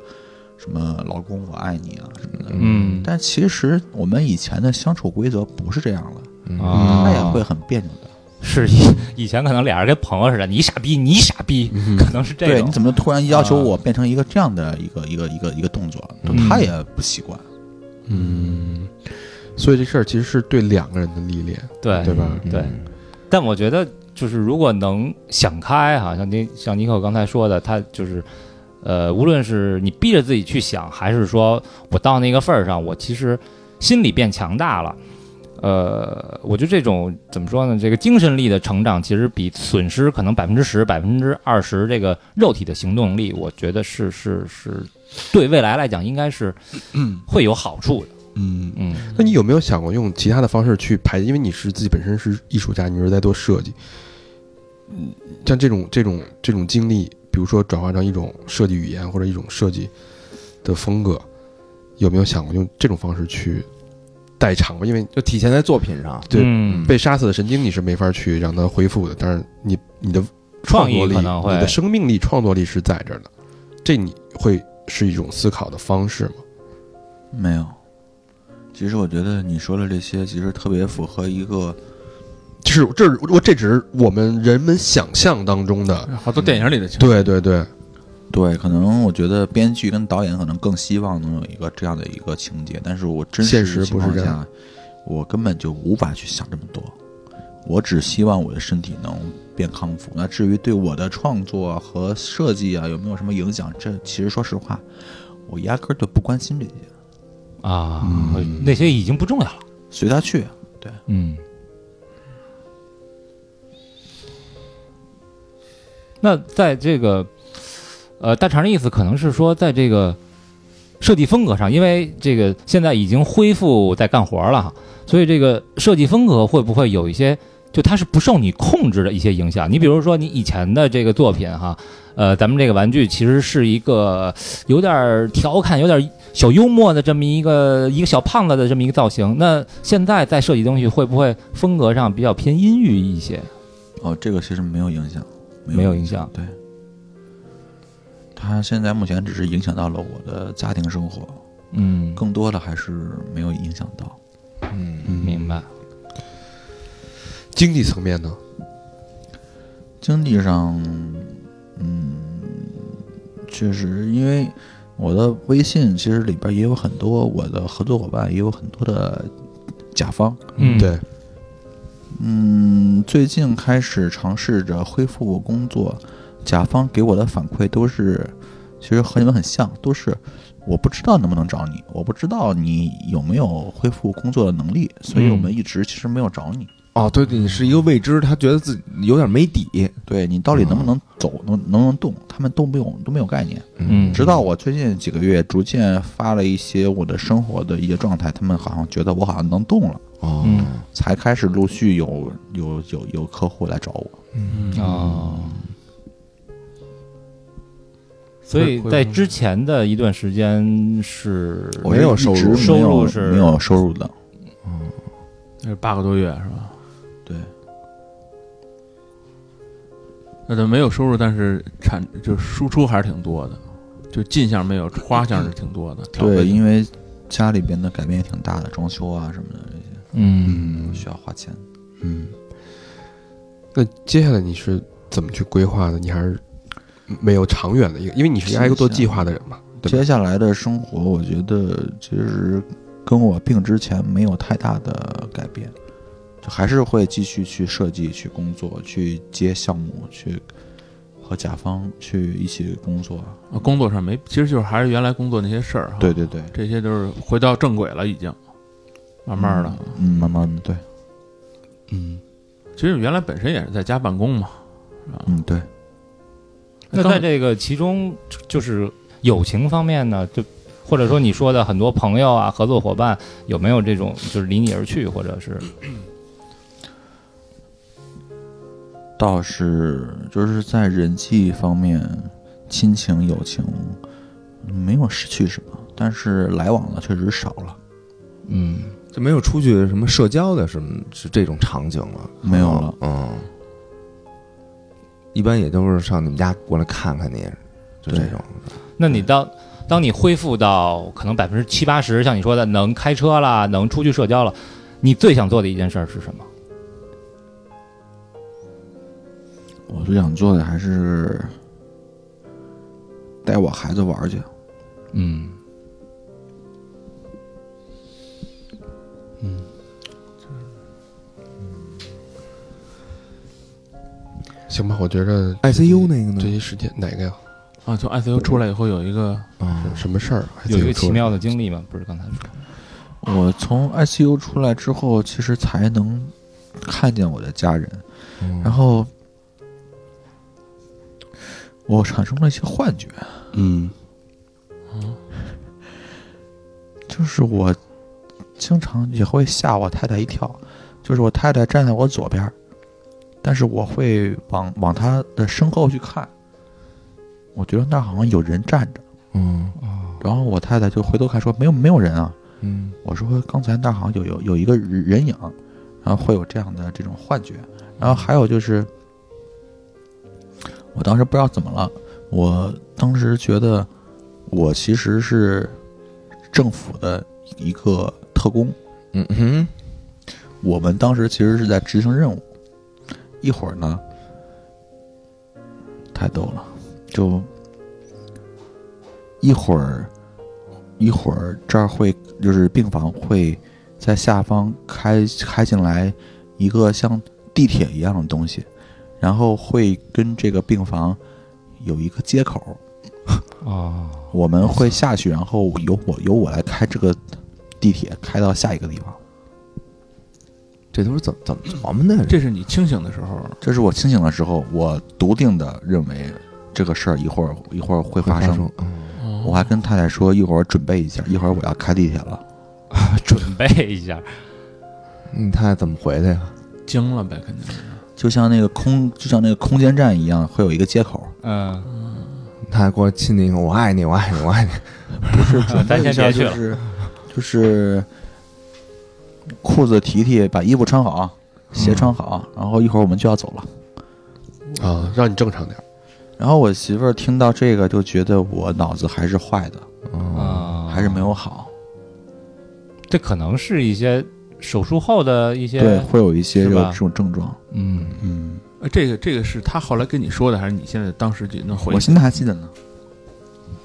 Speaker 5: 什么“老公，我爱你”啊什么的。
Speaker 8: 嗯
Speaker 5: 但其实我们以前的相处规则不是这样的，
Speaker 8: 啊
Speaker 2: 嗯
Speaker 5: 他也会很别扭的。
Speaker 8: 是以以前可能俩人跟朋友似的，你傻逼，你傻逼，可能是这
Speaker 5: 对，你
Speaker 8: 种
Speaker 5: 怎么突然要求我变成一个这样的一个一个一个一个动作？就他也不习惯。
Speaker 3: 嗯，所以这事儿其实是对两个人的历练，
Speaker 8: 对
Speaker 3: 对吧？
Speaker 8: 对，但我觉得就是如果能想开哈，像你像尼克刚才说的，他就是呃，无论是你逼着自己去想，还是说我到那个份儿上，我其实心里变强大了。呃，我觉得这种怎么说呢？这个精神力的成长，其实比损失可能百分之十、百分之二十这个肉体的行动力，我觉得是是是，对未来来讲应该是会有好处的。
Speaker 3: 嗯。
Speaker 8: 嗯，
Speaker 3: 那你有没有想过用其他的方式去排？因为你是自己本身是艺术家，你是在做设计，嗯，像这种这种这种经历，比如说转化成一种设计语言或者一种设计的风格，有没有想过用这种方式去代偿过？因为
Speaker 2: 就体现在作品上。
Speaker 3: 对
Speaker 8: 嗯
Speaker 3: 被杀死的神经你是没法去让它恢复的，但是你你的
Speaker 8: 创意
Speaker 3: 作力
Speaker 8: 可能会
Speaker 3: 你的生命力、创作力是在这儿的，这你会是一种思考的方式吗？
Speaker 5: 没有。其实我觉得你说的这些，其实特别符合一个
Speaker 3: 就是这是我这只是我们人们想象当中的
Speaker 4: 好多电影里的情况，
Speaker 3: 对对对，
Speaker 5: 对，可能我觉得编剧跟导演可能更希望能有一个这样的一个情节，但是我真
Speaker 6: 现
Speaker 5: 实
Speaker 6: 实
Speaker 5: 情
Speaker 6: 不是
Speaker 5: 况
Speaker 6: 这
Speaker 5: 下
Speaker 6: 样，
Speaker 5: 我根本就无法去想这么多。我只希望我的身体能变康复。那至于对我的创作和设计啊有没有什么影响，这其实说实话，我压根儿就不关心这些，
Speaker 8: 啊，
Speaker 3: 嗯
Speaker 8: 那些已经不重要了。
Speaker 5: 随他去。啊
Speaker 8: 嗯。那在这个，呃，大肠的意思可能是说，在这个设计风格上，因为这个现在已经恢复在干活了哈，所以这个设计风格会不会有一些，就它是不受你控制的一些影响？你比如说，你以前的这个作品哈，呃，咱们这个玩具其实是一个呃有点儿调侃、有点儿小幽默的这么一个一个小胖子的这么一个造型。那现在在设计东西会不会风格上比较偏阴郁一些？
Speaker 5: 哦，这个其实没有影响，
Speaker 8: 没有影响。
Speaker 5: 对，他现在目前只是影响到了我的家庭生活，
Speaker 8: 嗯，
Speaker 5: 更多的还是没有影响到。
Speaker 6: 嗯
Speaker 8: 明白。
Speaker 6: 经济层面呢？
Speaker 5: 经济上，嗯，确实，因为我的微信其实里边也有很多我的合作伙伴，也有很多的甲方。
Speaker 8: 嗯，
Speaker 6: 对，
Speaker 5: 嗯，最近开始尝试着恢复工作，甲方给我的反馈都是，其实和你们很像，都是我不知道能不能找你，我不知道你有没有恢复工作的能力，所以我们一直其实没有找你。
Speaker 2: 哦，对，你是一个未知，他觉得自己有点没底，
Speaker 5: 对你到底能不能走，能能不能动，他们都没有都没有概念。
Speaker 8: 嗯，
Speaker 5: 直到我最近几个月逐渐发了一些我的生活的一些状态，他们好像觉得我好像能动了，
Speaker 2: 哦
Speaker 8: 嗯
Speaker 5: 才开始陆续有有有有客户来找我。
Speaker 4: 嗯
Speaker 8: 哦。所以在之前的一段时间是
Speaker 2: 我没有收入
Speaker 5: 一直没有
Speaker 8: 收入是
Speaker 5: 没有收入的，
Speaker 4: 那是八个多月是吧？
Speaker 5: 对，
Speaker 4: 那都没有收入，但是产就是输出还是挺多的，就进项没有，花项是挺多的。调配
Speaker 5: 对，因为家里边的改变也挺大的，装修啊什么的这些
Speaker 8: 嗯
Speaker 5: 需要花钱。
Speaker 6: 嗯。那接下来你是怎么去规划的？你还是没有长远的一个，因为你是一个爱做计划的人嘛，对吧
Speaker 5: 接？下来的生活，我觉得其实跟我病之前没有太大的改变，就还是会继续去设计、去工作、去接项目、去和甲方去一起工作。
Speaker 4: 呃工作上没，其实就是还是原来工作那些事儿哈。
Speaker 5: 对，对对，
Speaker 4: 这些都是回到正轨了，已经慢慢的。
Speaker 5: 嗯，慢慢的，对，
Speaker 6: 嗯，
Speaker 4: 其实原来本身也是在家办公嘛。
Speaker 5: 嗯对，
Speaker 8: 那
Speaker 4: 刚
Speaker 8: 在这个其中，就是友情方面呢，就或者说你说的很多朋友啊、合作伙伴，有没有这种就是离你而去，或者是
Speaker 5: 倒是就是在人际方面，亲情、友情没有失去什么，但是来往的确实少了。
Speaker 8: 嗯，
Speaker 2: 就没有出去什么社交的什么是这种场景了，
Speaker 5: 没有了
Speaker 2: 嗯，一般也都是上你们家过来看看你，就这种。
Speaker 8: 那你当当你恢复到可能百分之七八十，像你说的能开车啦，能出去社交了，你最想做的一件事儿是什么？
Speaker 5: 我最想做的还是带我孩子玩儿去。
Speaker 8: 嗯
Speaker 6: 行吧，我觉着
Speaker 2: ICU 那个
Speaker 6: 这
Speaker 2: 呢？
Speaker 6: 些时间哪个呀？
Speaker 4: 啊，从 ICU 出来以后有一个
Speaker 2: 啊，
Speaker 6: 什么事儿？还
Speaker 8: 有一个
Speaker 6: 自己
Speaker 8: 奇
Speaker 6: 说
Speaker 8: 妙的经历吗？不是刚才说，
Speaker 5: 我从 ICU 出来之后，其实才能看见我的家人，然后我产生了一些幻觉，
Speaker 6: 嗯
Speaker 5: 就是我经常也会吓我太太一跳，就是我太太站在我左边儿，但是我会往往她的身后去看，我觉得那儿好像有人站着，
Speaker 2: 嗯
Speaker 5: 然后我太太就回头看说没有没有人啊，
Speaker 2: 嗯
Speaker 5: 我说刚才那儿好像有有有一个人人影，然后会有这样的这种幻觉，然后还有就是，我当时不知道怎么了，我当时觉得我其实是政府的一个特工，
Speaker 2: 嗯哼，
Speaker 5: 我们当时其实是在执行任务，一会儿呢，太逗了，就一会儿一会儿这儿会就是病房会在下方开开进来一个像地铁一样的东西，然后会跟这个病房有一个接口，
Speaker 8: 哦，
Speaker 5: 我们会下去，然后由我由我来开这个地铁开到下一个地方。
Speaker 2: 这都是怎么怎么琢磨的？
Speaker 4: 这是你清醒的时候，
Speaker 5: 这是我清醒的时候，我笃定的认为这个事儿一会儿一会儿会发生。
Speaker 2: 哦
Speaker 5: 我还跟太太说，一会儿准备一下，一会儿我要开地铁了。
Speaker 8: 哦准备一 下，
Speaker 2: 你太太怎么回的呀？
Speaker 4: 惊了呗，肯定是。
Speaker 5: 就像那个空，就像那个空间站一样，会有一个接口。
Speaker 8: 嗯，
Speaker 2: 太太过来亲你一个，我爱你，我爱你，我爱你。
Speaker 5: 不是准备
Speaker 8: 咱
Speaker 5: 一
Speaker 8: 先
Speaker 5: 下，
Speaker 8: 别去
Speaker 5: 就
Speaker 8: 了
Speaker 5: 是就是裤子提提，把衣服穿好，鞋穿好，然后一会儿我们就要走了。
Speaker 3: 啊，让你正常点儿。
Speaker 5: 然后我媳妇儿听到这个，就觉得我脑子还是坏的，
Speaker 8: 啊，
Speaker 5: 哦还是没有好。
Speaker 8: 这可能是一些手术后的一些
Speaker 5: 对，会有一些
Speaker 8: 是
Speaker 5: 这
Speaker 8: 吧
Speaker 5: 种这种症状。
Speaker 8: 嗯，
Speaker 5: 嗯，
Speaker 4: 呃，这个这个是他后来跟你说的，还是你现在当时就能回
Speaker 5: 我？现在还记得呢。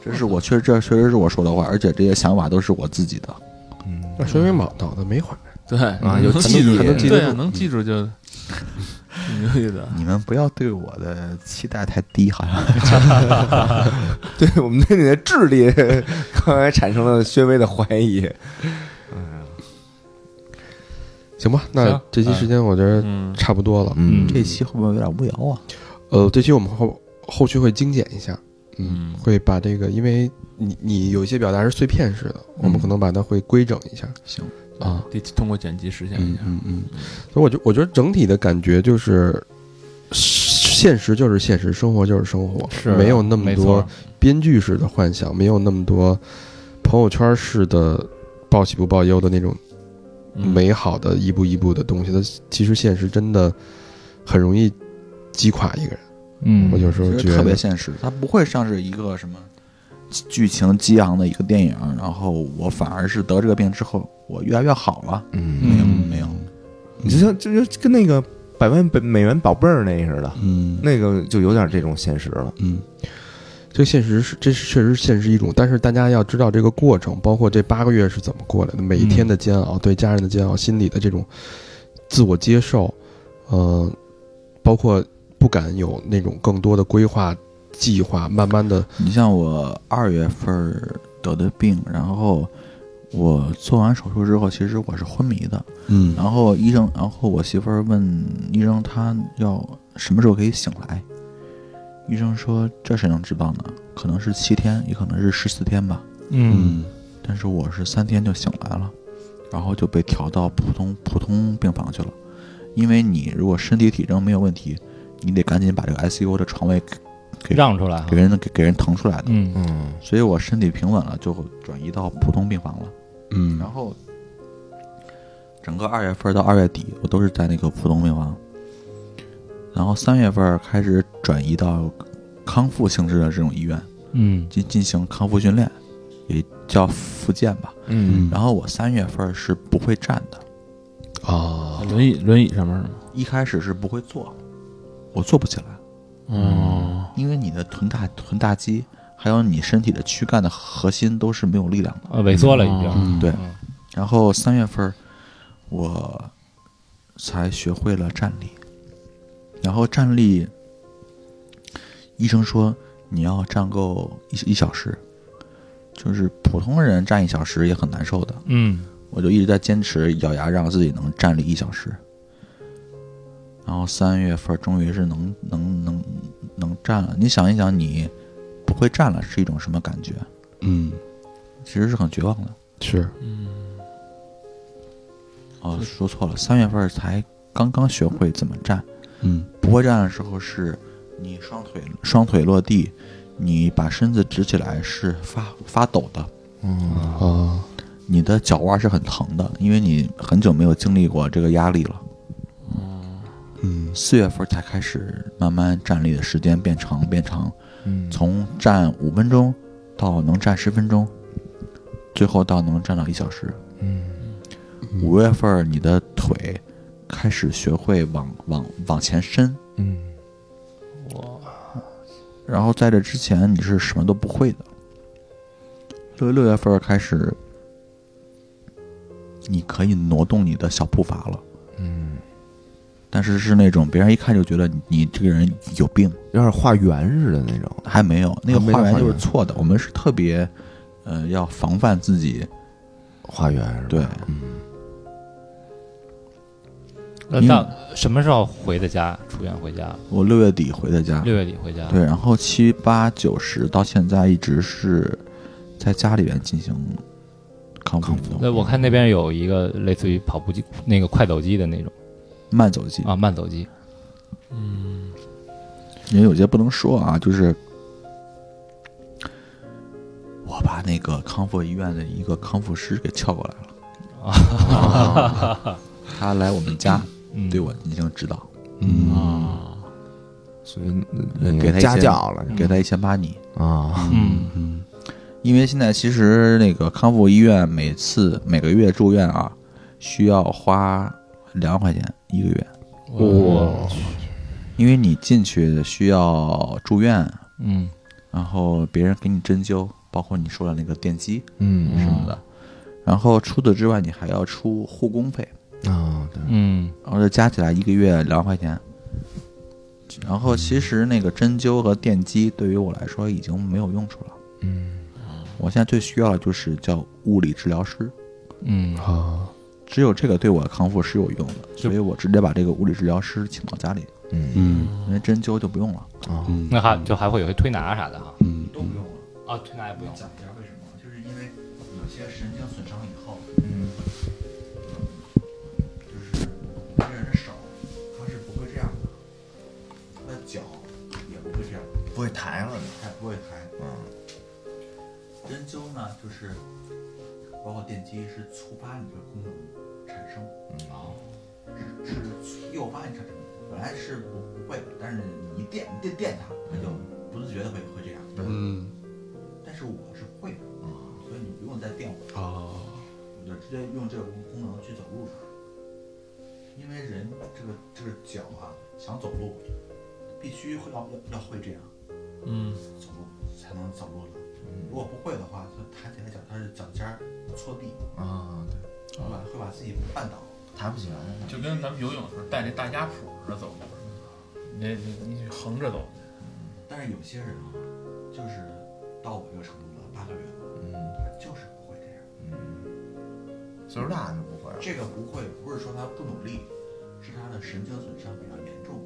Speaker 5: 这是我确这确实是我说的话，而且这些想法都是我自己的。嗯
Speaker 3: 那说明脑脑子没坏，
Speaker 4: 对
Speaker 2: 啊
Speaker 4: 啊
Speaker 2: 有
Speaker 4: 记住，
Speaker 2: 还能记得嗯
Speaker 4: 对啊，能记住就挺牛逼的。
Speaker 5: 你们不要对我的期待太低，好像
Speaker 2: 对我们对你的智力 刚才产生了略微的怀疑。
Speaker 3: 行吧？那
Speaker 8: 行
Speaker 3: 这期时间我觉得
Speaker 4: 嗯，
Speaker 3: 差不多了。
Speaker 2: 嗯
Speaker 5: 这期会不会有点无聊啊？
Speaker 3: 呃，这期我们后后续会精简一下，
Speaker 4: 嗯
Speaker 3: 会把这个，因为你你有一些表达是碎片式的，我们可能把它会规整一下
Speaker 5: 行，
Speaker 3: 啊。
Speaker 4: 得通过剪辑实现一
Speaker 3: 嗯
Speaker 4: 下。
Speaker 3: 嗯嗯。所以我觉我觉得整体的感觉就是，现实就是现实，生活就是生活，
Speaker 8: 是
Speaker 3: 没有那么
Speaker 8: 没
Speaker 3: 多
Speaker 8: 错
Speaker 3: 编剧式的幻想，没有那么多朋友圈式的报喜不报忧的那种
Speaker 4: 嗯
Speaker 3: 美好的一步一步的东西。它其实现实真的很容易击垮一个人。
Speaker 9: 嗯
Speaker 3: 我有时候
Speaker 5: 其
Speaker 3: 觉
Speaker 5: 实特
Speaker 3: 得
Speaker 5: 别现实，它不会像是一个什么剧情激昂的一个电影，然后我反而是得这个病之后，我越来越好了。
Speaker 2: 嗯，
Speaker 5: 没有没有，
Speaker 2: 你就像就就跟那个百万本美元宝贝儿那似的，
Speaker 5: 嗯
Speaker 2: 那个就有点这种现实了。
Speaker 3: 嗯，这现实是，这是确实是现实一种，但是大家要知道这个过程，包括这八个月是怎么过来的，每一天的煎熬，对家人的煎熬，心理的这种自我接受，嗯、包括不敢有那种更多的规划、计划，慢慢的，
Speaker 5: 你像我二月份儿得的病，然后我做完手术之后，其实我是昏迷的。
Speaker 3: 嗯
Speaker 5: 然后医生，然后我媳妇儿问医生，她要什么时候可以醒来？医生说这谁能知道呢？可能是七天，也可能是十四天吧。
Speaker 8: 嗯，
Speaker 5: 但是我是三天就醒来了，然后就被调到普通普通病房去了。因为你如果身体体征没有问题，你得赶紧把这个 ICU 的床位给给
Speaker 8: 让出来啊
Speaker 5: 给，人给给人腾出来的。
Speaker 8: 嗯
Speaker 2: 嗯
Speaker 5: 所以我身体平稳了，就转移到普通病房了。
Speaker 3: 嗯
Speaker 5: 然后整个二月份到二月底，我都是在那个普通病房。然后三月份开始转移到康复性质的这种医院，
Speaker 8: 嗯
Speaker 5: 进进行康复训练，也叫复健吧。
Speaker 2: 嗯
Speaker 5: 然后我三月份是不会站的，
Speaker 3: 啊，
Speaker 4: 轮椅轮椅上面是吗？
Speaker 5: 一开始是不会坐，我坐不起来，
Speaker 4: 哦，
Speaker 5: 因为你的臀大臀大肌还有你身体的躯干的核心都是没有力量的。
Speaker 8: 呃萎缩了已经，
Speaker 4: 嗯
Speaker 5: 对然后三月份儿我才学会了站立，然后站立，医生说你要站够一一小时，就是普通人站一小时也很难受的，
Speaker 8: 嗯
Speaker 5: 我就一直在坚持咬牙让自己能站立一小时。然后三月份儿终于是能能能能站了，你想一想，你不会站了是一种什么感觉？
Speaker 3: 嗯，
Speaker 5: 其实是很绝望的。
Speaker 3: 是，
Speaker 2: 嗯
Speaker 5: 哦，说错了，三月份儿才刚刚学会怎么站。
Speaker 3: 嗯
Speaker 5: 不会站的时候是，你双腿双腿落地，你把身子直起来是发发抖的，
Speaker 2: 嗯
Speaker 3: 啊，
Speaker 5: 你的脚腕是很疼的，因为你很久没有经历过这个压力了。
Speaker 3: 嗯
Speaker 5: 四月份儿才开始慢慢站立的时间变长变长，
Speaker 2: 嗯
Speaker 5: 从站五分钟到能站十分钟，最后到能站到一小时。
Speaker 2: 嗯
Speaker 5: 五月份儿你的腿开始学会往往往前伸，
Speaker 2: 嗯
Speaker 5: 然后在这之前你是什么都不会的，六六月份开始，你可以挪动你的小步伐了，
Speaker 2: 嗯，
Speaker 5: 但是是那种别人一看就觉得你你这个人有病，
Speaker 2: 有点化缘似的那种。
Speaker 5: 还没有那个
Speaker 2: 还没
Speaker 5: 画
Speaker 2: 到
Speaker 5: 圆
Speaker 2: 画
Speaker 5: 就是
Speaker 2: 圆
Speaker 5: 错的，我们是特别，呃，要防范自己，
Speaker 2: 化缘是吧？
Speaker 5: 对，
Speaker 8: 那
Speaker 5: 因为
Speaker 8: 到什么时候回的家？出院回家？
Speaker 5: 我六月底回的家，
Speaker 8: 六月底回家。
Speaker 5: 对，然后七八九十到现在一直是在家里边进行康复运
Speaker 8: 那
Speaker 5: 动，
Speaker 8: 我看那边有一个类似于跑步机、那个快走机的那种
Speaker 5: 慢走机，
Speaker 8: 啊，慢走机。
Speaker 5: 因为有些不能说啊，就是我把那个康复医院的一个康复师给撬过来了，他来我们家
Speaker 8: 嗯，
Speaker 5: 对我进行指导，
Speaker 2: 嗯
Speaker 4: 啊，
Speaker 2: 所以嗯
Speaker 5: 给他一
Speaker 2: 家
Speaker 5: 些
Speaker 2: 教了
Speaker 5: 给他一些 money，
Speaker 2: 啊，
Speaker 8: 嗯，
Speaker 5: 嗯，因为现在其实那个康复医院每次每个月住院啊，需要花两万块钱一个月，
Speaker 8: 我去，
Speaker 5: 因为你进去需要住院，
Speaker 4: 嗯，
Speaker 5: 然后别人给你针灸，包括你说的那个电击
Speaker 2: 嗯
Speaker 5: 什么的，然后除此之外你还要出护工费，
Speaker 2: 啊，对
Speaker 8: 嗯
Speaker 5: 然后这加起来一个月两万块钱。然后其实那个针灸和电击对于我来说已经没有用处了，
Speaker 2: 嗯
Speaker 5: 我现在最需要的就是叫物理治疗师。
Speaker 8: 嗯，
Speaker 6: 啊，
Speaker 5: 只有这个对我的康复是有用的，所以我直接把这个物理治疗师请到家里，
Speaker 2: 嗯
Speaker 6: 嗯
Speaker 5: 因为针灸就不用了。
Speaker 2: 啊，
Speaker 6: 嗯
Speaker 8: 那还就还会有些推拿啥的哈。
Speaker 6: 嗯
Speaker 5: 都不用了。
Speaker 8: 啊，推拿也不用。
Speaker 5: 讲一下为什么，就是因为有些神经损伤以后，
Speaker 2: 嗯
Speaker 5: 就是一个人的手他是不会这样的，他的脚也不会这样，
Speaker 2: 不会抬了，
Speaker 5: 他也哎不会抬。
Speaker 2: 嗯
Speaker 5: 针灸呢，就是包括电击是触发你这个功能产生，
Speaker 8: 嗯
Speaker 5: 哦，是是诱发你产生的，本来是不不会的，但是你一电你电电它，它就不自觉的会会这样。
Speaker 6: 嗯
Speaker 5: 但是我是会的，所以你不用再电我，
Speaker 4: 哦
Speaker 6: 啊，
Speaker 5: 你就直接用这个功能去走路吧。因为人这个这个脚啊，想走路，必须会要要要会这样
Speaker 4: 嗯，
Speaker 5: 走路才能走路的。
Speaker 2: 嗯
Speaker 5: 如果不会的话，就抬起来脚，它是脚尖儿搓地，
Speaker 2: 啊，对，
Speaker 5: 会把会把自己绊倒。
Speaker 2: 抬不起来，
Speaker 4: 就跟咱们游泳的时候带那大家谱似的走路，
Speaker 2: 嗯
Speaker 4: 你你你横着走，
Speaker 5: 但是有些人啊，就是到我这个程度了，八个月了，
Speaker 2: 嗯
Speaker 5: 他就是不会这样。
Speaker 2: 嗯，岁数大就不会了，
Speaker 5: 这个不会不是说他不努力，是他的神经损伤比较严重。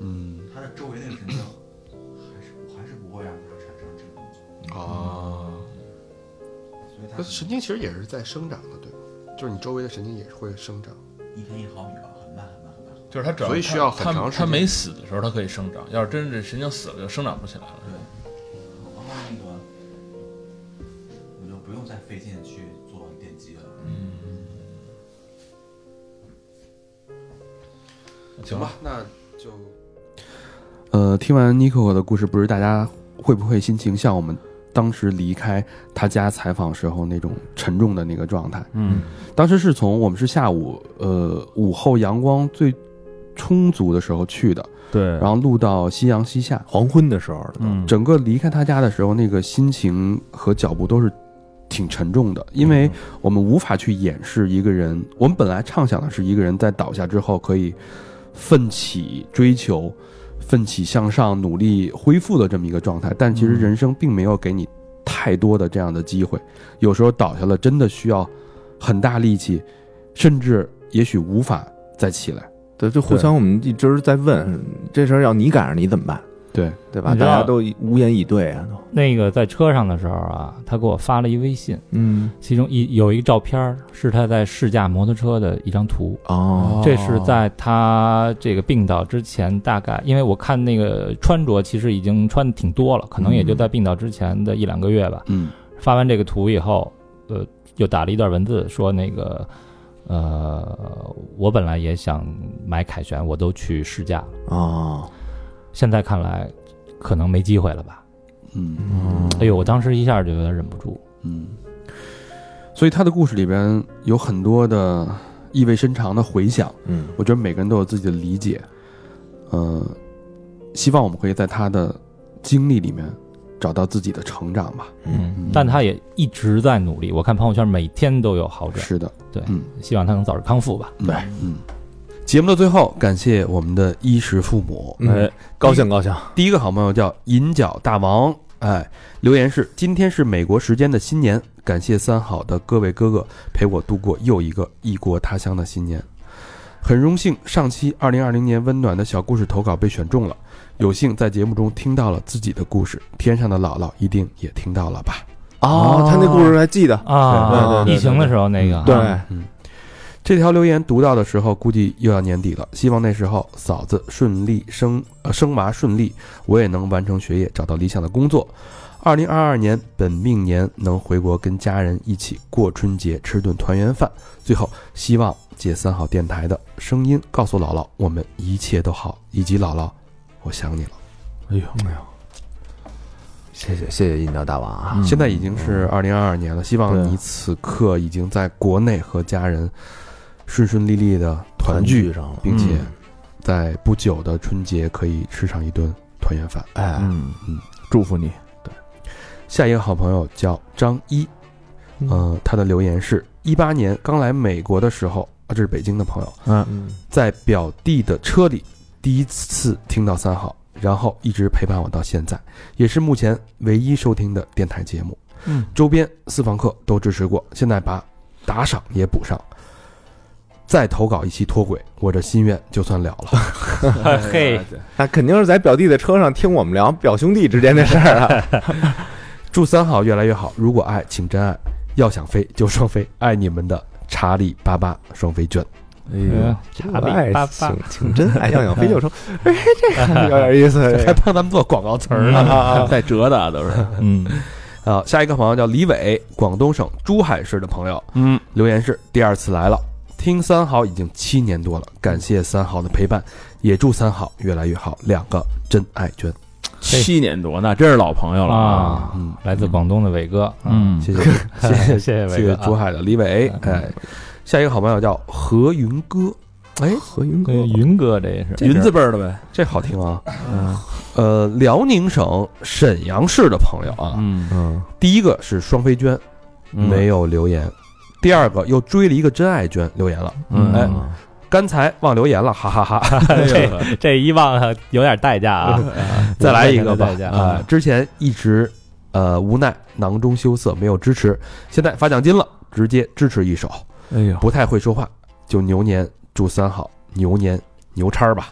Speaker 6: 嗯
Speaker 5: 他的周围那个神经还是还是不会让他产生这个动作，
Speaker 2: 嗯
Speaker 6: 啊，
Speaker 5: 所以他
Speaker 6: 那神经其实也是在生长的，对吧？就是你周围的神经也是会生长。
Speaker 5: 一天一毫米吧，很慢很慢很慢。
Speaker 4: 就是他只要
Speaker 6: 所以需要很
Speaker 4: 他
Speaker 6: 长时
Speaker 4: 他
Speaker 6: 间
Speaker 4: 没死的时候，他可以生长；要是真是神经死了，就生长不起来了。
Speaker 5: 然后那个，我就不用再费劲去做电击了。
Speaker 6: 嗯
Speaker 4: 嗯行吧，，
Speaker 6: 那就
Speaker 3: 呃，听完 Nico 的故事，不知大家会不会心情像我们当时离开他家采访时候那种沉重的那个状态？
Speaker 4: 嗯，
Speaker 3: 当时是从我们是下午，呃，午后阳光最充足的时候去的，
Speaker 1: 对
Speaker 3: 然后录到夕阳西下，
Speaker 2: 黄昏的时候了，
Speaker 1: 嗯，
Speaker 3: 整个离开他家的时候，那个心情和脚步都是挺沉重的，因为我们无法去掩饰一个人。我们本来畅想的是一个人在倒下之后可以奋起追求、奋起向上、努力恢复的这么一个状态，但其实人生并没有给你太多的这样的机会。有时候倒下了，真的需要很大力气，甚至也许无法再起来。
Speaker 2: 对，就互相我们一直在问这事儿，要你赶上你怎么办，
Speaker 3: 对，
Speaker 2: 对吧？
Speaker 8: 你
Speaker 2: 大
Speaker 8: 知道
Speaker 2: 家都无言以对啊，都，
Speaker 8: 那个在车上的时候啊，他给我发了一微信，
Speaker 2: 嗯，
Speaker 8: 其中一有一个照片儿是他在试驾摩托车的一张图。
Speaker 2: 哦，
Speaker 8: 这是在他这个病倒之前，大概因为我看那个穿着，其实已经穿的挺多了，可能也就在病倒之前的一两个月吧。
Speaker 3: 嗯，
Speaker 8: 发完这个图以后，呃，又打了一段文字，说那个，呃，我本来也想买凯旋，我都去试驾了，
Speaker 2: 哦，
Speaker 8: 现在看来可能没机会了吧？
Speaker 6: 嗯
Speaker 2: 哦
Speaker 8: 哎呦，我当时一下就有点忍不住。
Speaker 6: 嗯
Speaker 3: 所以他的故事里边有很多的意味深长的回想。
Speaker 2: 嗯
Speaker 3: 我觉得每个人都有自己的理解，呃，希望我们可以在他的经历里面找到自己的成长吧。
Speaker 2: 嗯，
Speaker 8: 但他也一直在努力。我看朋友圈每天都有好转，
Speaker 3: 是的，
Speaker 8: 对
Speaker 3: 嗯，
Speaker 8: 希望他能早日康复吧。
Speaker 3: 对，嗯。节目的最后，感谢我们的衣食父母。
Speaker 2: 嗯
Speaker 3: 哎，
Speaker 2: 高兴高兴，
Speaker 3: 第一个好朋友叫银角大王，哎，留言是：今天是美国时间的新年，感谢三好的各位哥哥陪我度过又一个异国他乡的新年。很荣幸上期二零二零年温暖的小故事投稿被选中了，有幸在节目中听到了自己的故事，天上的姥姥一定也听到了吧？
Speaker 2: 哦，他那故事还记得，
Speaker 8: 啊，
Speaker 2: 对对对对
Speaker 8: 疫情的时候那个，啊
Speaker 2: 对，
Speaker 3: 嗯这条留言读到的时候，估计又要年底了。希望那时候嫂子顺利生呃生娃顺利，我也能完成学业，找到理想的工作。二零二二年本命年能回国跟家人一起过春节，吃顿团圆饭。最后，希望借三好电台的声音告诉姥姥，我们一切都好，以及姥姥，我想你了。
Speaker 4: 哎呦，
Speaker 2: 谢谢谢谢饮料大王啊，
Speaker 3: 现在已经是二零二二年了，希望你此刻已经在国内和家人顺顺利利的团聚。
Speaker 2: 上了，
Speaker 3: 并且在不久的春节可以吃上一顿团圆饭。
Speaker 2: 哎，
Speaker 4: 嗯嗯，祝福你，
Speaker 3: 下一个好朋友叫张一，呃，他的留言是：一八年刚来美国的时候，啊，这是北京的朋友，
Speaker 2: 嗯，
Speaker 3: 在表弟的车里第一次听到三好，然后一直陪伴我到现在，也是目前唯一收听的电台节目。
Speaker 4: 嗯，
Speaker 3: 周边私房课都支持过，现在把打赏也补上，再投稿一期脱轨，我这心愿就算了了。
Speaker 8: 嘿，
Speaker 2: 那肯定是在表弟的车上听我们聊表兄弟之间的事儿啊，
Speaker 3: 祝三好越来越好。如果爱，请真爱。要想飞就双飞，爱你们的查理巴巴双飞卷。
Speaker 4: 哎呦，
Speaker 8: 查
Speaker 4: 哎
Speaker 8: 理巴巴，
Speaker 2: 挺真爱，要想飞就说， 哎，这个有点
Speaker 3: 还
Speaker 2: 意
Speaker 4: 啊
Speaker 2: 思，
Speaker 3: 帮咱们做广告词儿呢
Speaker 2: 啊，
Speaker 4: 带折的啊都是，嗯
Speaker 3: 啊！下一个朋友叫李伟，广东省珠海市的朋友，
Speaker 4: 嗯，
Speaker 3: 留言是：第二次来了，听三好已经七年多了，感谢三好的陪伴，也祝三好越来越好。两个真爱娟，
Speaker 4: 七年多，那真是老朋友了
Speaker 8: 啊，
Speaker 3: 嗯，
Speaker 8: 来自广东的伟哥，
Speaker 4: 嗯，
Speaker 3: 谢谢
Speaker 8: 谢 谢谢谢
Speaker 3: 谢
Speaker 8: 伟
Speaker 3: 谢
Speaker 8: 哥，啊
Speaker 3: 珠海的李伟。哎，下一个好朋友叫何云歌，哎，
Speaker 2: 何云
Speaker 8: 对云哥这也是
Speaker 4: 云字辈儿的呗，
Speaker 3: 这好听啊。呃，辽宁省沈阳市的朋友啊，
Speaker 4: 嗯
Speaker 2: 嗯，
Speaker 3: 第一个是双飞娟，没有留言；第二个又追了一个真爱娟留言了，
Speaker 4: 嗯
Speaker 3: 哎，刚才忘留言了，哈哈哈
Speaker 8: 这这一忘啊有点代价啊，
Speaker 3: 再来一个吧
Speaker 1: 嗯
Speaker 8: 代价
Speaker 3: 啊、之前一直呃无奈囊中羞涩，没有支持，现在发奖金了，直接支持一手。
Speaker 4: 哎呦，
Speaker 3: 不太会说话，就牛年祝三好，牛年牛叉儿吧。呃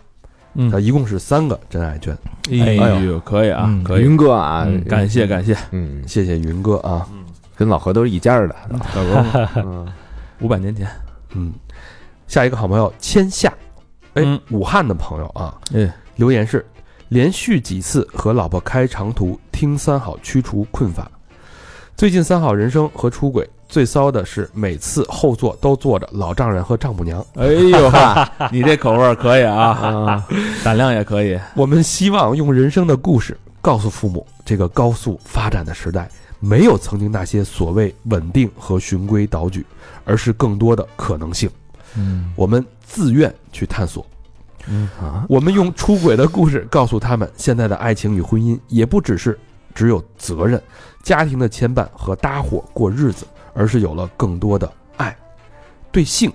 Speaker 4: 嗯
Speaker 3: 那一共是三个真爱娟，
Speaker 4: 哎呦，可以啊，
Speaker 8: 嗯
Speaker 4: 可以，
Speaker 2: 云哥啊，
Speaker 4: 感谢感谢，
Speaker 2: 嗯，
Speaker 3: 谢谢云哥啊。
Speaker 2: 跟老何都是一家儿的，
Speaker 4: 老哥，五百年前，
Speaker 3: 嗯，下一个好朋友千夏，哎，
Speaker 4: 嗯
Speaker 3: 武汉的朋友啊，
Speaker 4: 哎，
Speaker 3: 留言是连续几次和老婆开长途听三好驱除困乏。最近三好人生和出轨最骚的是，每次后座都坐着老丈人和丈母娘。
Speaker 4: 哎呦 哈，你这口味儿可以啊，胆量也可以，
Speaker 3: 我们希望用人生的故事告诉父母，这个高速发展的时代，没有曾经那些所谓稳定和循规蹈矩，而是更多的可能性。
Speaker 4: 嗯
Speaker 3: 我们自愿去探索。
Speaker 4: 嗯
Speaker 2: 啊，
Speaker 3: 我们用出轨的故事告诉他们，现在的爱情与婚姻也不只是只有责任、家庭的牵绊和搭伙过日子，而是有了更多的爱，对性、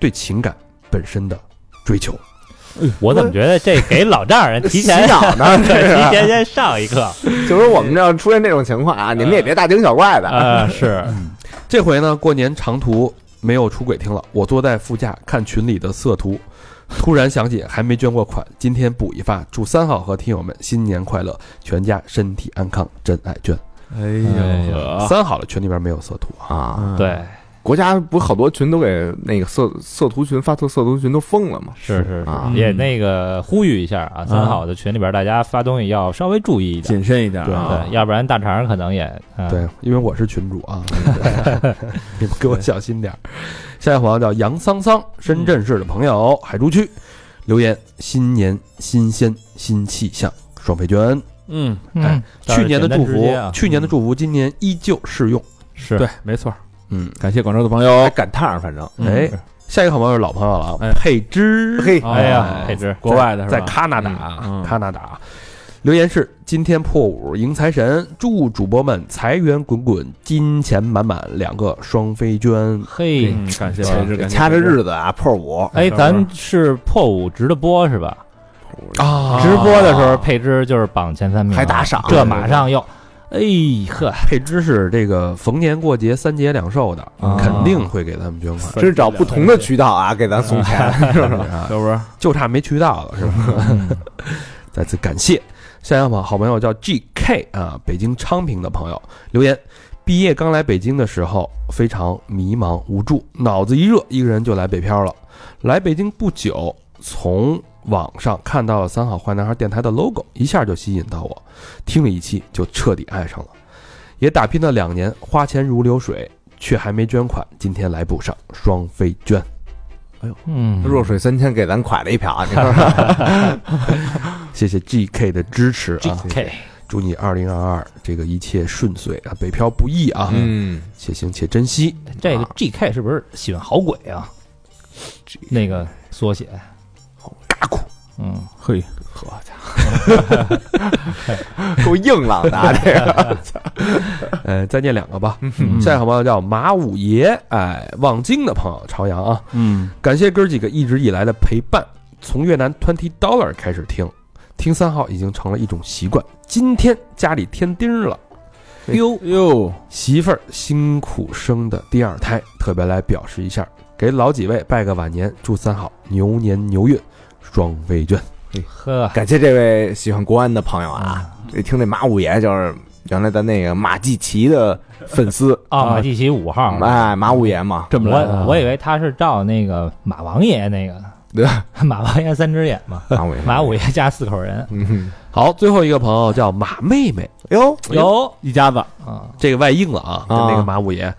Speaker 3: 对情感本身的追求。
Speaker 4: 哎
Speaker 8: 我怎么觉得这给老丈人提前
Speaker 4: 啊
Speaker 2: 洗脑呢，这是 啊
Speaker 8: 提前先上一课？
Speaker 2: 就是我们这要出现这种情况啊，你们也别大惊小怪的。
Speaker 8: 啊，是
Speaker 4: 哎
Speaker 3: 这回呢，过年长途没有出轨听了，我坐在副驾看群里的色图， 突然想起还没捐过款，今天补一发，祝三好和听友们新年快乐，全家身体安康，真爱捐。
Speaker 4: 哎
Speaker 8: 哎
Speaker 4: 呦
Speaker 8: 呦
Speaker 4: 呵，
Speaker 3: 三好的群里边没有色图啊，
Speaker 2: 啊，
Speaker 8: 对，
Speaker 2: 国家不是好多群都给那个色色图群、发特色图群都封了吗？
Speaker 8: 是是
Speaker 2: 啊
Speaker 8: 是，也那个呼吁一下啊，三好的群里边大家发东西要稍微注意一点，
Speaker 4: 谨慎一点啊，
Speaker 8: 对，要不然大肠可能也啊
Speaker 3: 对，因为我是群主 啊，你们给我小心点儿。下一个朋友叫杨桑桑，深圳市的朋友，
Speaker 8: 嗯
Speaker 3: 海珠区留言：新年新鲜新气象，双倍捐。
Speaker 4: 嗯，
Speaker 8: 嗯，
Speaker 3: 去年的祝
Speaker 8: 简单直
Speaker 3: 福
Speaker 8: 接啊，
Speaker 3: 去年的祝福，今年依旧适用。
Speaker 8: 是
Speaker 4: 对，没错，
Speaker 3: 嗯，
Speaker 4: 感谢广州的朋友，
Speaker 2: 赶趟儿，反正
Speaker 4: 嗯
Speaker 3: 哎，下一个好朋友是老朋友了啊，
Speaker 4: 哎
Speaker 3: 佩芝，
Speaker 2: 嘿
Speaker 4: 哦
Speaker 8: 哎呀，配置
Speaker 4: 国外的是吧
Speaker 3: 在？在加拿大
Speaker 4: 嗯
Speaker 3: 啊
Speaker 4: 嗯，
Speaker 3: 加拿大啊，留言是：今天破五迎财神，祝主播们财源滚滚，金钱满满，两个双飞 娟。
Speaker 8: 嘿，哎
Speaker 1: 感谢
Speaker 8: 掐
Speaker 1: 感谢感谢
Speaker 2: 掐着日子啊，破五
Speaker 8: 哎，咱是破五值的播是吧？
Speaker 2: 啊
Speaker 8: 直播的时候，配置就是榜前三名，啊
Speaker 2: 还打赏
Speaker 8: 这马上又，哎呵，
Speaker 3: 配知是这个逢年过节三节两寿的，
Speaker 8: 啊
Speaker 3: 肯定会给他们捐款，啊
Speaker 2: 真是找不同的渠道啊，给咱送钱， 是不是？
Speaker 1: 要不然
Speaker 3: 就差没渠道了，是吧？再次感谢下一位好朋友叫 G K 啊，北京昌平的朋友留言。毕业刚来北京的时候，非常迷茫无助，脑子一热，一个人就来北漂了。来北京不久，从网上看到了三好坏男孩电台的 logo，一下就吸引到我，听了一期就彻底爱上了，也打拼了两年，花钱如流水，却还没捐款，今天来补上双飞捐。
Speaker 8: 嗯，
Speaker 2: 弱水三千给咱垮了一瓢，啊你说说
Speaker 3: 谢谢 GK 的支持
Speaker 8: 嗯
Speaker 3: 啊
Speaker 8: GK
Speaker 3: 祝你二零二二这个一切顺遂啊，北漂不易啊，
Speaker 2: 嗯，
Speaker 3: 且行且珍惜。
Speaker 8: 这
Speaker 1: 啊
Speaker 8: 个 GK 是不是喜欢好鬼啊？那个缩写，
Speaker 3: 嘎咕，
Speaker 8: 嗯，
Speaker 1: 嘿，
Speaker 2: 够硬朗的啊，这个
Speaker 3: 呃，再念两个吧。下一个好朋友叫马五爷，哎，望京的朋友，朝阳啊，
Speaker 4: 嗯，
Speaker 3: 感谢哥几个一直以来的陪伴，从越南 Twenty Dollar 开始听，听三号已经成了一种习惯。今天家里添丁儿了，
Speaker 1: 哟哟，
Speaker 3: 媳妇儿辛苦生的第二胎，特别来表示一下，给老几位拜个晚年，祝三好牛年牛运，双飞卷。
Speaker 8: 呵，
Speaker 2: 感谢这位喜欢国安的朋友啊，这听这马五爷就是原来咱那个马季奇的粉丝
Speaker 8: 啊，马季奇五号，
Speaker 2: 哎，马五爷嘛，
Speaker 1: 啊这么来
Speaker 8: 我我以为他是照那个马王爷那个，
Speaker 2: 对，
Speaker 8: 马王爷三只眼嘛，
Speaker 2: 马五爷，
Speaker 8: 马五爷家四口人，
Speaker 2: 嗯哼，
Speaker 3: 好，最后一个朋友叫马妹妹，
Speaker 2: 哟，
Speaker 8: 有
Speaker 1: 一家子
Speaker 8: 啊，
Speaker 3: 这个外应了啊，跟那个马五爷。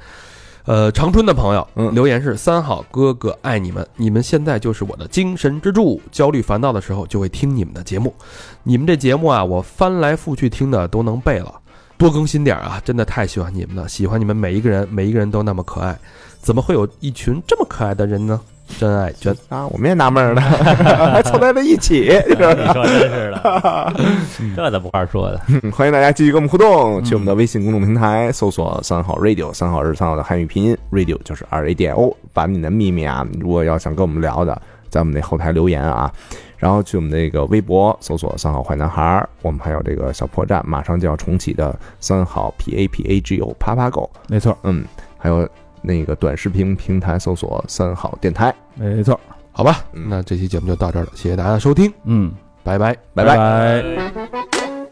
Speaker 3: 呃，长春的朋友、
Speaker 2: 嗯
Speaker 3: 留言是：三好哥哥爱你们，你们现在就是我的精神支柱。焦虑烦恼的时候就会听你们的节目，你们这节目啊，我翻来覆去听的都能背了。多更新点儿啊，真的太喜欢你们了，喜欢你们每一个人，每一个人都那么可爱，怎么会有一群这么可爱的人呢？真爱娟，
Speaker 2: 啊，我们也纳闷儿呢， 还凑在了一起，就是
Speaker 8: 你说真是的， 这怎么话说的？
Speaker 2: 嗯欢迎大家继续跟我们互动，去我们的微信公众平台搜索“三好 radio”，三好是三好的汉语拼音，radio 就是 R A D I O。把你的秘密啊，如果要想跟我们聊的，在我们那后台留言啊，然后去我们那个微博搜索“三好坏男孩儿”，我们还有这个小破站马上就要重启的“三好 P A P A G O 啪啪狗
Speaker 1: 没错”，
Speaker 2: 嗯，还有那个短视频平台搜索“三好电台
Speaker 1: 没错，
Speaker 10: 好吧，
Speaker 2: 嗯
Speaker 10: 那这期节目就到这儿了，谢谢大家。
Speaker 3: 大家收听，
Speaker 1: 嗯，
Speaker 3: 拜拜。”，
Speaker 2: 拜拜
Speaker 1: 拜。拜。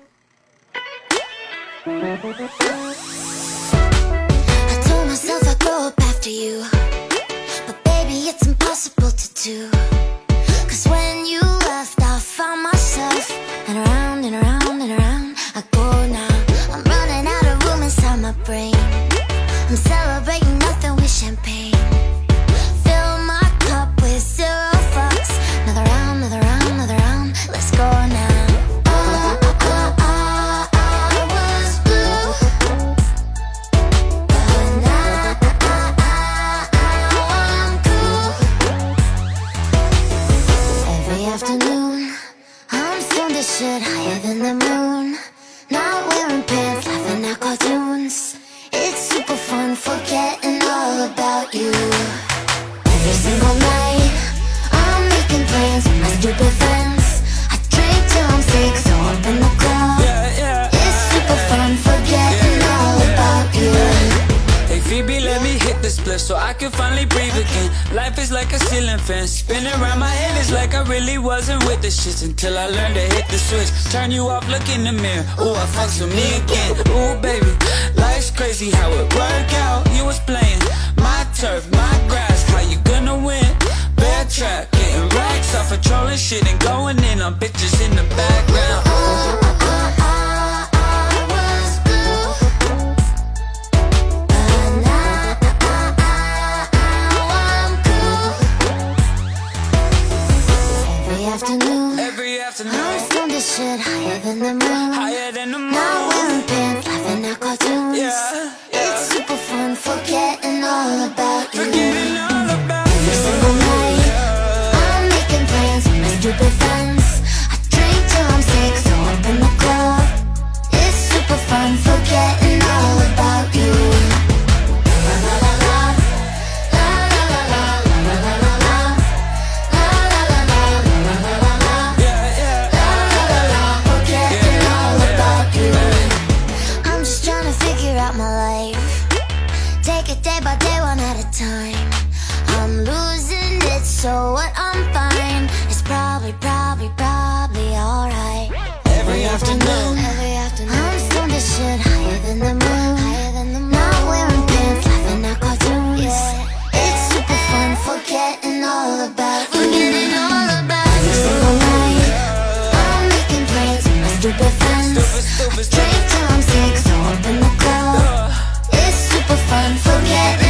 Speaker 11: I told myself I'd grow up after you. But baby, it's impossible to do. Cause when you left, I found myself. And around and around and around I go now. I'm running out of room inside my brain. I'm celebrating nothing with champagne. Fill my cup with zero fucks. Another round, another round, another round. Let's go now. Oh, I, I, I, oh, I was blue. But now I'm cool. Every afternoon, I'm stoned as shit, higher than the moon. Not wearing pants, laughing at cartoons. It's super fun, forgetting all about you. Every single night, I'm making plans with my stupid friends. I drink till I'm sick, so up in the club. It's super fun, forgetting all about you.
Speaker 12: Hey Phoebe, let me hit the split so I can finally breathe again. Life is like a ceiling fan, spinning around my head. It's like I really wasn't with the shits until I learned to hit the switch. Turn you off, look in the mirror. Ooh, I fucks with me again. Ooh, baby, life's crazy how it work out. You was playing my turf, my grass. How you gonna win? Bear trap, getting racks off of trolling shit and going in on bitches in the background.
Speaker 11: I was blue, but now I'm cool. Every afternoon,
Speaker 12: Every
Speaker 11: I'm
Speaker 12: afternoon,
Speaker 11: stoned as shit, higher than the moon.
Speaker 12: higher than the
Speaker 11: Not
Speaker 12: moon.
Speaker 11: wearing pants, laughing at cartoons.
Speaker 12: Yeah,
Speaker 11: It's super fun, forgetting all about you.
Speaker 12: Forgetting all about
Speaker 11: Every single night, I'm making plans with my stupid friends. I drink till I'm sick, so up in the time. I'm losing it, so what? I'm fine. It's probably, probably, probably alright. Every afternoon, every afternoon, I'm stoned as shit, higher than the moon, higher than the moon. Not wearing pants, laughing at cartoons. It's super fun, forgetting all about, forgetting all about every single night. I'm making plans, with my stupid friends. Uh. I drink till I'm sick, so up in the club. It's super fun, forgetting.